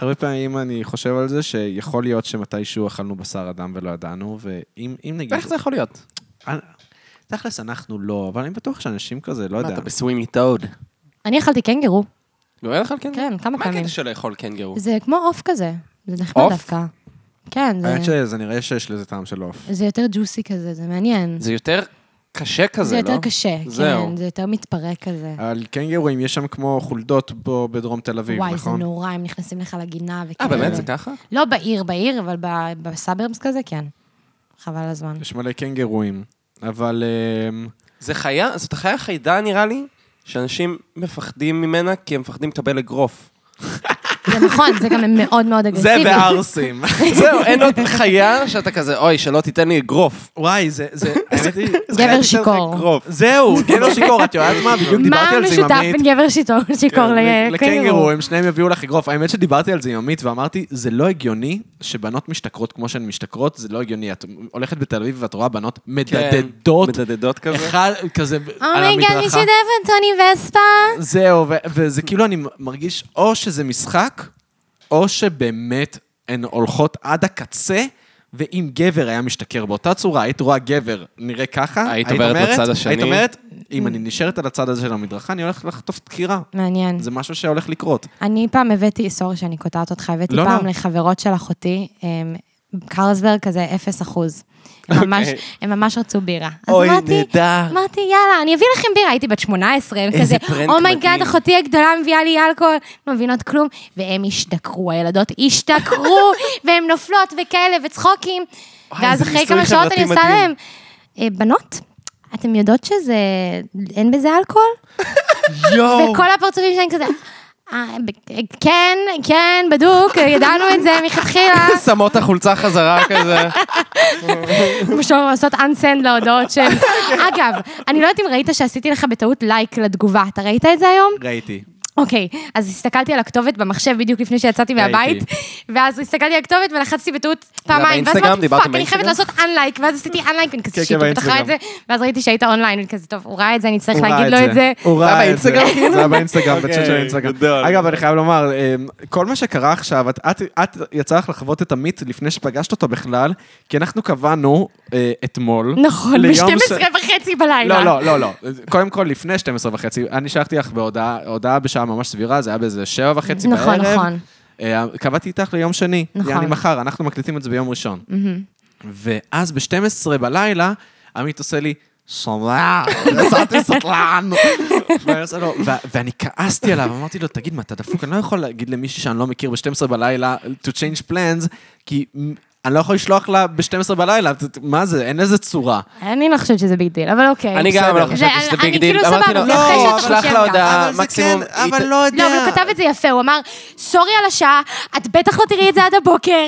הרבה פעמים אני חושב על זה שיכול להיות שמתישהו אכלנו בשר אדם ולא ידענו, ואם אם נגיד...
איך זה יכול להיות?
אה, תכלס, אנחנו לא, אבל אני בטוח שאנשים כזה, לא
מה,
יודע.
אתה בסווימי טוד.
אני אכלתי קנגרו.
לא היה לך על קנגרו?
כן, כמה
מה
פעמים.
הקטע של לאכול כן קנגרו?
זה כמו עוף כזה. זה נחמד
עוף?
דווקא. כן, זה-
האמת שזה נראה שיש לזה טעם של עוף.
זה יותר ג'וסי כזה, זה מעניין.
זה יותר קשה כזה, לא?
זה יותר קשה,
זהו.
כן, זה יותר מתפרק כזה.
על קנגורים יש שם כמו חולדות פה בדרום תל אביב,
וואי, זה
נכון?
נורא, הם נכנסים לך לגינה
אה,
וכאלה.
באמת? זה ככה?
לא בעיר, בעיר, אבל ב- בסאברמס כזה, כן. חבל על הזמן.
יש מלא קנגורים, אבל... אמ,
זה חיה, זאת
*laughs*
החיה היחידה, נראה לי, שאנשים מפחדים ממנה כי הם מפחדים לקבל אגרוף.
זה נכון, זה גם מאוד מאוד
זה
אגרסיבי.
וערסים.
זהו, אין עוד חיה שאתה כזה, אוי, שלא תיתן לי
*laughs*
אגרוף.
וואי, זה... *laughs* זה- האמת היא-
גבר שיכור.
אגרוף.
זהו, *laughs* גבר שיכור, את יודעת מה? בדיוק
מה
לא, דיברתי על זה עם
המשותף
עמית.
בין גבר שיטור- שיכור
כן,
לקנגורו?
הם שניהם יביאו לך אגרוף. האמת שדיברתי על זה עם עמית ואמרתי, זה לא הגיוני שבנות משתכרות כמו שהן משתכרות, זה לא הגיוני. את הולכת בתל אביב ואת רואה בנות כן, מדדדות.
מדדדות כזה.
אחד כזה
Oh
על
אומייגאד, you
המדרכה.
should have a Tony Vespa.
זהו, ו- וזה כאילו, אני מרגיש או שזה משחק, או שבאמת הן הולכות עד הקצה. ואם גבר היה משתכר באותה צורה, היית רואה גבר נראה ככה,
היית עוברת
אומרת-
לצד השני.
היית אומרת,
Mm.
אם אני נשארת על הצד הזה של המדרכה, אני הולך לחטוף דקירה.
מעניין.
זה משהו שהולך לקרות.
אני פעם הבאתי, סורי שאני קוטעת אותך, הבאתי
לא,
פעם
לא.
לחברות של אחותי, אמ, קרלסברג כזה אפס אחוז. הם ממש- הם ממש רצו בירה. אז
אוקיי. אוי,
אמרתי-
נהדר.
אמרתי, יאללה, אני אביא לכם בירה. הייתי בת 18, הם
איזה
כזה,
פרנק
אומייגאד,
מדהים."
אחותי הגדולה מביאה לי אלכוהול, לא מבינות כלום. והם השתכרו, הילדות
*laughs*
השתכרו, והן נופלות וכאלה, וצחוקים.
וואי,
ואז
איזה
אחרי
ניסוי
כמה שעות
חברתי
אני עושה
מדהים.
להם, "אה, בנות, אתם יודעות שזה, אין בזה אלכוהול?
יואו.
וכל הפרצופים שלהם כזה, "אה, ב- כן, כן, בדוק, ידענו את זה
*laughs*
מלכתחילה.
שמות את החולצה חזרה כזה.
פשוט עושות אנסנד להודעות של... אגב, אני לא יודעת אם ראית שעשיתי לך בטעות לייק לתגובה, אתה ראית את זה היום?
ראיתי.
אוקיי, אז הסתכלתי על הכתובת במחשב בדיוק לפני שיצאתי מהבית, ואז הסתכלתי על הכתובת ולחצתי בטעות פעמיים, ואז
באינסטגרם?
אמרתי,
דיברתם
פאק, אני חייבת לעשות אנלייק, ואז עשיתי אנלייק, ואני
כן,
כזה שיט, הוא בטח ראה
באינסטגרם.
את זה, ואז ראיתי שהיית אונליין, ואני כזה, טוב, הוא ראה את זה, אני אצטרך
הוא ראה
להגיד לו את זה. כאילו.
הוא
זה היה
ראה את זה.
באינסטגרם,
זה היה באינסטגרם,
אוקיי,
בצ'אט של האינסטגרם.
גדול.
אגב, אני חייב לומר, אמ, כל מה שקרה עכשיו, את- את- את יצא לך לחוות את עמית לפני שפגשת אותו בכלל, כי אנחנו קבענו אה, אתמול.
נכון,
ליום
ב-12
ש-
וחצי בלילה.
לא, לא, לא, לא. קודם כל, לפני 12 וחצי, אני שלחתי לך בהודעה, הודעה בשעה ממש סבירה, זה היה באיזה 7 וחצי בערב.
נכון, נכון.
אה, קבעתי איתך ליום שני.
נכון.
יעני מחר, אנחנו מקליטים את זה ביום ראשון. ואז ב-12 בלילה, עמית עושה לי, סומלה, יצאתי סטלן. *laughs* ואני עושה לו- ו- ואני כעסתי עליו, אמרתי לו, תגיד, מה, אתה דפוק? אני לא יכול להגיד למישהי שאני לא מכיר ב-12 בלילה, to change plans, כי אני לא יכול לשלוח לה ב-12 בלילה, ת- מה זה, אין לזה צורה.
אני לא חושבת שזה ביג דיל, אבל אוקיי.
אני גם
בסדר.
לא חשבתי
זה-
שזה
אני
ביג דיל.
כאילו
אמרתי
סבבה,
לו,
זה אחרי
לא,
שאתה
שלח
חושב
לה
ככה.
הודעה,
אבל זה
מקסימום...
כן,
היא
אבל
ת-
לא יודע.
לא, אבל הוא כתב את זה יפה, הוא אמר, סורי על השעה, את בטח לא תראי את זה עד
*laughs*
הבוקר.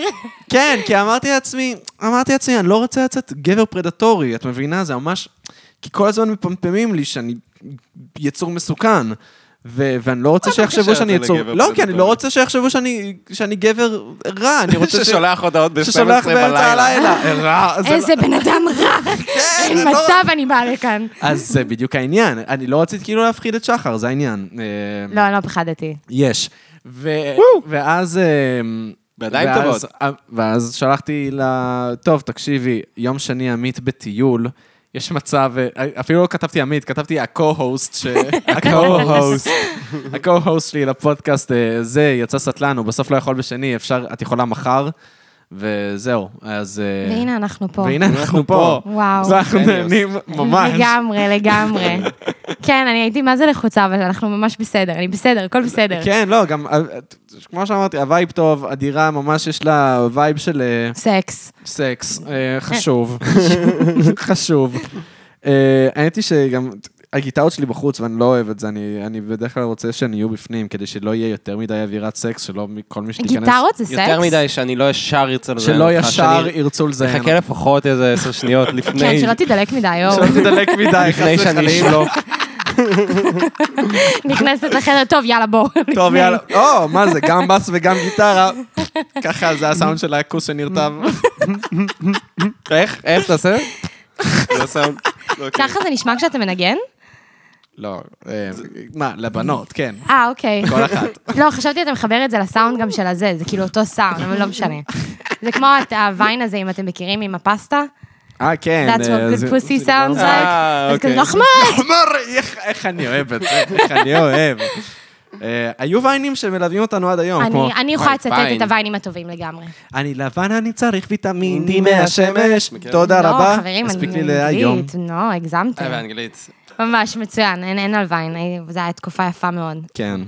כן, כי אמרתי לעצמי, אמרתי לעצמי, אני לא רוצה לצאת גבר פרדטורי, את מבינה? זה ממש... כי כל הזמן מפמפמים לי שאני יצור מסוכן. ו- ואני לא רוצה
אה, אתה קושר
שיחשבו
את
שאני
זה
יצור...
לגבר
לא, כי אני
פרדטורי?
לא רוצה שיחשבו שאני שאני גבר רע,
*laughs*
אני *laughs* רוצה ש...
ששולח הודעות ב-12
ששולח באמצע
בלילה.
הלילה.
*laughs*
רע, זה לא-
איזה בן אדם רע.
כן,
אין
זה לא-
מצב אני באה לכאן.
אז זה בדיוק העניין. אני לא רציתי כאילו להפחיד את שחר, זה העניין. אה,
לא, לא פחדתי.
יש. ו- ואז... אמ,
בידיים
ואז-
טובות.
אמ, ואז שלחתי לה, טוב, תקשיבי, יום שני עמית בטיול, יש מצב, אה, אפילו לא כתבתי עמית, כתבתי ה-co-host,
*laughs*
ש... ה-co-host, ה-co-host שלי לפודקאסט, אה, זה, יצא סטלן, הוא בסוף לא יכול בשני, אפשר, את יכולה מחר, וזהו, אז...
כן.
אה,
והנה אנחנו פה.
והנה אנחנו פה.
וואו.
ואנחנו
גניוס.
נהנים ממש.
לגמרי,
*laughs*
לגמרי. כן, אני הייתי מה זה לחוצה, אבל אנחנו ממש בסדר, אני בסדר, הכל בסדר.
כן, לא, גם, אה, כמו שאמרתי, הווייב טוב, הדירה ממש יש לה וייב של... אה,
סקס.
סקס, אה, חשוב. חשוב. אה, האמת היא שגם הגיטרות שלי בחוץ, ואני לא אוהב את זה, אני אני בדרך כלל רוצה שהן יהיו בפנים, כדי שלא יהיה יותר מדי אווירת סקס, שלא מ- כל מי שתיכנס...
גיטרות זה סקס?
יותר מדי שאני לא ישר ארצה לזיין
שלא
אותך,
ישר
שאני
ירצו לזיין.
אחכה לפחות איזה עשר שניות לפני.
כן, שלא תדלק מדי,
*laughs*
יואו.
שלא תדלק מדי,
לפני
חס
שאני
וחלילה.
אשלוף.
נכנסת לחדר, טוב, יאללה, בואו.
טוב, יאללה. או, מה זה, גם בס וגם גיטרה. ככה זה הסאונד של הכוס שנרטב.
איך? איך תעשה? זה הסאונד. אוקיי.
ככה זה נשמע כשאתה מנגן?
לא, אה, מה, לבנות, כן.
אה, אוקיי.
כל אחת.
לא, חשבתי אתה מחבר את זה לסאונד גם של הזה, זה כאילו אותו סאונד, אבל לא משנה. זה כמו את הוויין הזה, אם אתם מכירים, עם הפסטה.
אה, כן.
That's
אה,
what
זה-
good pussy sounds like.
אה,
אז לא- כזה,
אוקיי.
נחמד!
כלומר, איך- איך אני אוהב את זה, איך אני אוהב. אה, היו ויינים שמלווים אותנו עד היום, לא, כמו...
אני- אני יכולה
וואי,
לצטט
ויין.
את הוויינים הטובים לגמרי.
אני לבן, אני צריך ויטמין D
מהשמש.
מהשמש, תודה רבה.
לא, חברים,
הספיק לי
אני
להיום.
אנגלית, לא,
אה,
הגזמתם.
באנגלית.
ממש מצוין, אין אין על ויין, אה, זו הייתה תקופה יפה מאוד,
כן.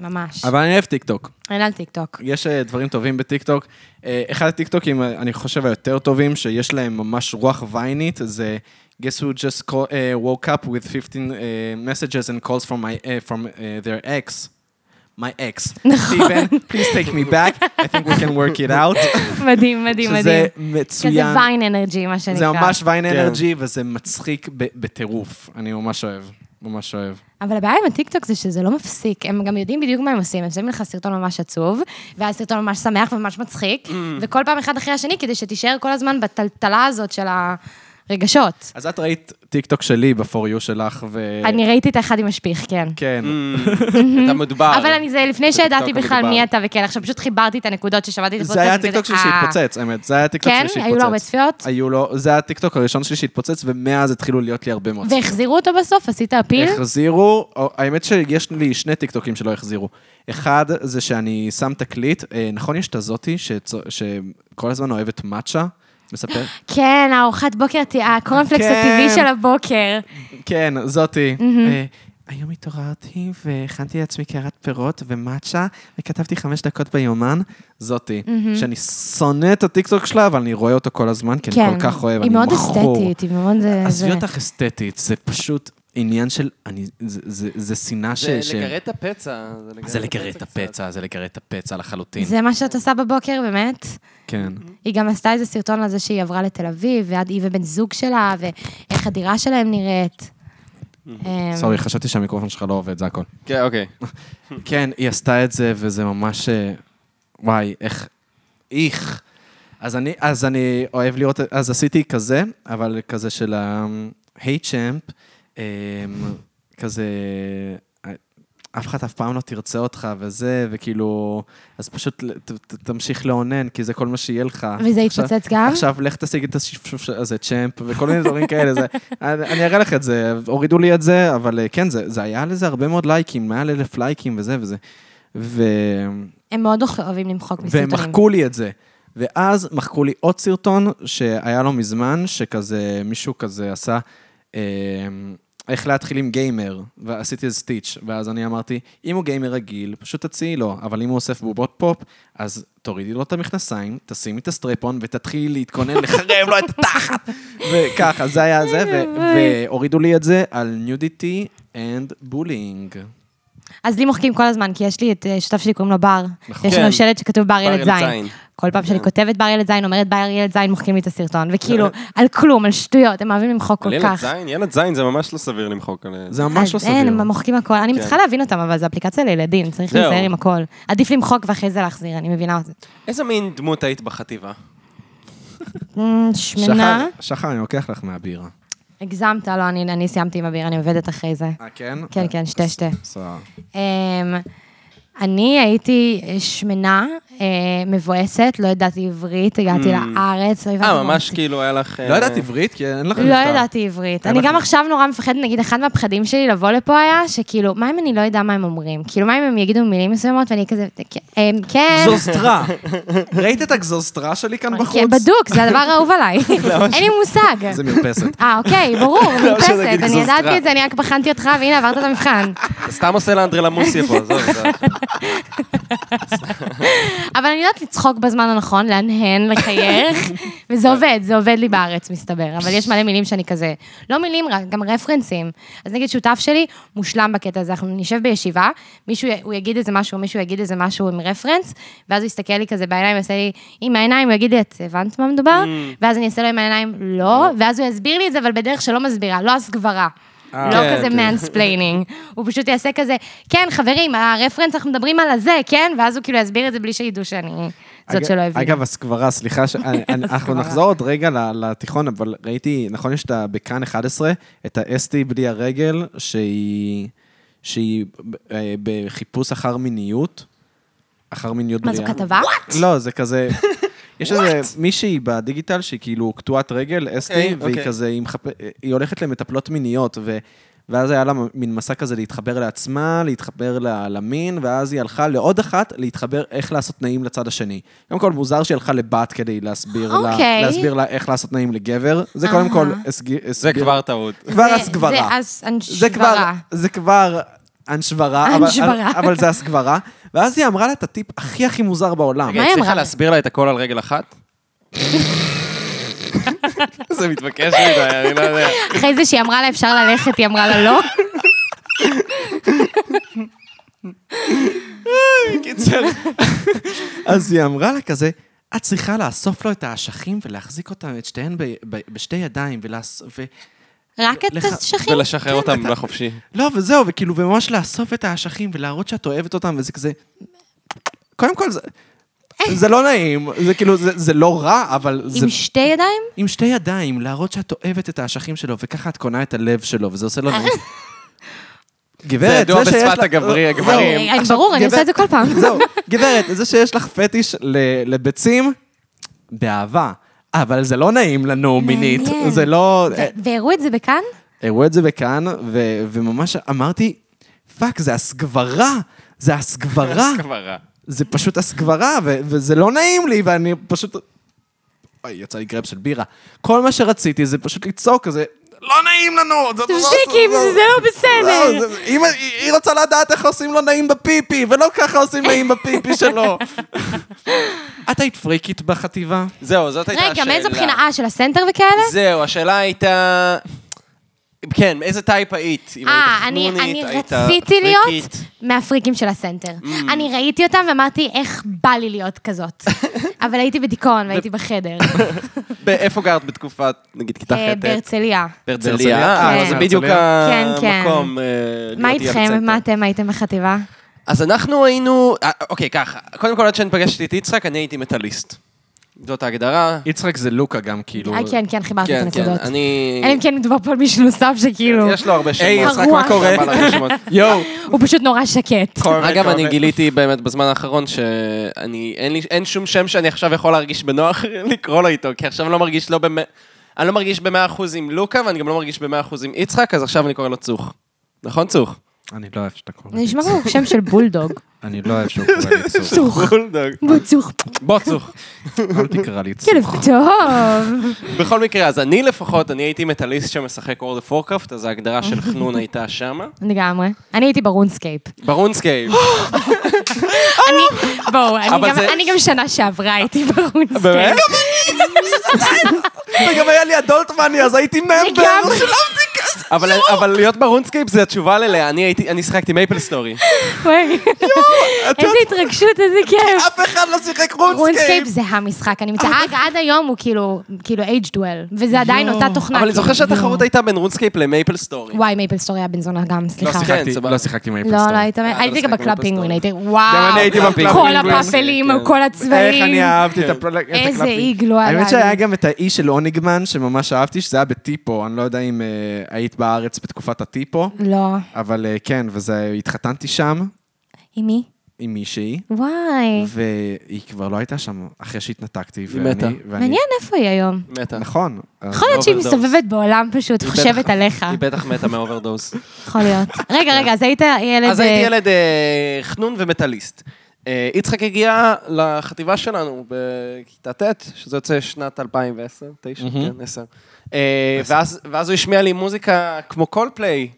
ממש.
אבל אני אוהב טיקטוק.
אין על
*laughs*
טיקטוק.
יש אה, דברים טובים בטיקטוק. אה, אחד הטיקטוקים, אה, אני חושב, היותר טובים, שיש להם ממש רוח ויינית, זה guess who just call, אה, אה, uh, woke up with 15 uh, messages and calls from, my, uh, from uh, their ex. my
*laughs*
ex.
נכון.
Steven, please take me back, I think we can work it out.
מדהים, *laughs* מדהים,
שזה
מדהים. כזה
מצוין.
ויין אנרג'י, מה שנקרא.
זה ממש ויין
כן.
אנרג'י, וזה מצחיק ב- בטירוף. אני ממש אוהב, ממש אוהב.
אבל הבעיה עם הטיקטוק זה שזה לא מפסיק, הם גם יודעים בדיוק מה הם עושים, הם שמים לך סרטון ממש עצוב, ואז סרטון ממש שמח וממש מצחיק,
Mm.
וכל פעם אחד אחרי השני, כדי שתישאר כל הזמן בטלטלה הזאת של הרגשות.
אז את ראית טיקטוק שלי ב-for you שלך, ו...
אני ראיתי את האחד עם השפיך, כן.
כן.
אתה מדובר.
אבל אני, זה לפני
בטיקטוק
שידעתי בכלל
המדובר.
מי אתה וכן, עכשיו פשוט חיברתי את הנקודות ששמעתי את
זה היה הטיקטוק שלי
וכזה, אה.
שהתפוצץ, האמת. זה היה הטיקטוק
כן?
שלי שהתפוצץ.
היו לו הרבה צפיות?
היו לו, זה היה הטיקטוק הראשון שלי שהתפוצץ, ומאז התחילו להיות לי הרבה מאוד צפיות.
והחזירו אותו בסוף? עשית אפיל?
החזירו, או- האמת שיש לי שני טיקטוקים שלא החזירו. אחד, זה שאני שם תקליט, אה, נכון יש את הזאתי שצו- שכל הזמן אוהבת מאצ'ה? מספר?
כן, הארוחת בוקר, ת- הקורנפלקס
כן.
הטבעי של הבוקר.
כן, זאתי. אה, היום התעוררתי והכנתי לעצמי קערת פירות ומאצ'ה, וכתבתי חמש דקות ביומן, זאתי. שאני שונא את הטיקטוק שלה, אבל אני רואה אותו כל הזמן, כי אני כל כך אוהב, אני
כן, היא מאוד
מכור.
אסתטית, היא מאוד... זה-
עזבי
זה-
אותך אסתטית, זה פשוט עניין של... אני, זה, זה, זה שנאה ש...
זה
ש-
לגרד את הפצע.
זה לגרד את הפצע, זה לגרד את הפצע לחלוטין.
זה מה שאת עושה בבוקר, באמת?
כן.
היא גם עשתה איזה סרטון על זה שהיא עברה לתל אביב, ועד היא ובן זוג שלה, ואיך הדירה שלהם נראית. אמ,
סורי, חשבתי שהמיקרופון שלך לא עובד, זה הכל.
כן, אוקיי.
כן, היא עשתה את זה, וזה ממש... אה, וואי, איך... איך. אז אני, אז אני אוהב לראות... אז עשיתי כזה, אבל כזה של ה-H-Champ, אמ, כזה... אה, אף אחד אף פעם לא תרצה אותך וזה, וכאילו... אז פשוט ת- ת- תמשיך לאונן, כי זה כל מה שיהיה לך.
וזה
עכשיו-
התפוצץ גם?
עכשיו לך תשיג את השפשוף הזה, צ'מפ, וכל מיני דברים כאלה. זה, אני, אני אראה לך את זה, הורידו לי את זה, אבל אה, כן, זה, זה היה לזה הרבה מאוד לייקים, מעל אלף לייקים וזה וזה. ו...
הם מאוד אוהבים למחוק
והם
מסרטונים.
מחקו לי את זה. ואז מחקו לי עוד סרטון שהיה לו מזמן, שכזה, מישהו כזה עשה, אה, איך להתחיל עם גיימר, ועשיתי איזה סטיץ', ואז אני אמרתי, אם הוא גיימר רגיל, פשוט תציעי לו, אבל אם הוא אוסף בובות פופ, אז תורידי לו את המכנסיים, תשימי את הסטרפון ותתחילי להתכונן לחרב לו את התחת. וככה, זה היה זה,
*laughs*
ו- והורידו לי את זה על ניודיטי אנד בולינג.
אז לי מוחקים כל הזמן, כי יש לי את אה, שותף שלי, קוראים לו בר. יש
כן.
לנו שלט שכתוב בר
בר
ילד
ילד זין.
זין. כל פעם שאני כותבת בר ילד זין, אומרת בר ילד זין, מוחקים לי את הסרטון. וכאילו, על כלום, על שטויות, הם אוהבים למחוק
אבל
כל
ילד
כך.
זין, ילד זין זה ממש לא סביר למחוק עליהם.
זה ממש לא
אז
סביר.
אין, הם מוחקים הכל. אני מצליחה להבין אותם, אבל זו אפליקציה לילדים, צריך
זהו.
להיזהר עם הכל. עדיף למחוק ואחרי זה להחזיר, אני מבינה את זה.
איזה מין דמות היית בחטיבה?
אמ, שמנה.
שחר- שחר, אני לוקח לך מהבירה.
הגזמת, לא, אני, אני סיימתי עם הבירה, אני עובדת אחרי זה.
אה, כן?
כן, כן, שתי, שתי.
בסדר.
אמ, אני הייתי שמנה, אה, מבואסת, לא ידעתי עברית, הגעתי לארץ, לא הבנתי.
אה,
מה
ממש
רציתי.
כאילו היה לך... אה,
לא ידעת עברית, כי אין לך
לא ידעתי עברית. אני גם עכשיו נורא מפחדת, נגיד, אחד מהפחדים שלי לבוא לפה היה, שכאילו, מה אם אני לא אדע מה הם אומרים? כאילו, מה אם הם יגידו מילים מסוימות ואני כזה, "אמ, כן,
גזוסטרה. ראית את הגזוסטרה שלי כאן
כן,
בחוץ?
בדוק, זה הדבר האהוב עליי. אין לי מושג.
זה מרפסת.
אה, אוקיי,
*laughs*
ברור, מרפסת,
שנגיד
אני
גזוז
ידעתי
טראק.
את זה, אני רק בחנתי אותך, והנה, עברת את המבחן.
אתה סתם עושה לאנדרי למוסיה פה, עזוב. עזוב.
אבל אני יודעת לצחוק בזמן הנכון, להנהן, לחייך,
*laughs*
וזה עובד, זה עובד לי בארץ, מסתבר. אבל יש מלא מילים שאני כזה, לא מילים, רק גם רפרנסים. אז נגיד שותף שלי, מושלם בקטע הזה, אנחנו נשב בישיבה, מישהו, י- הוא יגיד איזה משהו, מישהו יגיד איזה משהו עם רפרנס, ואז הוא יסתכל לי כזה בעיניים, יעשה לי, עם העיניים, הוא יגיד לי, את הבנת מה מדובר?
Mm.
ואז אני אעשה לו עם העיניים, לא, ואז הוא יסביר לי את זה, אבל בדרך שלא מסבירה, לא הסגברה. לא
כן,
כזה
כן.
מנספליינינג. *laughs* הוא פשוט יעשה כזה, כן, חברים, הרפרנס, אנחנו מדברים על הזה, כן? ואז הוא כאילו יסביר את זה בלי שידעו שאני זאת
אג-
שלא הבינה.
אגב, הסקברה, סליחה, ש- אני- אני- אנחנו
*laughs* הסקברה.
נחזור עוד רגע ל- לתיכון, אבל ראיתי, נכון, יש את ה- בכאן 11, את האסתי בלי הרגל, שהיא שהיא ב- אה, בחיפוש אחר מיניות. אחר מיניות
מה,
בריאה.
זו כתבה?
לא, זה כזה... יש איזה מישהי בדיגיטל שהיא כאילו קטועת רגל, אסתי,
אוקיי,
והיא
אוקיי.
כזה, היא מחפ- היא הולכת למטפלות מיניות, ו... ואז היה לה מין מסע כזה להתחבר לעצמה, להתחבר ל- למין, ואז היא הלכה לעוד אחת להתחבר איך לעשות תנאים לצד השני. קודם כל, מוזר שהיא הלכה לבת כדי להסביר, לה,
אוקיי.
להסביר לה איך לעשות תנאים לגבר. זה קודם כל... הסג...
*laughs* זה כבר טעות.
כבר
זה-
הסגברה.
זה אז
זה כבר,
השברה.
זה
*laughs*
כבר אנשברה, אבל,
אנשברה.
אבל זה הסגברה. ואז היא אמרה לה את הטיפ הכי הכי מוזר בעולם.
מה היא
הצליחה
אמרה?
להסביר לה את הכל על רגל
*laughs*
אחת? זה מתבקש מדי, אני לא יודע.
אחרי זה שהיא אמרה לה, אפשר ללכת, היא אמרה לה, לא.
קיצר.
אז היא אמרה לה כזה, את צריכה לאסוף לו את האשכים ולהחזיק אותם, את שתיהן ב- ב- בשתי ידיים, ולאס... ו...
רק את
לך-
השכים?
*laughs* ולשחרר אותם
כן.
לחופשי.
לא, וזהו, וכאילו, וממש לאסוף את האשכים ולהראות שאת אוהבת אותם, וזה כזה... קודם כל, זה... זה לא נעים, זה כאילו, זה, זה לא רע, אבל זה...
עם שתי ידיים?
עם שתי ידיים, להראות שאת אוהבת את האשכים שלו, וככה את קונה את הלב שלו, וזה עושה לו
*laughs*
נעים. גברת,
זה ידוע
שיש
בשפת
לך-
הגברי,
זהו,
הגברים.
אה,
עכשיו,
ברור, אני
גברת-
עושה את זה כל פעם.
*laughs* זהו, גברת, זה שיש לך פטיש ל- לביצים, באהבה. אבל זה לא נעים לנו מינית,
מעניין.
זה לא...
ו- והראו את זה בכאן?
הראו את זה בכאן, ו- וממש אמרתי, פאק, זה הסגברה, זה הסגברה,
כבר רע.
זה פשוט הסגברה, ו- וזה לא נעים לי, ואני פשוט... אוי, יצא לי גרב של בירה. כל מה שרציתי זה פשוט לצעוק כזה, לא נעים לנו! זה-
תפסיקי עם זה, זה לא
לא,
בסדר.
זה- אם- היא רוצה לדעת איך עושים לו נעים בפיפי, ולא ככה עושים נעים בפיפי שלו. את היית פריקית בחטיבה?
זהו, זאת הייתה השאלה.
רגע, מאיזו בחינה? אה, של הסנטר וכאלה?
זהו, השאלה הייתה... כן, איזה טייפ היית? אם
אה,
היית
אני, אני
חנונית, היית
רציתי להיות
פריקית.
מהפריקים של הסנטר.
Mm.
אני ראיתי אותם ואמרתי, איך בא לי להיות
*laughs*
כזאת. אבל הייתי בדיכאון והייתי בחדר.
באיפה גרת בתקופת, נגיד, כיתה
אה,
ח'? ט'?
בהרצליה.
בהרצליה.
בהרצליה.
אה,
כן.
אבל זה בדיוק
כן, כן.
המקום. אה, להיות
מה
ילד
איתכם?
סנטר.
מה אתם הייתם בחטיבה?
אז אנחנו היינו... אה, אוקיי, ככה. קודם כל, עד שאני פגשתי את יצחק, אני הייתי מטאליסט. זאת ההגדרה.
יצחק זה לוקה גם, כאילו.
אה, כן, כן, חיברתי את
כן, כן,
הנקודות. כאילו-
אני... כן,
אלא אם כן מדובר פה על מישהו נוסף שכאילו,
יש לו הרבה שמות.
היי,
יצחק, מה קורה?
אבל הרבה *laughs* שמות.
יואו,
כן.
הוא פשוט נורא שקט.
אגב, אני גיליתי באמת בזמן האחרון שאני, אין לי, אין שום שם שאני עכשיו יכול להרגיש בנוח *laughs* לקרוא לו איתו, כי עכשיו אני לא מרגיש לא במאה, אני לא מרגיש במאה אחוז עם לוקה, ואני גם לא מרגיש במאה אחוז עם יצחק, אז עכשיו אני קורא לו צוך. נכון, צוך?
אני לא אוהב שאתה קורא.
זה נשמע כמו שם של
*laughs*
בולדוג.
אני לא אוהב שהוא קורא לי צור.
צוך,
בולדוג.
בוצוך,
בוא, צוך.
אל תקרא לי צור.
כלב כאילו, טוב.
בכל מקרה, אז אני לפחות, אני הייתי מטאליסט שמשחק World of Warcraft, אז ההגדרה של חנון הייתה שמה.
לגמרי. אני הייתי ברונסקייפ.
אה! ברונסקייפ.
אני, בואו, אני
אבל
גם-
זה- אה,
אני גם שנה שעברה הייתי ברונסקייפ.
*laughs* באמת?
וגם היה לי אדולטמני, אז הייתי ממבר.
אה,
לגמרי.
אבל אבל להיות ברונסקייפ זה התשובה ללאה, אני הייתי, אני שיחקתי מייפל סטורי.
וואי. איזה התרגשות, איזה
אה,
כיף.
אף אחד לא שיחק
רונסקייפ זה המשחק, אני מצטערת. אגב, עד היום הוא כאילו, כאילו אייג' דואל, וזה עדיין אותה תוכנה.
אבל אני
כאילו.
זוכר שהתחרות הייתה בין רונסקייפ למייפל סטורי.
וואי, מייפל סטורי היה בן זונה גם,
לא
סליחה.
שיחקתי,
סבבה.
לא שיחקתי עם
לא,
אייפלסטור.
לא היית, הייתי גם
משחק
בקלאב
מייפל
פינגווין,
סטורי.
הייתי, וואו.
גם אני הייתי בקלאב
כל
פינגווין.
הפאפלים,
כן.
איך
כל
אני
הצבעים.
אהבתי את הפל- את הקלפים.
איזה איגלו עליי.
האמת שהיה גם את האי של אוניגמן, שממש אהבתי, שזה היה בטיפו, אני לא יודע אם אה, היית בארץ בתקופת הטיפו,
לא.
אבל אה, כן, וזה, התחתנתי שם
עם מי?
עם מישהי,
וואי.
והיא כבר לא הייתה שם אחרי שהתנתקתי.
היא
ואני-
מתה.
ואני-
מעניין איפה היא היום.
מתה.
נכון. אז-
יכול להיות שהיא
אוברדוז.
מסתובבת בעולם פשוט,
היא
חושבת
בטח-
עליך.
היא בטח מתה מאוברדוס.
יכול להיות. רגע, רגע, אז היית ילד...
אז הייתי
אה,
ילד אה, חנון ומטאליסט. אה, יצחק הגיע לחטיבה שלנו בכיתה ט', שזה יוצא שנת 2010, 9, כן, 10. אה, ואז- ואז הוא השמיע לי מוזיקה כמו קולפליי,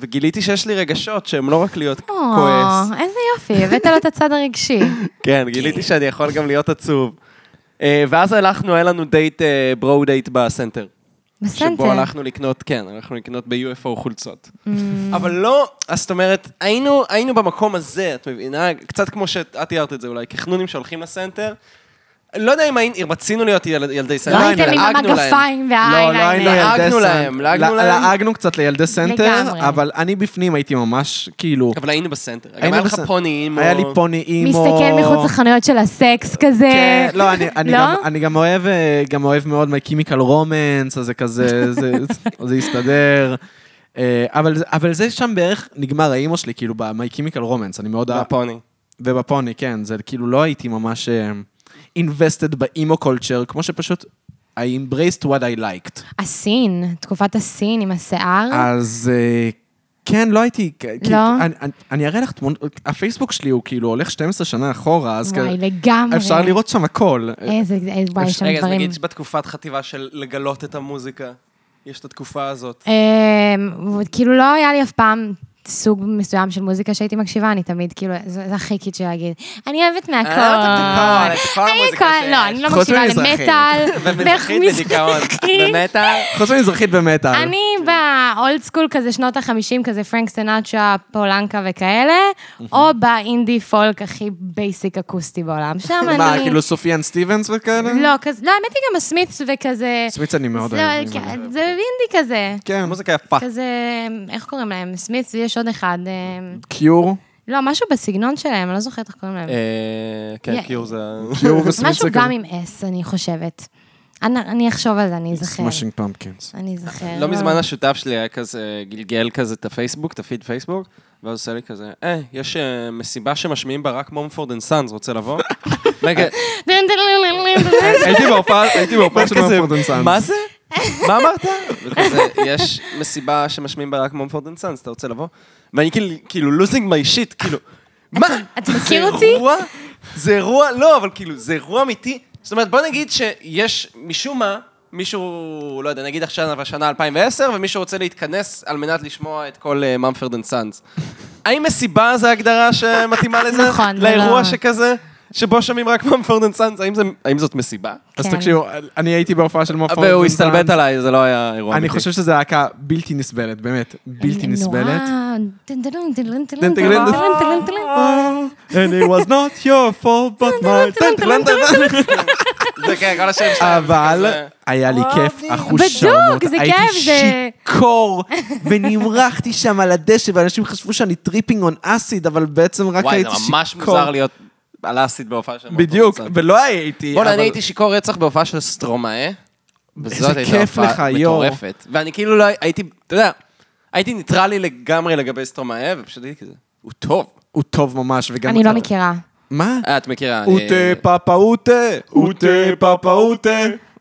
וגיליתי שיש לי רגשות שהם לא רק להיות
או,
כועס.
אה, איזה יופי, הבאת לו את הצד הרגשי.
כן, גיליתי שאני יכול גם להיות עצוב. אה, ואז הלכנו, היה לנו דייט, אה, ברו דייט בסנטר.
בסנטר. Mm.
שבו הלכנו לקנות, כן, הלכנו לקנות ב-UFO חולצות. אבל לא, אז זאת אומרת, היינו, היינו במקום הזה, את מבינה? קצת כמו שאת תיארת את זה אולי, כחנונים שהולכים לסנטר. לא יודע אם היינו, רצינו להיות ילד, ילדי סנטר.
לא הייתם עם
לעגנו להם.
המגפיים
לא, לא היינו
והאייליינר.
לעגנו
ילדי
להם,
סנטר.
לעגנו להם.
לעגנו קצת לילדי סנטר,
לגמרי.
אבל אני בפנים הייתי ממש, כאילו...
אבל היינו בסנטר. גם
היינו
היה לך
בסנ-
פוני אימו.
היה לי פוני אימו.
מסתכל מחוץ לחנויות של הסקס כזה.
כן, לא, אני, אני,
לא?
גם, אני גם אוהב, אה, גם אוהב מאוד My Chemical Romance, אז זה כזה,
*laughs*
זה, זה הסתדר. אה, אבל, זה- אבל זה שם בערך נגמר האימו שלי, כאילו, ב-My Chemical Romance, אני מאוד אהב.
והפוני.
ובפוני, כן, זה כאילו לא הייתי ממש אה, invested באימו קולצ'ר, כמו שפשוט, I embraced what I liked.
הסין, תקופת הסין עם השיער.
אז אה, כן, לא הייתי, כ- כי-
לא?
אני- אני- אני אראה לך תמונות, הפייסבוק שלי הוא כאילו הולך 12 שנה אחורה, אז
וואי,
כ-
לגמרי.
אפשר לראות שם הכל.
איזה, איזה- וואי, יש שם
רגע, אז
דברים.
נגיד שבתקופת חטיבה של לגלות את המוזיקה, יש את התקופה הזאת.
אמ, כאילו לא היה לי אף פעם סוג מסוים של מוזיקה שהייתי מקשיבה, אני תמיד, כאילו, זה זה הכי קיצ'י להגיד. אני אוהבת מהכל.
אה, את הכל, את כל
אני
המוזיקה
הכל-
שיש.
לא, אני לא
חוץ
מקשיבה
ממזרחית.
למטאל.
ומזרחית בדיכאון.
ומזרחי.
במטה.
חוץ ממזרחית ומטאל.
אני באולד סקול כזה שנות ה-50, כזה פרנק סנאצ'ה, פולנקה וכאלה, או באינדי פולק הכי בייסיק אקוסטי בעולם. שם אני...
מה, כאילו סופיאן סטיבנס וכאלה?
לא, כזה, לא, האמת היא גם הסמיץ וכזה...
סמיץ אני מאוד
זה-
אוהב.
כן, זה אינדי כזה.
כן,
מוזיקה יפה.
כזה, איך קוראים להם? סמיץ, ויש עוד אחד. אה,
קיור,
לא, משהו בסגנון שלהם, אני לא זוכרת איך קוראים להם.
אה, כן,
יא-
קיור זה...
קיור וסמיץ זה
*laughs* משהו
כזה.
גם עם אס, אני חושבת. אני אני אחשוב על זה, אני אזכר.
סמאשינג פמפקינס.
אני אזכר.
לא מזמן השותף שלי היה כזה, גלגל כזה את הפייסבוק, את הפיד פייסבוק, ואז עושה לי כזה, אה, יש אה, מסיבה שמשמיעים בה רק מומפורד אנד סאנס, רוצה לבוא? רגע, *laughs* הייתי בהופעה, הייתי בהופעה של
כזה,
מומפורד אנד סאנס.
מה
זה? מה אמרת? וכזה, יש מסיבה שמשמיעים בה רק מומפורד אנד סאנס, אתה רוצה לבוא? ואני כאילו- כאילו לוזינג מי שיט, כאילו, מה?
אתה מכיר
זה
אותי?
אירוע- זה אירוע, לא, אבל כאילו, זה אירוע אמיתי. זאת אומרת, בוא נגיד שיש משום מה, מישהו, לא יודע, נגיד עכשיו השנה 2010, ומישהו רוצה להתכנס על מנת לשמוע את כל אה, מומפורד אנד סאנס. האם מסיבה זה הגדרה שמתאימה לזה?
נכון, זה
לאירוע
לא-
שכזה, שבו שומעים רק מומפורד אנד סאנס, האם זה- האם זאת מסיבה?
אז
כן.
תקשיבו, אני הייתי בהופעה של מופע.
והוא הסתלבט עליי, זה לא היה אירוע
אני
אמיתי.
חושב שזו להקה בלתי נסבלת, באמת,
אה,
בלתי נסבלת. And it was not your fault but my...
זה כן, כל השם שלהם.
אבל
זה כזה-
היה לי כיף
בדוק,
אחושרמוט.
זה
הייתי
כיף, זה-
שיכור, ונמרחתי שם על הדשא, ואנשים חשבו שאני טריפינג און אסיד, אבל בעצם רק
וואי,
הייתי
זה
שיכור.
ממש מוזר להיות על אסיד בהופעה של מומפורד
בדיוק,
אנד סאנס.
ולא הייתי.
בוא'נה,
אבל-
אני הייתי שיכור רצח בהופעה של סטרומאה. וזאת הייתה
כיף
הופעה
לך, יואו.
מטורפת. ואני כאילו לא הייתי, אתה יודע, הייתי ניטרלי לגמרי לגבי סטרומאה, ופשוט הייתי כזה, הוא טוב.
הוא טוב ממש, וגם...
אני לא
אתה-
מכירה.
מה?
אה, את מכירה. אה,
אוטה פאפה אוטה, אוטה פאפה אוטה.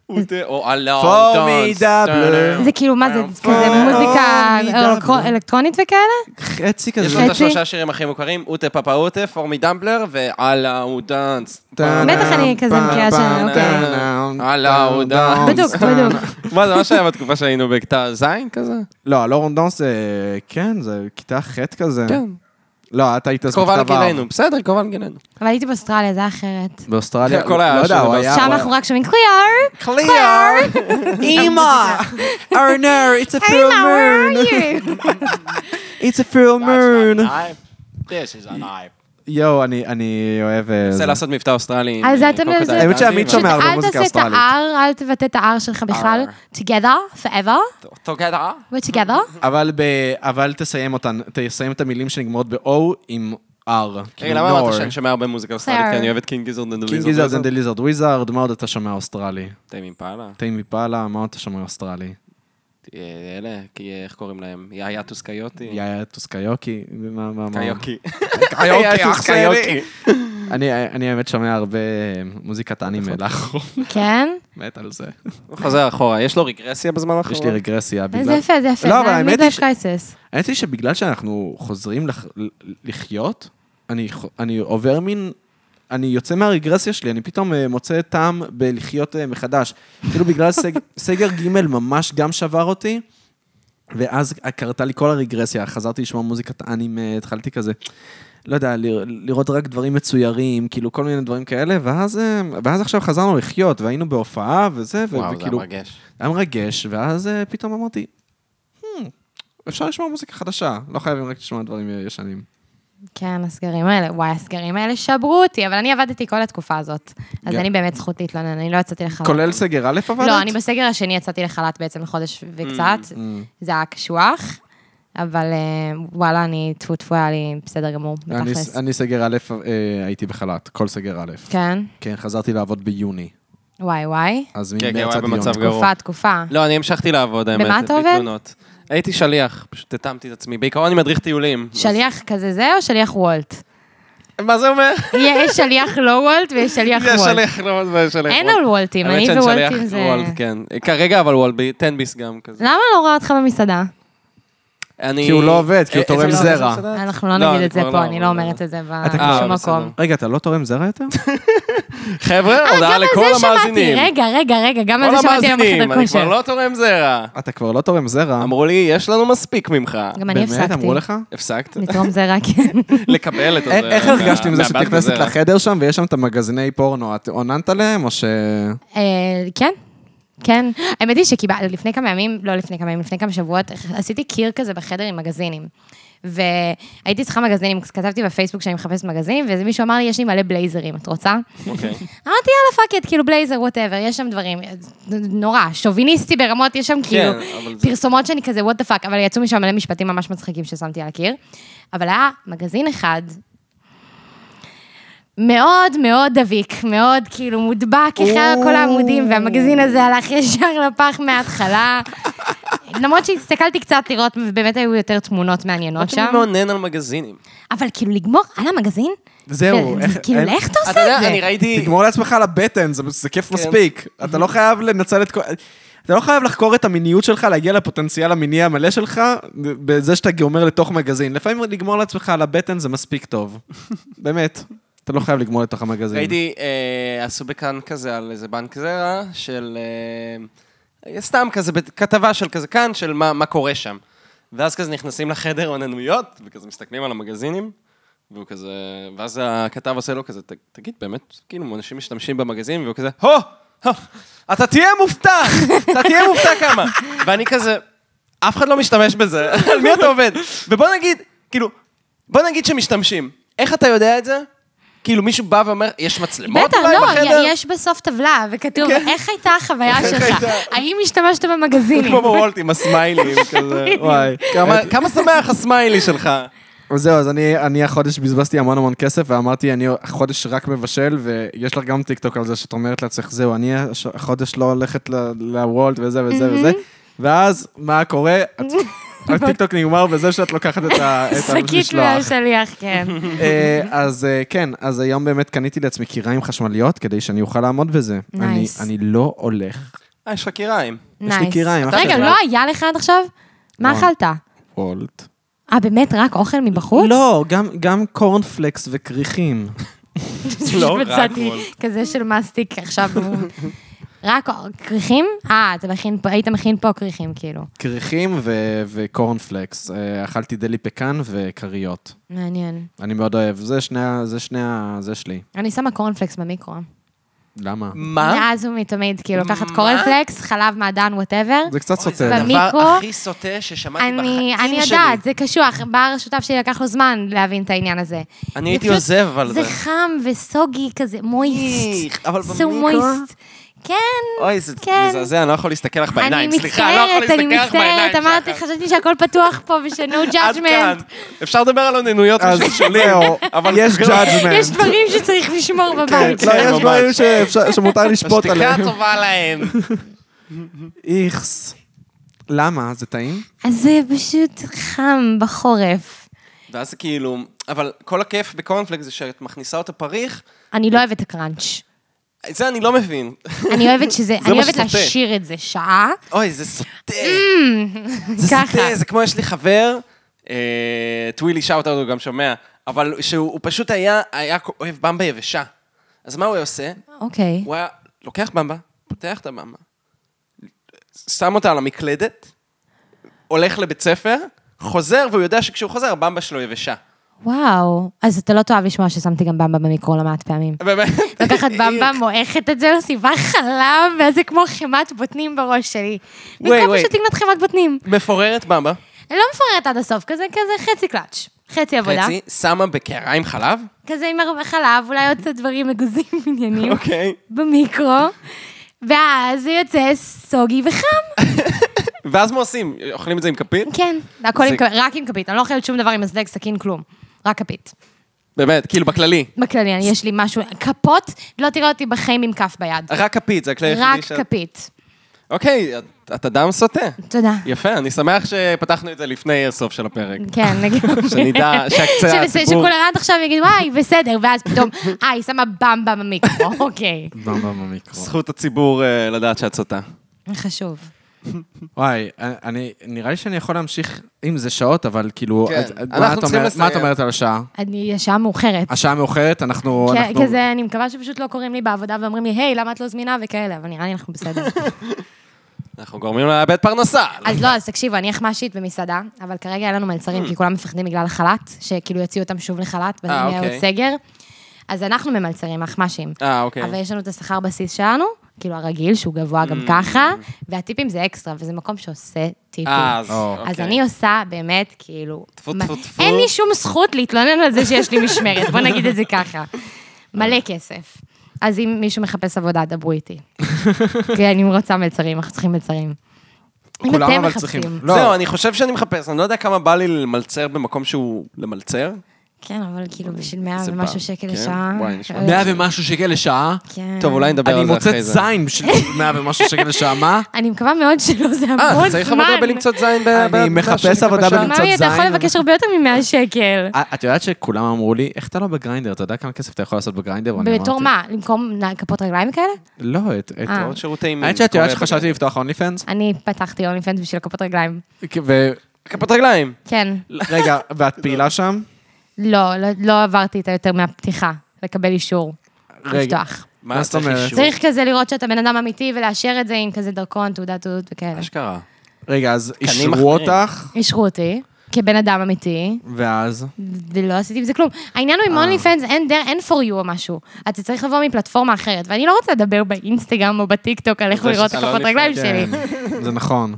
אוטה, או לא, אלון,
פורמידבלה.
זה כאילו, מה זה,
אה,
כזה
אוקיי.
אה,
מוזיקה אלקטרו- אלקטרונית וכאלה?
חצי
יש
כזה.
לו את
חצי?
השלושה שירים הכי מוכרים, אוטה פאפה אוטה, פורמי דמבלר, ואללה הוא דאנס.
בטח אני כזה מכירה ש-
אוקיי. הלאה, הוא דאנס.
אה,
בדוק, בדוק.
מה זה מה שהיה בתקופה שהיינו בכיתה ז' כזה?
לא, הלורן דאנס זה... כן, זה כיתה ח' כזה.
כן.
לא, אתה היית אז כן.
קרובה
בכתב האב.
לגילנו, בסדר, קרובה לגילנו.
אבל הייתי באוסטרליה, זה היה אחרת.
באוסטרליה,
כן, כל היה
לא יודע,
שלו
הוא היה...
שם
הוא
אנחנו רק שומעים קליאר! קליאר!
*laughs* אמא! ארנר, it's a
היי,
full
מה, where
moon!
are you?
It's a full moon!
This is a knife.
יואו, אני- אני אוהב... אה,
רוצה
זה.
לעשות מבטא
*laughs*
*laughs* אוסטרלי.
אז
עם אה,
אתם-
קוקודייל.
זה-
האמת שעמית
קדימה.
שומע הרבה
אל
מוזיקה
תעשה את
אוסטרלית.
ה-R, אל תבטא את ה-R שלך בכלל. together, forever,
אותו גדע.
*laughs*
we're together.
אבל ב- אבל תסיים אותן, תסיים את המילים שנגמרות ב-O עם R. כאילו
רגע, למה אמרת שאני שומע הרבה מוזיקה אוסטרלית?
כן, בסדר.
כי אני אוהב את קינג גיזרד אנד
קינג גיזרד אנד ליזרד וויזארד, מה עוד אתה שומע אוסטרלי?
טיימים פעלה.
טיימי פאלה, מה עוד אתה שומע אוסטרלי?
אה, אלה, כי איך קוראים להם? יאיאטוס קיוטי.
יאיאטוס קיוקי? מה, מה, מה? *laughs*
קיוקי. אוקיי,
קיוקי, אח שלי.
קיוקי.
*laughs* אני, אני האמת שומע הרבה אה, מוזיקת אנימה לאחרונה,
כן?
מת על זה.
הוא חוזר אחורה, יש לו רגרסיה בזמן האחרון?
יש לי רגרסיה
זה
בגלל...
יפה, זה יפה.
לא, אבל האמת היא
ש...
ש- האמת היא שבגלל שאנחנו חוזרים לח... לחיות, אני, ח- אני עובר מין... אני יוצא מהרגרסיה שלי, אני פתאום אה, מוצא טעם בלחיות אה, מחדש. כאילו בגלל
*laughs*
סג... סגר ג' ממש גם שבר אותי, ואז קרתה לי כל הרגרסיה, חזרתי לשמוע מוזיקת אנימה, התחלתי כזה, לא יודע, ל... לראות רק דברים מצוירים, כאילו כל מיני דברים כאלה, ואז, אה, ואז עכשיו חזרנו לחיות, והיינו בהופעה וזה, ו...
וואו, זה היה
וכאילו...
מרגש.
היה מרגש, ואז אה, פתאום אמרתי, "Hmm, אפשר לשמוע מוזיקה חדשה, לא חייבים רק לשמוע דברים אה, ישנים.
כן, הסגרים האלה, וואי, הסגרים האלה שברו אותי, אבל אני עבדתי כל התקופה הזאת. אז
גם-
אני באמת זכות להתלונן, אני לא יצאתי לחל"ת.
כן. כולל סגר א' עבדת?
לא, אני בסגר השני יצאתי לחל"ת בעצם לחודש
Hmm,
וקצת,
Mm.
זה היה קשוח, אבל אה, וואלה, אני טפו טפו, היה לי בסדר גמור,
אני-
בתכלס.
אני סגר א' אה, הייתי בחל"ת, כל סגר א'.
כן?
כן, חזרתי לעבוד ביוני,
וואי וואי.
אז
כן, הוא
ממרץ
היה
עד יוני.
במצב גרוע.
תקופה, תקופה.
לא, אני המשכתי לעבוד, האמת.
במה אתה
בלי
עובד?
תלונות. הייתי שליח, פשוט התאמתי את עצמי. בעיקרון אני מדריך טיולים.
שליח כזה זה או שליח וולט?
אז- מה זה אומר?
יש שליח לא וולט ויש שליח
*laughs* יש
וולט.
שליח לא וולט.
אין על וולטים, אני ווולטים זה...
כן. כרגע אבל וולט, תן ביס גם כזה.
למה לא רואה אותך במסעדה?
אני-
כי הוא לא עובד, כי הוא
אה,
תורם
איזה
זרע.
מסעדה?
אנחנו לא
לא,
נגיד
אני
את זה
כבר
פה,
לא,
אני
אבל-
לא אומרת את זה
אה,
בשום
בסדר.
מקום.
רגע, אתה לא תורם זרע
*laughs*
יותר?
חבר'ה, הודעה
אה, גם על
לכל
זה שמעתי,
המאזינים.
רגע, רגע, רגע, גם על
כל
זה שמעתי היום
המאזינים,
בחדר
אני כבר
כושר.
לא תורם זרע.
אתה כבר לא תורם זרע.
אמרו לי, יש לנו מספיק ממך.
אה. גם אני
באמת,
הפסקתי.
אמרו לך?
הפסקת?
לתרום זרע, כן.
לקבל את
א-
הזרע.
אה, איך הרגשת עם זה
מה- מהבת
שנכנסת
בזרע.
לחדר שם ויש שם את המגזיני פורנו? את עוננת עליהם או ש...
אה, כן, כן. האמת היא שקיבלתי, לפני כמה ימים, לא לפני כמה ימים, לפני כמה שבועות, עשיתי קיר כזה בחדר עם מגזינים. והייתי צריכה מגזינים, כתבתי בפייסבוק שאני מחפשת מגזינים, ואיזה מישהו אמר לי, יש לי מלא בלייזרים, את רוצה?
אוקיי.
אמרתי, יאללה, פאק איט, כאילו בלייזר, וואטאבר, יש שם דברים, נורא, שוביניסטי ברמות, יש שם כאילו
כן,
אבל זה-
פרסומות שאני כזה, וואט דה פאק, אבל יצאו משם מלא משפטים ממש מצחיקים ששמתי על הקיר. אבל היה מגזין אחד, מאוד מאוד דביק, מאוד כאילו מודבק אחרי כל העמודים, והמגזין הזה הלך ישר לפח מההתחלה.
*laughs*
למרות שהסתכלתי קצת לראות, באמת היו יותר תמונות מעניינות
משהו
שם.
מאונן על מגזינים.
אבל כאילו לגמור על המגזין?
זהו,
זה-
איך-
כאילו,
אין-
איך אתה
אתה
עושה את
יודע,
זה?
אני ראיתי...
תגמור לעצמך על הבטן, זה, זה כיף מספיק. אתה לא חייב לנצל את כל... אתה לא חייב לחקור את המיניות שלך, להגיע לפוטנציאל המיני המלא שלך, בזה שאתה גומר לתוך מגזין. לפעמים לגמור לעצמך על הבטן זה מספיק טוב. באמת. אתה לא חייב לגמור לתוך המגזין.
ראיתי, אה, עשו בכאן כזה על איזה בנק זרע, של... אה, סתם כזה, בת- כתבה של כזה כאן, של מה, מה קורה שם. ואז כזה נכנסים לחדר אוננויות, וכזה מסתכלים על המגזינים, והוא כזה... ואז הכתב עושה לו כזה, "ת- תגיד, באמת, כאילו, אנשים משתמשים במגזינים, והוא כזה, הו! הו, אתה תהיה מופתע! אתה תהיה מופתע כמה! ואני כזה, אף אחד לא משתמש בזה, *laughs* על מי אתה עובד? ובוא נגיד, כאילו, בוא נגיד שמשתמשים. איך אתה יודע את זה? כאילו, מישהו בא ואומר, יש מצלמות
בטח,
אולי
לא,
בחדר?
י- יש בסוף טבלה, וכתוב,
כן.
איך הייתה החוויה שלך? האם השתמשת במגזינים?
כמו בוולט עם הסמיילים כזה, וואי. כמה- כמה שמח הסמיילי שלך.
אז זהו, אז אני, אני החודש בזבזתי המון המון כסף, ואמרתי, אני החודש רק מבשל, ויש לך גם טיקטוק על זה, שאת אומרת לעצמך, זהו, אני הש- החודש לא הולכת ל- לוולט וזה וזה וזה, ואז, מה קורה?
*laughs*
את- הטיקטוק נגמר בזה שאת לוקחת את ה- את
*laughs* שקית
המשלוח.
מהשליח, כן.
אה, אז אה, כן, אז היום באמת קניתי לעצמי קיריים חשמליות, כדי שאני אוכל לעמוד בזה. אני-
Nice.
אני לא הולך
אה, יש לך קיריים.
*laughs* יש לי
נייס.
קיריים, אח
רגע,
שלי.
לא היה לך עד עכשיו? מה
לא.
אכלת?
וולט.
אה, באמת, רק אוכל מבחוץ? *laughs*
לא, גם- גם קורנפלקס וכריכים.
לא, רק
מצאתי
וולט.
כזה של מסטיק עכשיו. *laughs* רק כריכים? אה, אתה מכין פה- היית מכין פה כריכים, כאילו.
כריכים ו- וקורנפלקס. אה, אכלתי דלי פקן וכריות.
מעניין.
אני מאוד אוהב. זה שני ה... זה שני ה... זה שלי.
אני שמה קורנפלקס במיקרו.
למה?
מה?
מאז ומתמיד, כאילו, לקחת קורנפלקס, חלב מעדן, וואטאבר.
זה קצת
אוי, זה
סותר.
הדבר
במיקרו-
הכי סוטה ששמעתי
אני,
בחיים שלי.
אני יודעת, זה קשוח. בר השותף שלי לקח לו זמן להבין את העניין הזה.
אני
זה
הייתי
פשוט-
עוזב על זה.
זה חם וסוגי כזה, מויסט.
איך, אבל
So
במיקרו?
moist. כן,
אוי, זה
כן.
מזעזע, אני לא יכול להסתכל לך בעיניים.
אני
סליחה, אני לא יכול
מצטערת,
להסתכל
אני
לך בעיניים.
מצטערת. אמרתי,
שחר.
חשבתי שהכל פתוח פה ושנו
עד כאן.
judgment.
אפשר לדבר על אוננויות
אז זהו,
אבל- *laughs* כאילו,
יש
כן.
יש
judgment.
דברים שצריך לשמור בבית.
לא, יש
ממש.
דברים שאפשר-
*laughs*
שמותר לשפוט
השתיקה
עליהם.
טובה להם.
איכס. למה? זה טעים?
אז זה פשוט חם בחורף.
ואז כאילו, אבל כל הכיף בקורנפלקס זה שאת מכניסה אותה פריך,
אני לא אוהבת את הקראנץ'.
את זה אני לא מבין.
אני אוהבת
*laughs*
שזה,
מה
אני אוהבת
שסוטה.
להשאיר את זה שעה.
אוי, זה סוטה. זה
Mm. ככה.
סוטה, זה כמו יש לי חבר, אה, טווילי שאוטאוט הוא גם שומע, אבל שהוא הוא פשוט היה היה אוהב במבה יבשה. אז מה הוא היה עושה?
אוקיי.
הוא היה לוקח במבה, פותח את הבמבה, שם אותה על המקלדת, הולך לבית ספר, חוזר, והוא יודע שכשהוא חוזר, הבמבה שלו יבשה.
וואו. אז אתה לא תאהב לשמוע ששמתי גם במבה במיקרו לא מעט פעמים.
באמת. *laughs*
לוקחת במבה, מועכת את זה, מוסיפה חלב, ואז זה כמו חמת בוטנים בראש שלי.
וואי,
במקום
וואי.
פשוט לקנות חמת בוטנים.
מפוררת במבה,
אני לא מפוררת עד הסוף, כזה כזה חצי קלאץ'. חצי עבודה.
חצי, שמה בקערה עם חלב,
כזה עם הרבה חלב, אולי עוד קצת דברים מגוזים *laughs* עניינים.
אוקיי,
במיקרו. ואז זה יוצא סוגי וחם.
ואז מה עושים? אוכלים את זה עם כפית?
כן, הכל עם
זה-
כפית, רק עם כפית. אני לא אוכלת שום דבר עם מזלג, סכין, כלום. רק כפית.
באמת, כאילו בכללי.
בכללי, אני- יש לי משהו, כפות, לא תראה אותי בחיים עם כף ביד.
רק כפית, זה הכלי
רק
אה, היחידי ש...
כפית.
אוקיי, את- את אדם סוטה.
תודה.
יפה, אני שמח שפתחנו את זה לפני הסוף של הפרק.
כן, לגמרי.
שנדע שהקצה
שבס-
הציבור...
שכולם עד עכשיו יגידו, וואי, בסדר, ואז פתאום, *laughs* אה, היא שמה במבה במיקרו, *laughs* אוקיי.
במבה במיקרו.
זכות הציבור אה, לדעת שאת סוטה.
חשוב.
*laughs* וואי, אה, אני, נראה לי שאני יכול להמשיך עם זה שעות, אבל כאילו,
כן,
את- את-
אנחנו
מה את
צריכים
אומרת- מה את
לסיים.
אומרת על השעה?
אני, השעה מאוחרת.
השעה מאוחרת, אנחנו...
כן,
כ-
אנחנו-
כזה, אני מקווה שפשוט לא קוראים לי בעבודה ואומרים לי, היי, למה את לא זמינה וכאלה, אבל נראה לי אנחנו בסדר.
אנחנו גורמים לה לאבד פרנסה.
אז לא, אז תקשיבו, אני אחמ"שית במסעדה, אבל כרגע אין לנו מלצרים, כי כולם מפחדים בגלל החל"ת, שכאילו יוציאו אותם שוב לחל"ת, ואז
אה,
יהיה עוד
אוקיי.
סגר. אז אנחנו ממלצרים, אחמ"שים.
אה, אוקיי. Mm.
אבל יש לנו את השכר בסיס שלנו, כאילו הרגיל, שהוא גבוה גם ככה, והטיפים זה אקסטרה, וזה מקום שעושה טיפים.
אה, אז
אז
אוקיי.
אני עושה באמת, כאילו...
טפו,
מה-
טפו, טפו.
אין לי שום זכות להתלונן על זה שיש לי משמרת, בוא נגיד את זה
*laughs*
ככה. מלא כסף. אז אם מישהו מחפש עבודה, דברו
*laughs*
איתי. כן, אם רוצה מלצרים, אנחנו צריכים מלצרים. אם
כולם
אתם
אבל
מחפשים-
צריכים. לא.
זהו, אני חושב שאני מחפש, אני לא יודע כמה בא לי למלצר במקום שהוא למלצר.
כן, אבל כאילו בשביל 100
איזה פעם,
ומשהו שקל
כן?
לשעה.
וואי, נשמע.
אה,
מאה ומשהו שקל לשעה?
כן.
טוב, אולי נדבר
אני
על זה אחרי זה.
מוצאת זין של מאה ומשהו שקל לשעה, מה?
אני מקווה מאוד שלא, זה המון זמן.
אה, אתה צריך עבודה בלמצוא זין ב... ב-
אני מחפש
בשקט
עבודה
בשעה?
בלמצוא-
מאמי, אתה
זין,
יכול
אבל-
לבקש הרבה יותר מ-100 שקל.
אה,
אה, את יודעת שכולם אמרו לי, איך אתה לא בגריינדר? אתה יודע כמה כסף אתה יכול לעשות בגריינדר? ואני
בתור
אמרתי,
מה? למכור נע- כפות רגליים כאלה?
לא, את... את-
אה.
עוד שירותי מין.
האמת שאת יודעת
קורה
שחשבתי לפתוח אונלי פאנס?
אני פתחתי אונלי פנס בשביל כפות רגליים.
בגלל- כפות רגליים.
כן.
*laughs* רגע, ואת פעילה שם?
לא, לא- לא עברתי את היותר מהפתיחה, לקבל אישור.
רגע.
לפתוח.
מה זאת אומרת?
אישור?
צריך כזה לראות שאתה בן אדם אמיתי ולאשר את זה עם כזה דרכון, תעודת זהות וכאלה.
אשכרה.
רגע, אז
מחמירים.
אישרו אותך,
אישרו אותי, כבן אדם אמיתי,
ואז?
ולא עשיתי עם זה כלום. העניין הוא עם
אה.
אונלי פנס, אין דר, אין for you או משהו. אתה צריך לבוא מפלטפורמה אחרת, ואני לא רוצה לדבר באינסטגרם או בטיקטוק על איך
זה
לראות את
שאתה לא
הכפות
OnlyFans,
רגליים שלי.
כן, *laughs* זה נכון.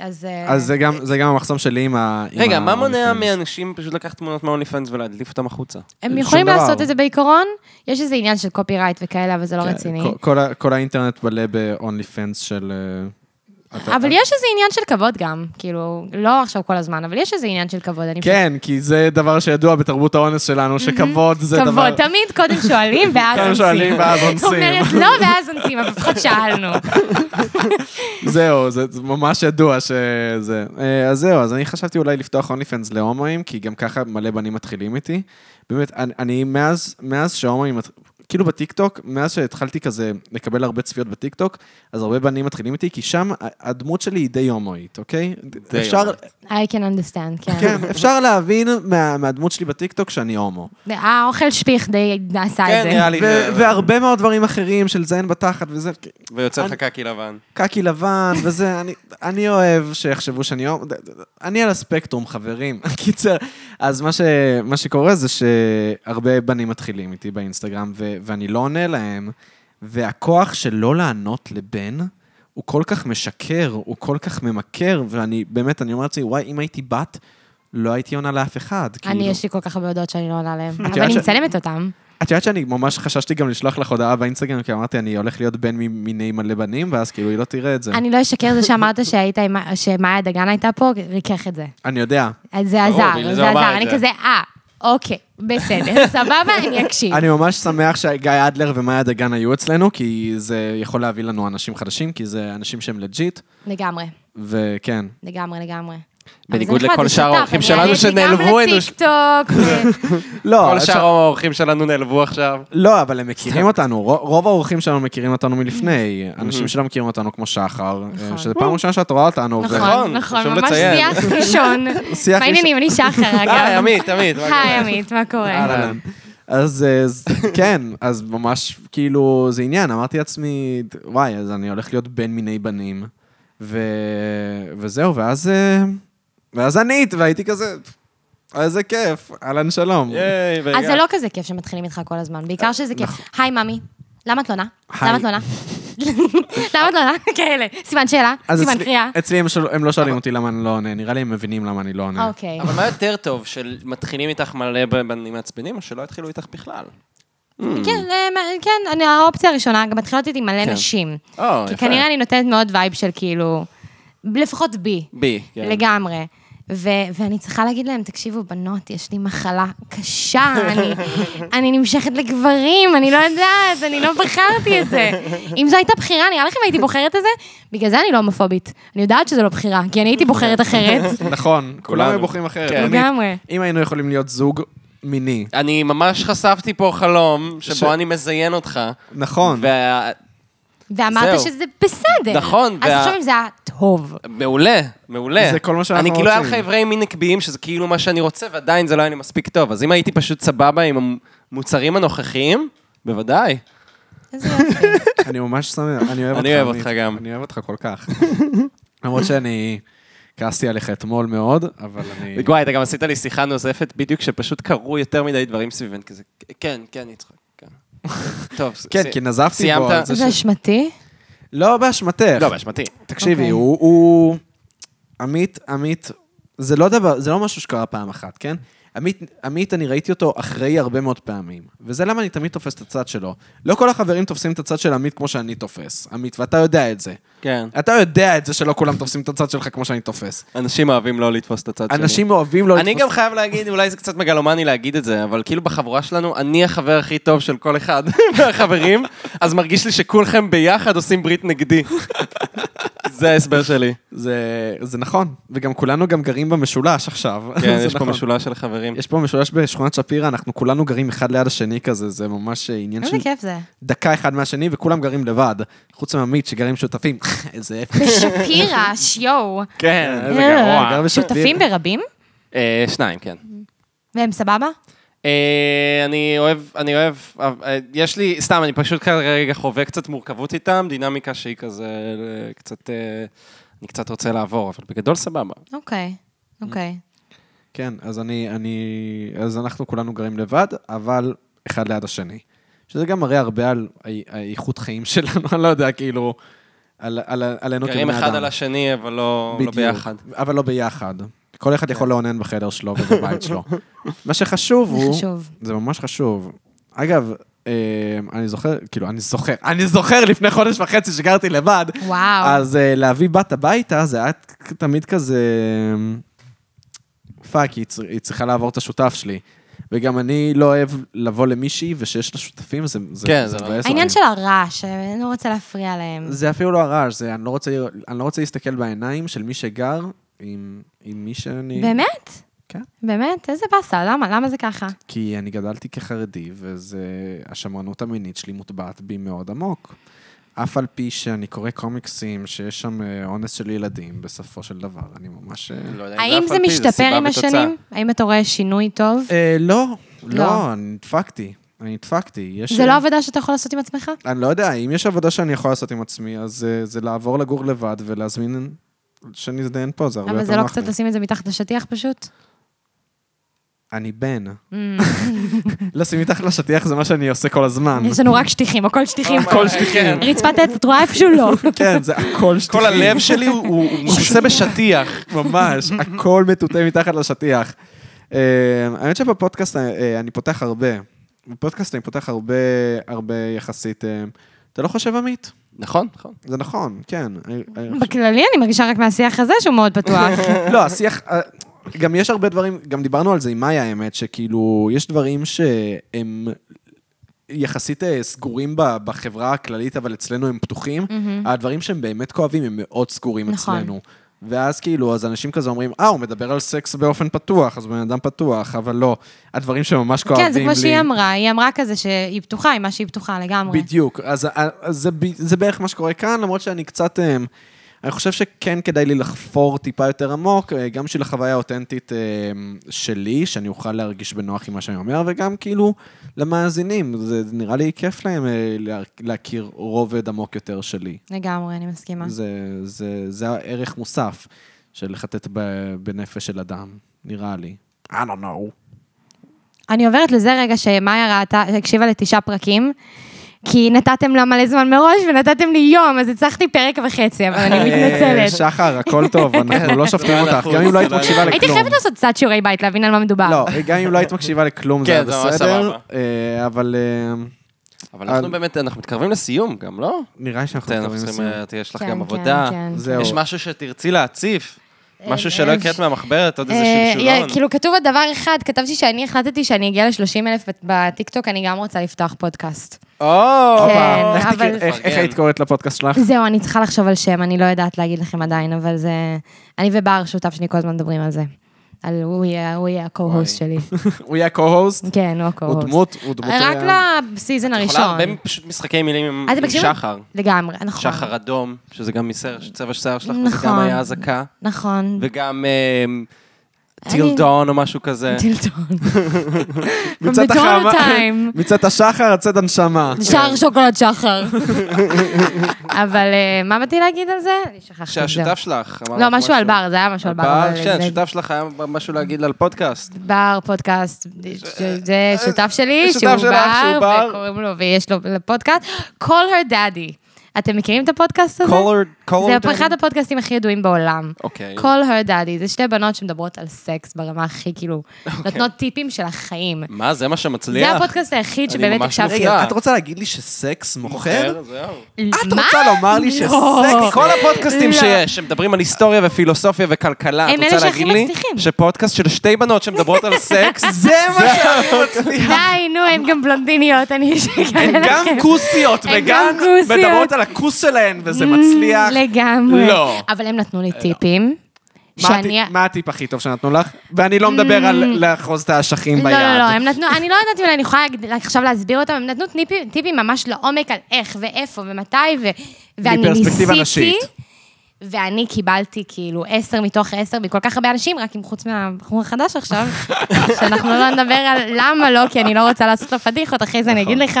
אז... אה,
אז זה גם- זה גם המחסום שלי עם ה... עם
רגע, מה
ה-OnlyFans.
מונע מאנשים פשוט לקחת תמונות מהאונלי פאנס ולהדליף אותם החוצה?
הם
שום
יכולים
דבר.
לעשות את זה בעיקרון, יש איזה עניין של קופי רייט וכאלה, אבל זה לא
כן,
רציני.
כל- כל ה- כל האינטרנט מלא ב-only fans של... אה, אתה-
אבל יש איזה עניין של כבוד גם, כאילו, לא עכשיו כל הזמן, אבל יש איזה עניין של כבוד. אני
כן, כי זה דבר שידוע בתרבות האונס שלנו, שכבוד זה דבר...
כבוד, תמיד קודם
*laughs*
שואלים ואז
קודם
אונסים.
שואלים ואז אונסים.
אומרת לא ואז אונסים, אבל לפחות שאלנו.
זהו, זה זה ממש ידוע שזה. אה, אז זהו, אז אני חשבתי אולי לפתוח הוני פנס להומואים, כי גם ככה מלא בנים מתחילים איתי. באמת, אני- אני מאז, מאז שההומואים, מת- כאילו בטיקטוק, מאז שהתחלתי כזה לקבל הרבה צפיות בטיקטוק, אז הרבה בנים מתחילים איתי, כי שם ה- הדמות שלי היא די הומואית, אוקיי?
די
אפשר,
הומואית.
I can understand, כן.
כן, אפשר להבין מה, מהדמות שלי בטיקטוק שאני הומו.
האוכל שפיך די עשה את
כן,
זה.
נראה לי.
ו- והרבה מאוד דברים אחרים של זין בתחת וזה,
ויוצא לך קקי לבן.
קקי לבן וזה, אני, אני אוהב שיחשבו שאני הומו, אני על הספקטרום, חברים. *laughs* קיצר, אז מה, ש, מה שקורה זה שהרבה בנים מתחילים איתי באינסטגרם, ו, ואני לא עונה להם, והכוח של לא לענות לבן, הוא כל כך משקר, הוא כל כך ממכר, ואני, באמת, אני אומר לעצמי, וואי, אם הייתי בת, לא הייתי עונה לאף אחד.
אני,
כאילו.
יש לי כל כך הרבה הודעות שאני לא עונה
כן,
להן, אבל
יודעת
אני
ש-
מצלמת אותן.
את יודעת שאני ממש חששתי גם לשלוח לך הודעה באינסטגרם, כי אמרתי, אני הולך להיות בן מיני מלא בנים, ואז כאילו היא לא תראה את זה.
אני לא אשקר, זה שאמרת שהיית עם- שמאיה דגן הייתה פה, ריכך את זה.
אני יודע.
אז זה
ברור,
עזר,
בגלל זה
זה
הוא אמר
עזר.
את
אני
זה.
כזה, אה, אוקיי,
*laughs*
בסדר, סבבה, אני אקשיב.
אני ממש שמח שגיא אדלר ומאיה דגן היו אצלנו, כי זה יכול להביא לנו אנשים חדשים, כי זה אנשים שהם לג'יט,
לגמרי,
וכן.
לגמרי, לגמרי.
בניגוד
אבל זה נחמד,
לכל
זה
שאר
שותף,
האורחים
אני
שלנו
העליתי
שנעלבו
גם
אלינו.
לטיקטוק,
*laughs*
ו-
לא,
כל
אפשר-
שאר האורחים שלנו נעלבו עכשיו.
לא, אבל הם מכירים אותנו, רו- רוב האורחים שלנו מכירים אותנו מלפני, אנשים שלא מכירים אותנו כמו שחר,
נכון.
שזה פעם ראשונה שאת רואה אותנו, ו-
נכון,
חשוב
נכון, ממש
לציין.
שיח ראשון.
*laughs*
שיח
מה העניינים? אני שחר, אגב.
היי, עמית, עמית. מה
*laughs* היי,
קורה?
אה, עמית, מה קורה?
אהלן. אז אה, ז- כן, אז ממש כאילו זה עניין, אמרתי לעצמי, וואי, אז אני הולך להיות בן מיני בנים, ו... וזהו, ואז, אה, ואז ענית, והייתי כזה, איזה כיף, אהלן שלום.
ייי, ורגע.
אז זה לא כזה כיף שמתחילים איתך כל הזמן, בעיקר שזה כיף. היי, ממי, למה את לא נעה?
היי.
למה את לא נעה? *laughs* למה את לא נעה? כאלה. סימן שאלה,
אז
סימן
אצלי-
קריאה.
אצלי הם של- הם לא שואלים אותי למה אני לא עונה, נראה לי הם מבינים למה אני לא עונה.
אוקיי.
אבל מה יותר טוב, שמתחילים איתך מלא בנים מעצבנים, או שלא יתחילו איתך בכלל?
כן, אה, מה- כן, אני- האופציה הראשונה, גם מתחילות איתי מלא
כן.
נשים.
או,
כי
יפה.
כנראה אני נותנת מאוד וייב של כאילו, לפחות בי.
בי. כן.
לגמרי. ו- ואני צריכה להגיד להם, תקשיבו, בנות, יש לי מחלה קשה,
*laughs*
אני, אני נמשכת לגברים, אני לא יודעת, אני לא בחרתי את זה. אם זו הייתה בחירה, נראה לכם הייתי בוחרת את זה? בגלל זה אני לא הומופובית. אני יודעת שזו לא בחירה, כי אני
כן.
הייתי בוחרת
*laughs*
אחרת.
נכון, כולם
כולנו.
היו בוחרים אחרת.
כן.
אני-
לגמרי.
אם היינו יכולים להיות זוג מיני,
אני ממש חשפתי פה חלום
ש-
שבו אני מזיין אותך.
נכון.
וה-
ואמרת
זהו.
שזה בסדר.
נכון,
אז
וה-
עכשיו אם זה היה טוב.
מעולה, מעולה.
זה כל מה שאנחנו
אני כאילו, היה לך
רוצים.
איברי מין נקביים, שזה כאילו מה שאני רוצה, ועדיין זה לא היה לי מספיק טוב. אז אם הייתי פשוט סבבה עם המוצרים הנוכחיים, בוודאי.
איזה יופי.
אני ממש שמח, אני אוהב אותך.
אני אוהב
עמית.
אותך גם.
אני אוהב אותך כל כך. *laughs* למרות שאני כעסתי עליך אתמול מאוד, אבל אני...
וואי, אתה גם עשית לי שיחה נוספת בדיוק, שפשוט קרו יותר מדי דברים סביבן,
*laughs*
כזה, כן, כן, יצחק, כן. טוב,
כן,
סי-
כי נזפתי בו
סיימת?
על זה ש-
זה אשמתי?
לא באשמתך.
לא, באשמתי.
תקשיבי,
אוקיי.
הוא- הוא... עמית, עמית, זה לא דבר, זה לא משהו שקרה פעם אחת, כן? עמית, עמית, אני ראיתי אותו אחרי הרבה מאוד פעמים, וזה למה אני תמיד תופס את הצד שלו. לא כל החברים תופסים את הצד של עמית כמו שאני תופס, עמית, ואתה יודע את זה.
כן.
אתה יודע את זה שלא כולם תופסים את הצד שלך כמו שאני תופס.
אנשים אוהבים לא לתפוס את הצד שלי.
אנשים אוהבים לא
אני גם חייב להגיד, אולי זה קצת מגלומני להגיד את זה, אבל כאילו בחבורה שלנו, אני החבר הכי טוב של כל אחד *laughs* מהחברים, אז מרגיש לי שכולכם ביחד עושים ברית נגדי. זה ההסבר שלי.
זה, זה נכון, וגם כולנו גם גרים במשולש עכשיו.
כן,
*laughs* *laughs* זה
יש פה
נכון.
משולש של חברים.
יש פה משולש בשכונת שפירא, אנחנו כולנו גרים אחד ליד השני כזה, זה ממש אה, עניין של
איזה כיף זה.
דקה אחד מהשני, וכולם גרים לבד. חוץ מעמית, שגרים שותפים. *laughs* איזה אפס.
*laughs*
שפירא, שיואו.
כן, איזה
אה,
גרוע.
שותפים ברבים?
אה, שניים, כן.
והם סבבה?
אה, אני אוהב, אני אוהב, אה, יש לי, סתם, אני פשוט כרגע חווה קצת מורכבות איתם, דינמיקה שהיא כזה, אה, קצת, אה, אני קצת רוצה לעבור, אבל בגדול סבבה.
אוקיי, אוקיי.
כן, אז אני, אני... אז אנחנו כולנו גרים לבד, אבל אחד ליד השני. שזה גם מראה הרבה על האי- האיכות חיים שלנו, *laughs* אני לא יודע, כאילו, על, על, עלינו לא כבני אדם.
גרים אחד על השני, אבל לא, לא
בדיוק,
ביחד. כן.
אבל לא ביחד. כל אחד יכול לאונן בחדר שלו ובבית
*laughs*
שלו. מה שחשוב
זה
הוא...
חשוב.
זה ממש חשוב. אגב, אה, אני זוכר, כאילו, אני זוכר, אני זוכר לפני חודש וחצי שגרתי לבד,
וואו.
אז אה, להביא בת הביתה, זה היה תמיד כזה... אמ, פאק, היא צר- היא צריכה לעבור את השותף שלי. וגם אני לא אוהב לבוא למישהי ושיש לה שותפים, זה
כן, זה
מבאס
העניין
אותי.
של הרעש, אני לא רוצה להפריע להם.
אה, זה אפילו לא הרעש, זה אני לא רוצה, אני לא רוצה להסתכל בעיניים של מי שגר עם, עם מי שאני...
באמת?
כן.
באמת? איזה באסה, למה? למה זה ככה?
כי אני גדלתי כחרדי, וזה... השמרנות המינית שלי מוטבעת בי מאוד עמוק. אף על פי שאני קורא קומיקסים שיש שם אה, אונס של ילדים, בסופו של דבר, אני ממש... אה,
לא יודע אם
האם
אף
זה
על פי,
משתפר
סיבה
עם
ותוצאה. אה,
השנים? האם אתה רואה שינוי טוב?
אה, לא,
לא.
לא, אני נדפקתי. אני נדפקתי. יש...
זה לא עבודה שאתה יכול לעשות עם עצמך?
אני לא יודע, אם יש עבודה שאני יכול לעשות עם עצמי, אז אה, זה לעבור לגור לבד ולהזמין שנזדיין פה, זה הרבה יותר
אבל
נוח
זה
לי.
לא קצת לשים את זה מתחת לשטיח פשוט?
אני בן. לשים מתחת לשטיח זה מה שאני עושה כל הזמן.
Mm. יש לנו רק שטיחים,
*laughs*
הכל שטיחים.
הכל שטיחים.
רצפת עץ, את רואה איפשהו לא.
כן, זה הכל שטיחים.
כל הלב שלי הוא- הוא הוא מכוסה בשטיח.
ממש, הכל מטוטא מתחת לשטיח. אה, האמת שבפודקאסט אה, אני פותח הרבה. בפודקאסט אני פותח הרבה, הרבה יחסית. אה, אתה לא חושב עמית?
נכון, נכון.
זה נכון, כן. אני- אני חושב-
בכללי אני מרגישה רק מהשיח הזה שהוא מאוד
*laughs*
פתוח.
לא, השיח... אה, גם יש הרבה דברים, גם דיברנו על זה עם מאיה, האמת, שכאילו, יש דברים שהם יחסית אה, סגורים ב- בחברה הכללית, אבל אצלנו הם פתוחים. הדברים שהם באמת כואבים הם מאוד סגורים
Mm-hmm. נכון.
אצלנו. ואז כאילו, אז אנשים כזה אומרים, אה, הוא מדבר על סקס באופן פתוח, אז הוא בן אדם פתוח, אבל לא. הדברים שממש כואבים לי...
כן, זה כמו שהיא אמרה, היא אמרה כזה שהיא פתוחה עם מה שהיא פתוחה לגמרי.
בדיוק. אז אה, אז זה ב- זה בערך מה שקורה כאן, למרות שאני קצת... אה, אני חושב שכן כדאי לי לחפור טיפה יותר עמוק, אה, גם בשביל החוויה האותנטית אה, שלי, שאני אוכל להרגיש בנוח עם מה שאני אומר, וגם כאילו למאזינים. זה נראה לי כיף להם אה, לה- להכיר רובד עמוק יותר שלי.
לגמרי, אני מסכימה.
זה, זה, זה הערך מוסף של לחטט ב- בנפש של אדם, נראה לי. I don't know.
אני עוברת לזה רגע שמאיה ראתה, הקשיבה לתשעה פרקים, כי נתתם לה מלא זמן מראש ונתתם לי יום, אז הצלחתי פרק וחצי, אבל אני
אה,
מתנצלת. כן.
שחר, הכל טוב, אנחנו לא שופטים אותך, גם אם לא היית מקשיבה לכלום.
הייתי חייבת לעשות קצת שיעורי בית, להבין על מה מדובר.
לא, גם אם לא היית מקשיבה לכלום, זה
כן,
היה
זה ממש
בסדר.
סבבה.
אה, אבל אה,
אבל אנחנו באמת, אנחנו מתקרבים לסיום גם, לא?
נראה לי שאנחנו
כן, אנחנו
מתקרבים
צריכים,
לסיום.
אה, תהיה- יש לך
כן,
גם
כן,
עבודה.
כן.
זהו.
יש משהו שתרצי להציף? משהו שלא
אה,
הקראת מהמחברת, עוד איזה לא?
אה,
שלשולון.
אה, כאילו כתוב עוד דבר אחד, כתבתי שאני החלטתי שאני אגיע ל-30 אלף בטיקטוק, אני גם רוצה לפתוח פודקאסט.
או,
כן,
איך
אבל-
תקרא- איך- איך
מפרגן.
היית קוראת לפודקאסט
*laughs*
שלך?
זהו, אני צריכה לחשוב על שם, אני לא יודעת להגיד לכם עדיין, אבל זה... אני ובר שותף שלי כל הזמן מדברים על זה. על הוא יהיה הוא יהיה
וואי.
ה-co-host שלי.
הוא יהיה co-host?
כן, הוא ה-co-host.
הוא דמות, הוא דמות...
רק לא,
אה,
לסיזן
את יכולה
הראשון. אה,
הרבה פשוט משחקי מילים עם
אתם
עם
מקשיבים?
שחר.
לגמרי, נכון.
שחר אדום, שזה גם מסר- צבע שיער שלך, וזה
נכון.
גם היה אזעקה.
נכון.
וגם אה,
אני-
טיל דון או משהו כזה. *laughs*
טילטון.
מצד
בדונלד
החמה-
טיים.
*laughs* מצד השחר, הצד הנשמה.
שער שוקולד שחר.
*laughs*
אבל אה, מה באתי להגיד על זה? אני שכחתי את זה.
שהשותף שלך אמר
לא,
לך
משהו על בר, זה היה משהו על בר. אבל
כן,
זה-
שותף שלך היה משהו להגיד על פודקאסט.
בר פודקאסט, זה שותף שלי,
אה, שותף
שהוא
שלך,
בר,
שהוא בר.
וקוראים לו, ויש לו פודקאסט, Call her daddy. אתם מכירים את הפודקאסט הזה?
Caller- Caller
זה
Daddy?
אחד הפודקאסטים הכי ידועים בעולם.
אוקיי.
Call her daddy, זה שתי בנות שמדברות על סקס ברמה הכי כאילו,
אוקיי.
נותנות טיפים של החיים.
מה, זה מה שמצליח?
זה הפודקאסט היחיד
אני
שבאמת
ממש
הקשבתי.
מופתע.
רגע, את רוצה להגיד לי שסקס מוכר?
זהו.
את רוצה לומר לי שסקס...
כל הפודקאסטים
אוקיי. לא.
שיש, שמדברים על היסטוריה ופילוסופיה וכלכלה,
הם
את
אלה
רוצה
שהכי
להגיד לי
מצליחים.
שפודקאסט של שתי בנות שמדברות על
*laughs*
סקס,
זה מה שאני מצליח.
די, נו, הן גם
*laughs*
בלונדיניות, אני אשקלל
גם כוסיות
הן
וגם
גם כוסיות.
מדברות על הכוס שלהן, וזה מצליח.
לגמרי.
לא.
אבל הם נתנו לי טיפים.
מה
שאני...
הטיפ- מה הטיפ הכי טוב שנתנו לך? ואני לא מדבר על לאחוז את האשכים
לא,
ביד.
לא, לא, הם נתנו, אני לא יודעת אם אני יכולה להגד- עכשיו להסביר אותם, הם נתנו טיפים- טיפים ממש לעומק על איך ואיפה ומתי, ו- ואני
מפרספקטיבה
ניסיתי,
נשית.
ואני קיבלתי כאילו עשר מתוך עשר מכל כך הרבה אנשים, רק אם חוץ מהבחור
*laughs*
החדש עכשיו, שאנחנו לא נדבר על למה לא, כי אני לא רוצה לעשות לו פדיחות, אחרי זה אני אגיד
נכון.
לך,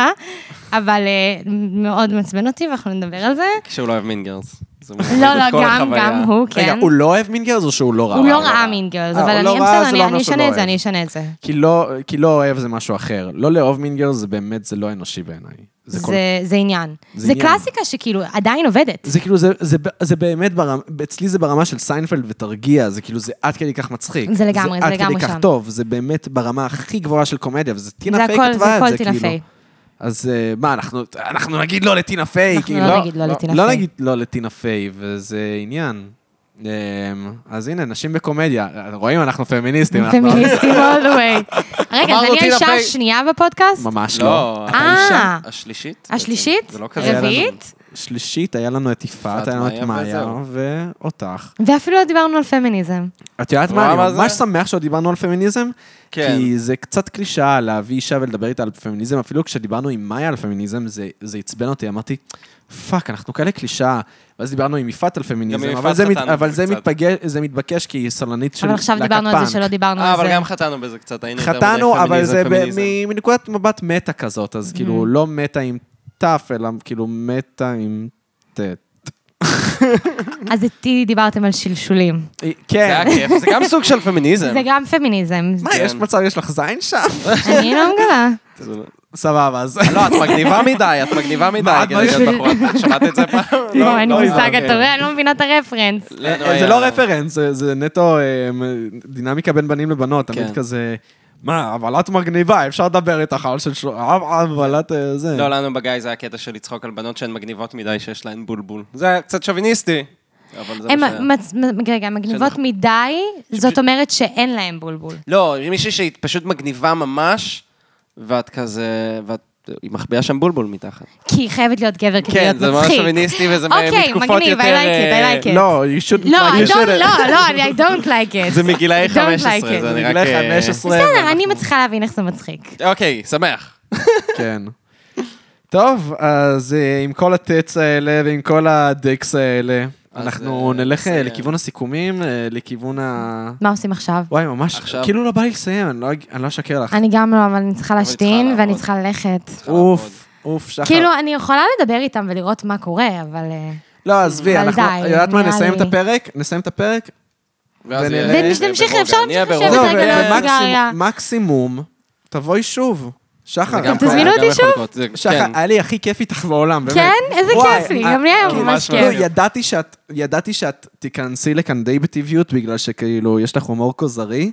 אבל אה, מאוד מעצבן אותי, ואנחנו נדבר על
*laughs*
זה.
שהוא לא אוהב מינגרס. זה מוריד
לא,
את
לא,
כל
גם,
החוויה.
גם הוא, כן.
רגע, הוא לא אוהב מינגרס או שהוא לא ראה?
הוא לא ראה מין גרלס,
אה,
אבל
הוא
אני
לא ראה,
בסדר,
זה
אני-
לא
אני
אומר שהוא
אשנה
לא
את זה,
אוהב.
אני אשנה את זה.
כי לא, כי לא אוהב זה משהו אחר. לא לאהוב מינגרס זה באמת, זה לא אנושי בעיניי. זה, כל...
זה- זה עניין.
זה
זה
עניין.
קלאסיקה שכאילו עדיין עובדת.
זה כאילו, זה, זה, זה באמת, ברמה, אצלי זה ברמה של סיינפלד ותרגיע, זה כאילו, זה עד כדי כך מצחיק.
זה לגמרי, זה
עד
לגמרי
כדי כך
שם.
טוב, זה באמת ברמה הכי גבוהה של קומדיה, וזה
זה
טינה פיי
הכל-
כתבה
זה
את
הכל
זה,
טינה
כאילו.
פיי.
אז אה, מה, אנחנו, אנחנו נגיד לא לטינה פיי,
אנחנו
כאילו.
לא נגיד לא לטינה
לא
פיי.
נגיד לא לטינה פיי, וזה עניין. אמ, אז הנה, נשים בקומדיה. רואים, אנחנו פמיניסטים. אנחנו-
*laughs* פמיניסטים all the way. רגע, אז
אמרנו
אני
טינה
האישה
פיי.
השנייה בפודקאסט?
ממש לא.
לא,
אה.
האישה השלישית. בעצם.
השלישית?
זה לא כזה.
רביעית?
שלישית, היה לנו את יפעת,
יפעת,
היה לנו את מאיה,
מאיה,
ואותך.
ואפילו לא דיברנו על פמיניזם.
את יודעת
רואה
מה,
מה
אני
זה?
ממש שמח שעוד דיברנו על פמיניזם,
כן.
כי זה קצת קלישאה להביא אישה ולדבר איתה על פמיניזם, אפילו כשדיברנו עם מאיה על פמיניזם, זה- זה עצבן אותי, אמרתי, פאק, אנחנו כאלה קלישאה. ואז דיברנו עם יפעת על
גם
פמיניזם,
עם
אבל
יפעת
זה מת-
חטאנו
אבל זה
קצת.
מתפגש- זה מתבקש כי היא סלנית של
אבל עכשיו דיברנו על זה שלא
פאנק.
דיברנו
אה,
על
אבל
זה.
גם חטאנו בזה קצת, היינו יותר מדי
חטאנו, אבל זה ב-
פמיניזם.
מ- מנקודת מבט מטה כזאת, אז
Mm-hmm.
כאילו, לא מטה עם תף, אלא כאילו מטה עם טט.
אז איתי דיברתם על שלשולים.
זה היה
כן.
כיף, זה גם סוג של פמיניזם.
זה גם פמיניזם.
מה,
כן.
יש מצב, יש לך זין שם? *laughs*
אני לא מגלה.
זה לא-
סבבה, אז...
לא, את מגניבה מדי, את מגניבה מדי.
מה, את
כדי להיות
מגניבה?
בחורה. שמעת את זה פעם?
לא, אין לי מושג,
הבנתי.
אתה רואה, אני לא מבינה את הרפרנס.
לנו
אה, זה
היה-
לא רפרנס, זה- זה נטו אה, מ- דינמיקה בין בנים לבנות, תמיד
כן.
כזה... מה, אבל את מגניבה, אפשר לדבר איתך על של שלו... אבל את אה, זה...
לא, לנו בגיא זה הקטע של לצחוק על בנות שהן מגניבות מדי, שיש להן בולבול. זה היה קצת שוביניסטי, אבל זה
הן
מה שהיה.
מצ- מ- רגע, מגניבות
שאנחנו-
מדי, זאת אומרת שאין להן בולבול.
לא, מישהי שהיא פשוט מגניבה ממש, ואת כזה... ואת... היא מחביאה שם בולבול מתחת.
כי היא חייבת להיות גבר כדי להיות
כן,
מצחיק.
זה ממש שוביניסטי וזה
אוקיי,
מתקופות
מגניב, I
יותר...
like it, I
אה,
like it.
לא, היא שוט...
לא, I don't, לא, לא, אני- I don't like it.
אה, *laughs* זה מגילאי
I don't like
15,
it.
זה אני רק...
מגילאי
אה,
15.
בסדר, אני מצליחה להבין איך זה מצחיק.
אוקיי, שמח.
כן. טוב, אז אה, עם כל הטץ האלה ועם כל הדקס האלה,
אז,
אנחנו
אה,
נלך אה,
נסיים.
לכיוון הסיכומים, אה, לכיוון
*laughs*
ה...
מה עושים עכשיו?
וואי, ממש,
עכשיו-
כאילו לא בא לי לסיים, אני לא אג- אני לא אשקר לך.
אני גם לא, אבל אני צריכה
אבל צריכה
להשתין
לעבוד.
ואני צריכה ללכת.
אוף, אוף, שחר.
כאילו, אני יכולה לדבר איתם ולראות מה קורה, אבל... אה,
לא, עזבי,
אבל
אנחנו...
די,
יודעת מה,
נראה
נסיים
לי.
את הפרק, נסיים את הפרק,
ואז
ונראה.
יהיה-
ונמשיך,
ברוגע.
אפשר
נהיה
להמשיך
ברוגע.
לשבת
זהו,
רגע
ו-
לאט.
ומקסימום-
סיגריה.
אוקיי, מקסימום, תבואי שוב.
זה
שחר,
גם-
תזמינו
גם
אותי
יכול
שוב?
לקרות, זה-
שחר,
כן.
היה לי הכי כיף איתך בעולם, באמת.
כן? איזה
וואי,
כיף לי,
אה,
גם לי היה
כן,
ממש
לא,
כיף.
ידעתי שאת- ידעתי שאת תיכנסי לכאן די בטבעיות, בגלל שכאילו, יש לך הומור כוזרי,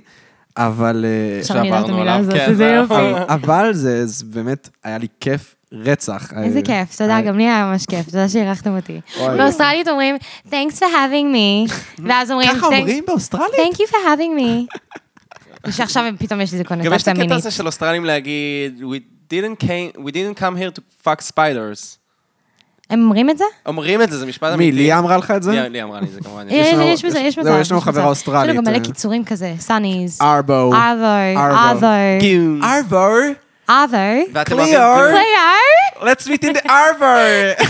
אבל... אה,
עכשיו אני יודעת את
שעברנו
המילה
עליו,
הזאת,
כן,
איזה
זה
יופי.
אבל- אבל זה זה באמת, היה לי כיף רצח.
איזה
אה,
כיף, תודה,
אה,
גם לא, לי היה ממש כיף, תודה שאירחתם אותי.
אוי.
באוסטרלית אומרים, Thanks for having me, ואז אומרים,
ככה
"Thank-
אומרים באוסטרלית?
Thank you for having me. ושעכשיו הם- פתאום יש לזה
גם יש את
קונוטציה
הקטע
מינית.
הזה של אוסטרלים להגיד, we didn't came- we didn't come here to fuck spiders.
הם אומרים את זה?
אומרים את זה, זה משפט
מי,
אמיתי.
ליה אמרה לך את
ליה-
זה?
ליה אמרה לי את זה כמובן.
יש
לנו-
אה, יש בזה,
יש-
יש
זהו,
בזה.
יש לנו חברה
בזה.
אוסטרלית,
יש לנו לא, גם מלא
אה.
קיצורים כזה, סאניז,
ארבו.
ארבר,
ארבר.
ארבר,
גיון.
ארבור?
ארבר,
ואתם
קליאור.
אוהבים גיון?
קליאר,
let's meet in the
*laughs*
arbor.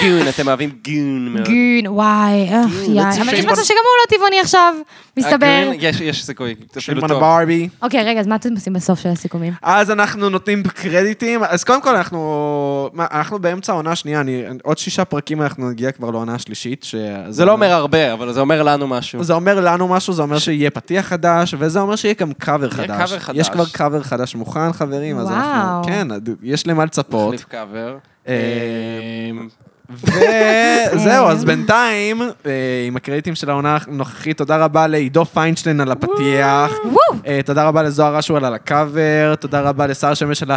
גיון, אתם אוהבים גיון מאוד.
גון, וואי, איך יא,
let's
אבל יש
shake
מצב
on-
שגם הוא לא טבעוני עכשיו, מסתבר.
הגיון, יש- יש סיכוי, אפילו
שמעון
טוב.
ברבי.
אוקיי, רגע, אז מה אתם עושים בסוף של הסיכומים?
אז אנחנו נותנים קרדיטים, אז קודם כל אנחנו, מה, אנחנו באמצע העונה השנייה, אני, עוד שישה פרקים אנחנו נגיע כבר לעונה השלישית. ש...
זה לא אומר הרבה, אבל זה אומר לנו משהו.
זה אומר לנו משהו, זה אומר שיהיה פתיח חדש, וזה אומר שיהיה גם קאבר
יהיה
חדש.
קאבר חדש.
יש כבר קאבר חדש מוכן, חברים, אז
וואו.
אנחנו, כן, יש למה לצפות.
מחליף קאבר.
אה, וזהו, אז בינתיים, אה, עם הקרדיטים של העונה הנוכחית, תודה רבה לעידו פיינשטיין על הפתיח.
וואו!
אה, תודה רבה לזוהר אשואל על הקאבר, תודה רבה לשר שמש על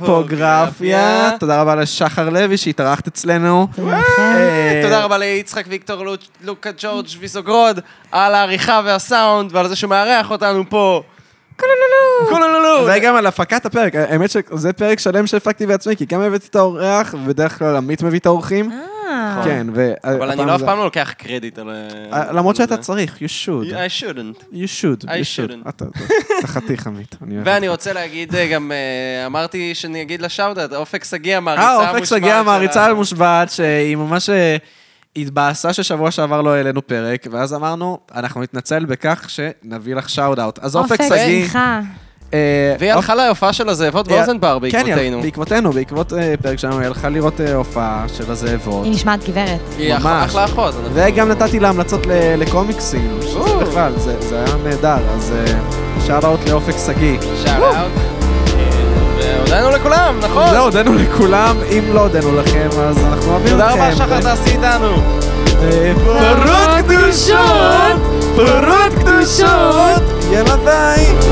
הטיפוגרפיה, תודה רבה לשחר לוי שהתארחת אצלנו.
כן.
אה,
תודה רבה ליצחק ויקטור לוק- לוקה ג'ורג' ויסוגרוד על העריכה והסאונד ועל זה שהוא מארח אותנו פה.
כן.
לא, קולולולו.
וגם על הפקת הפרק, האמת שזה פרק שלם שהפקתי בעצמי, כי גם הבאתי את האורח, ובדרך כלל עמית מביא את האורחים.
אה.
כן, ו...
אה. אבל אני
הפעם
לא אף
זה-
פעם לא אה, לוקח קרדיט על...
אה, למרות שאתה צריך, you should.
I shouldn't.
You should, you
I
should.
shouldn't.
אתה-
*laughs*
אתה- אתה חתיך עמית, אני אוהב. אותך.
ואני רוצה להגיד, אה, גם אה, אמרתי שאני אגיד לשאוטאט, אופק שגיא המעריצה
אה,
המושמעת.
אופק שגיא
של
מעריצה
ה-
המושבעת, שהיא ממש אה, התבאסה ששבוע שעבר לא העלינו פרק, ואז אמרנו, אנחנו נתנצל בכך שנביא לך שאוט אאוט. אז אופק שגיא...
סליחה.
אה,
והיא
אופ-
הלכה להופעה של הזאבות
אה,
באוזן בר
כן, היא הלכה-
בעקבותינו.
בעקבותינו, בעקבות אה, פרק שלנו, היא הלכה לראות אה, הופעה של הזאבות.
היא נשמעת גברת.
היא אח-
ממש.
אחלה אחות. אנחנו-
וגם נתתי לה המלצות ל- לקומיקסים, שזה
או.
בכלל, זה זה היה נהדר, אז שאוט אאוט לאופק שגיא.
שאט אאוט. והודענו אה, לכולם, נכון?
לא, הודינו לכולם, אם לא הודינו לכם, אז אנחנו אוהבים אתכם.
תודה רבה, שחר, תעשי איתנו.
אה, פרות קדושות! פרות קדושות! יאללה ביי!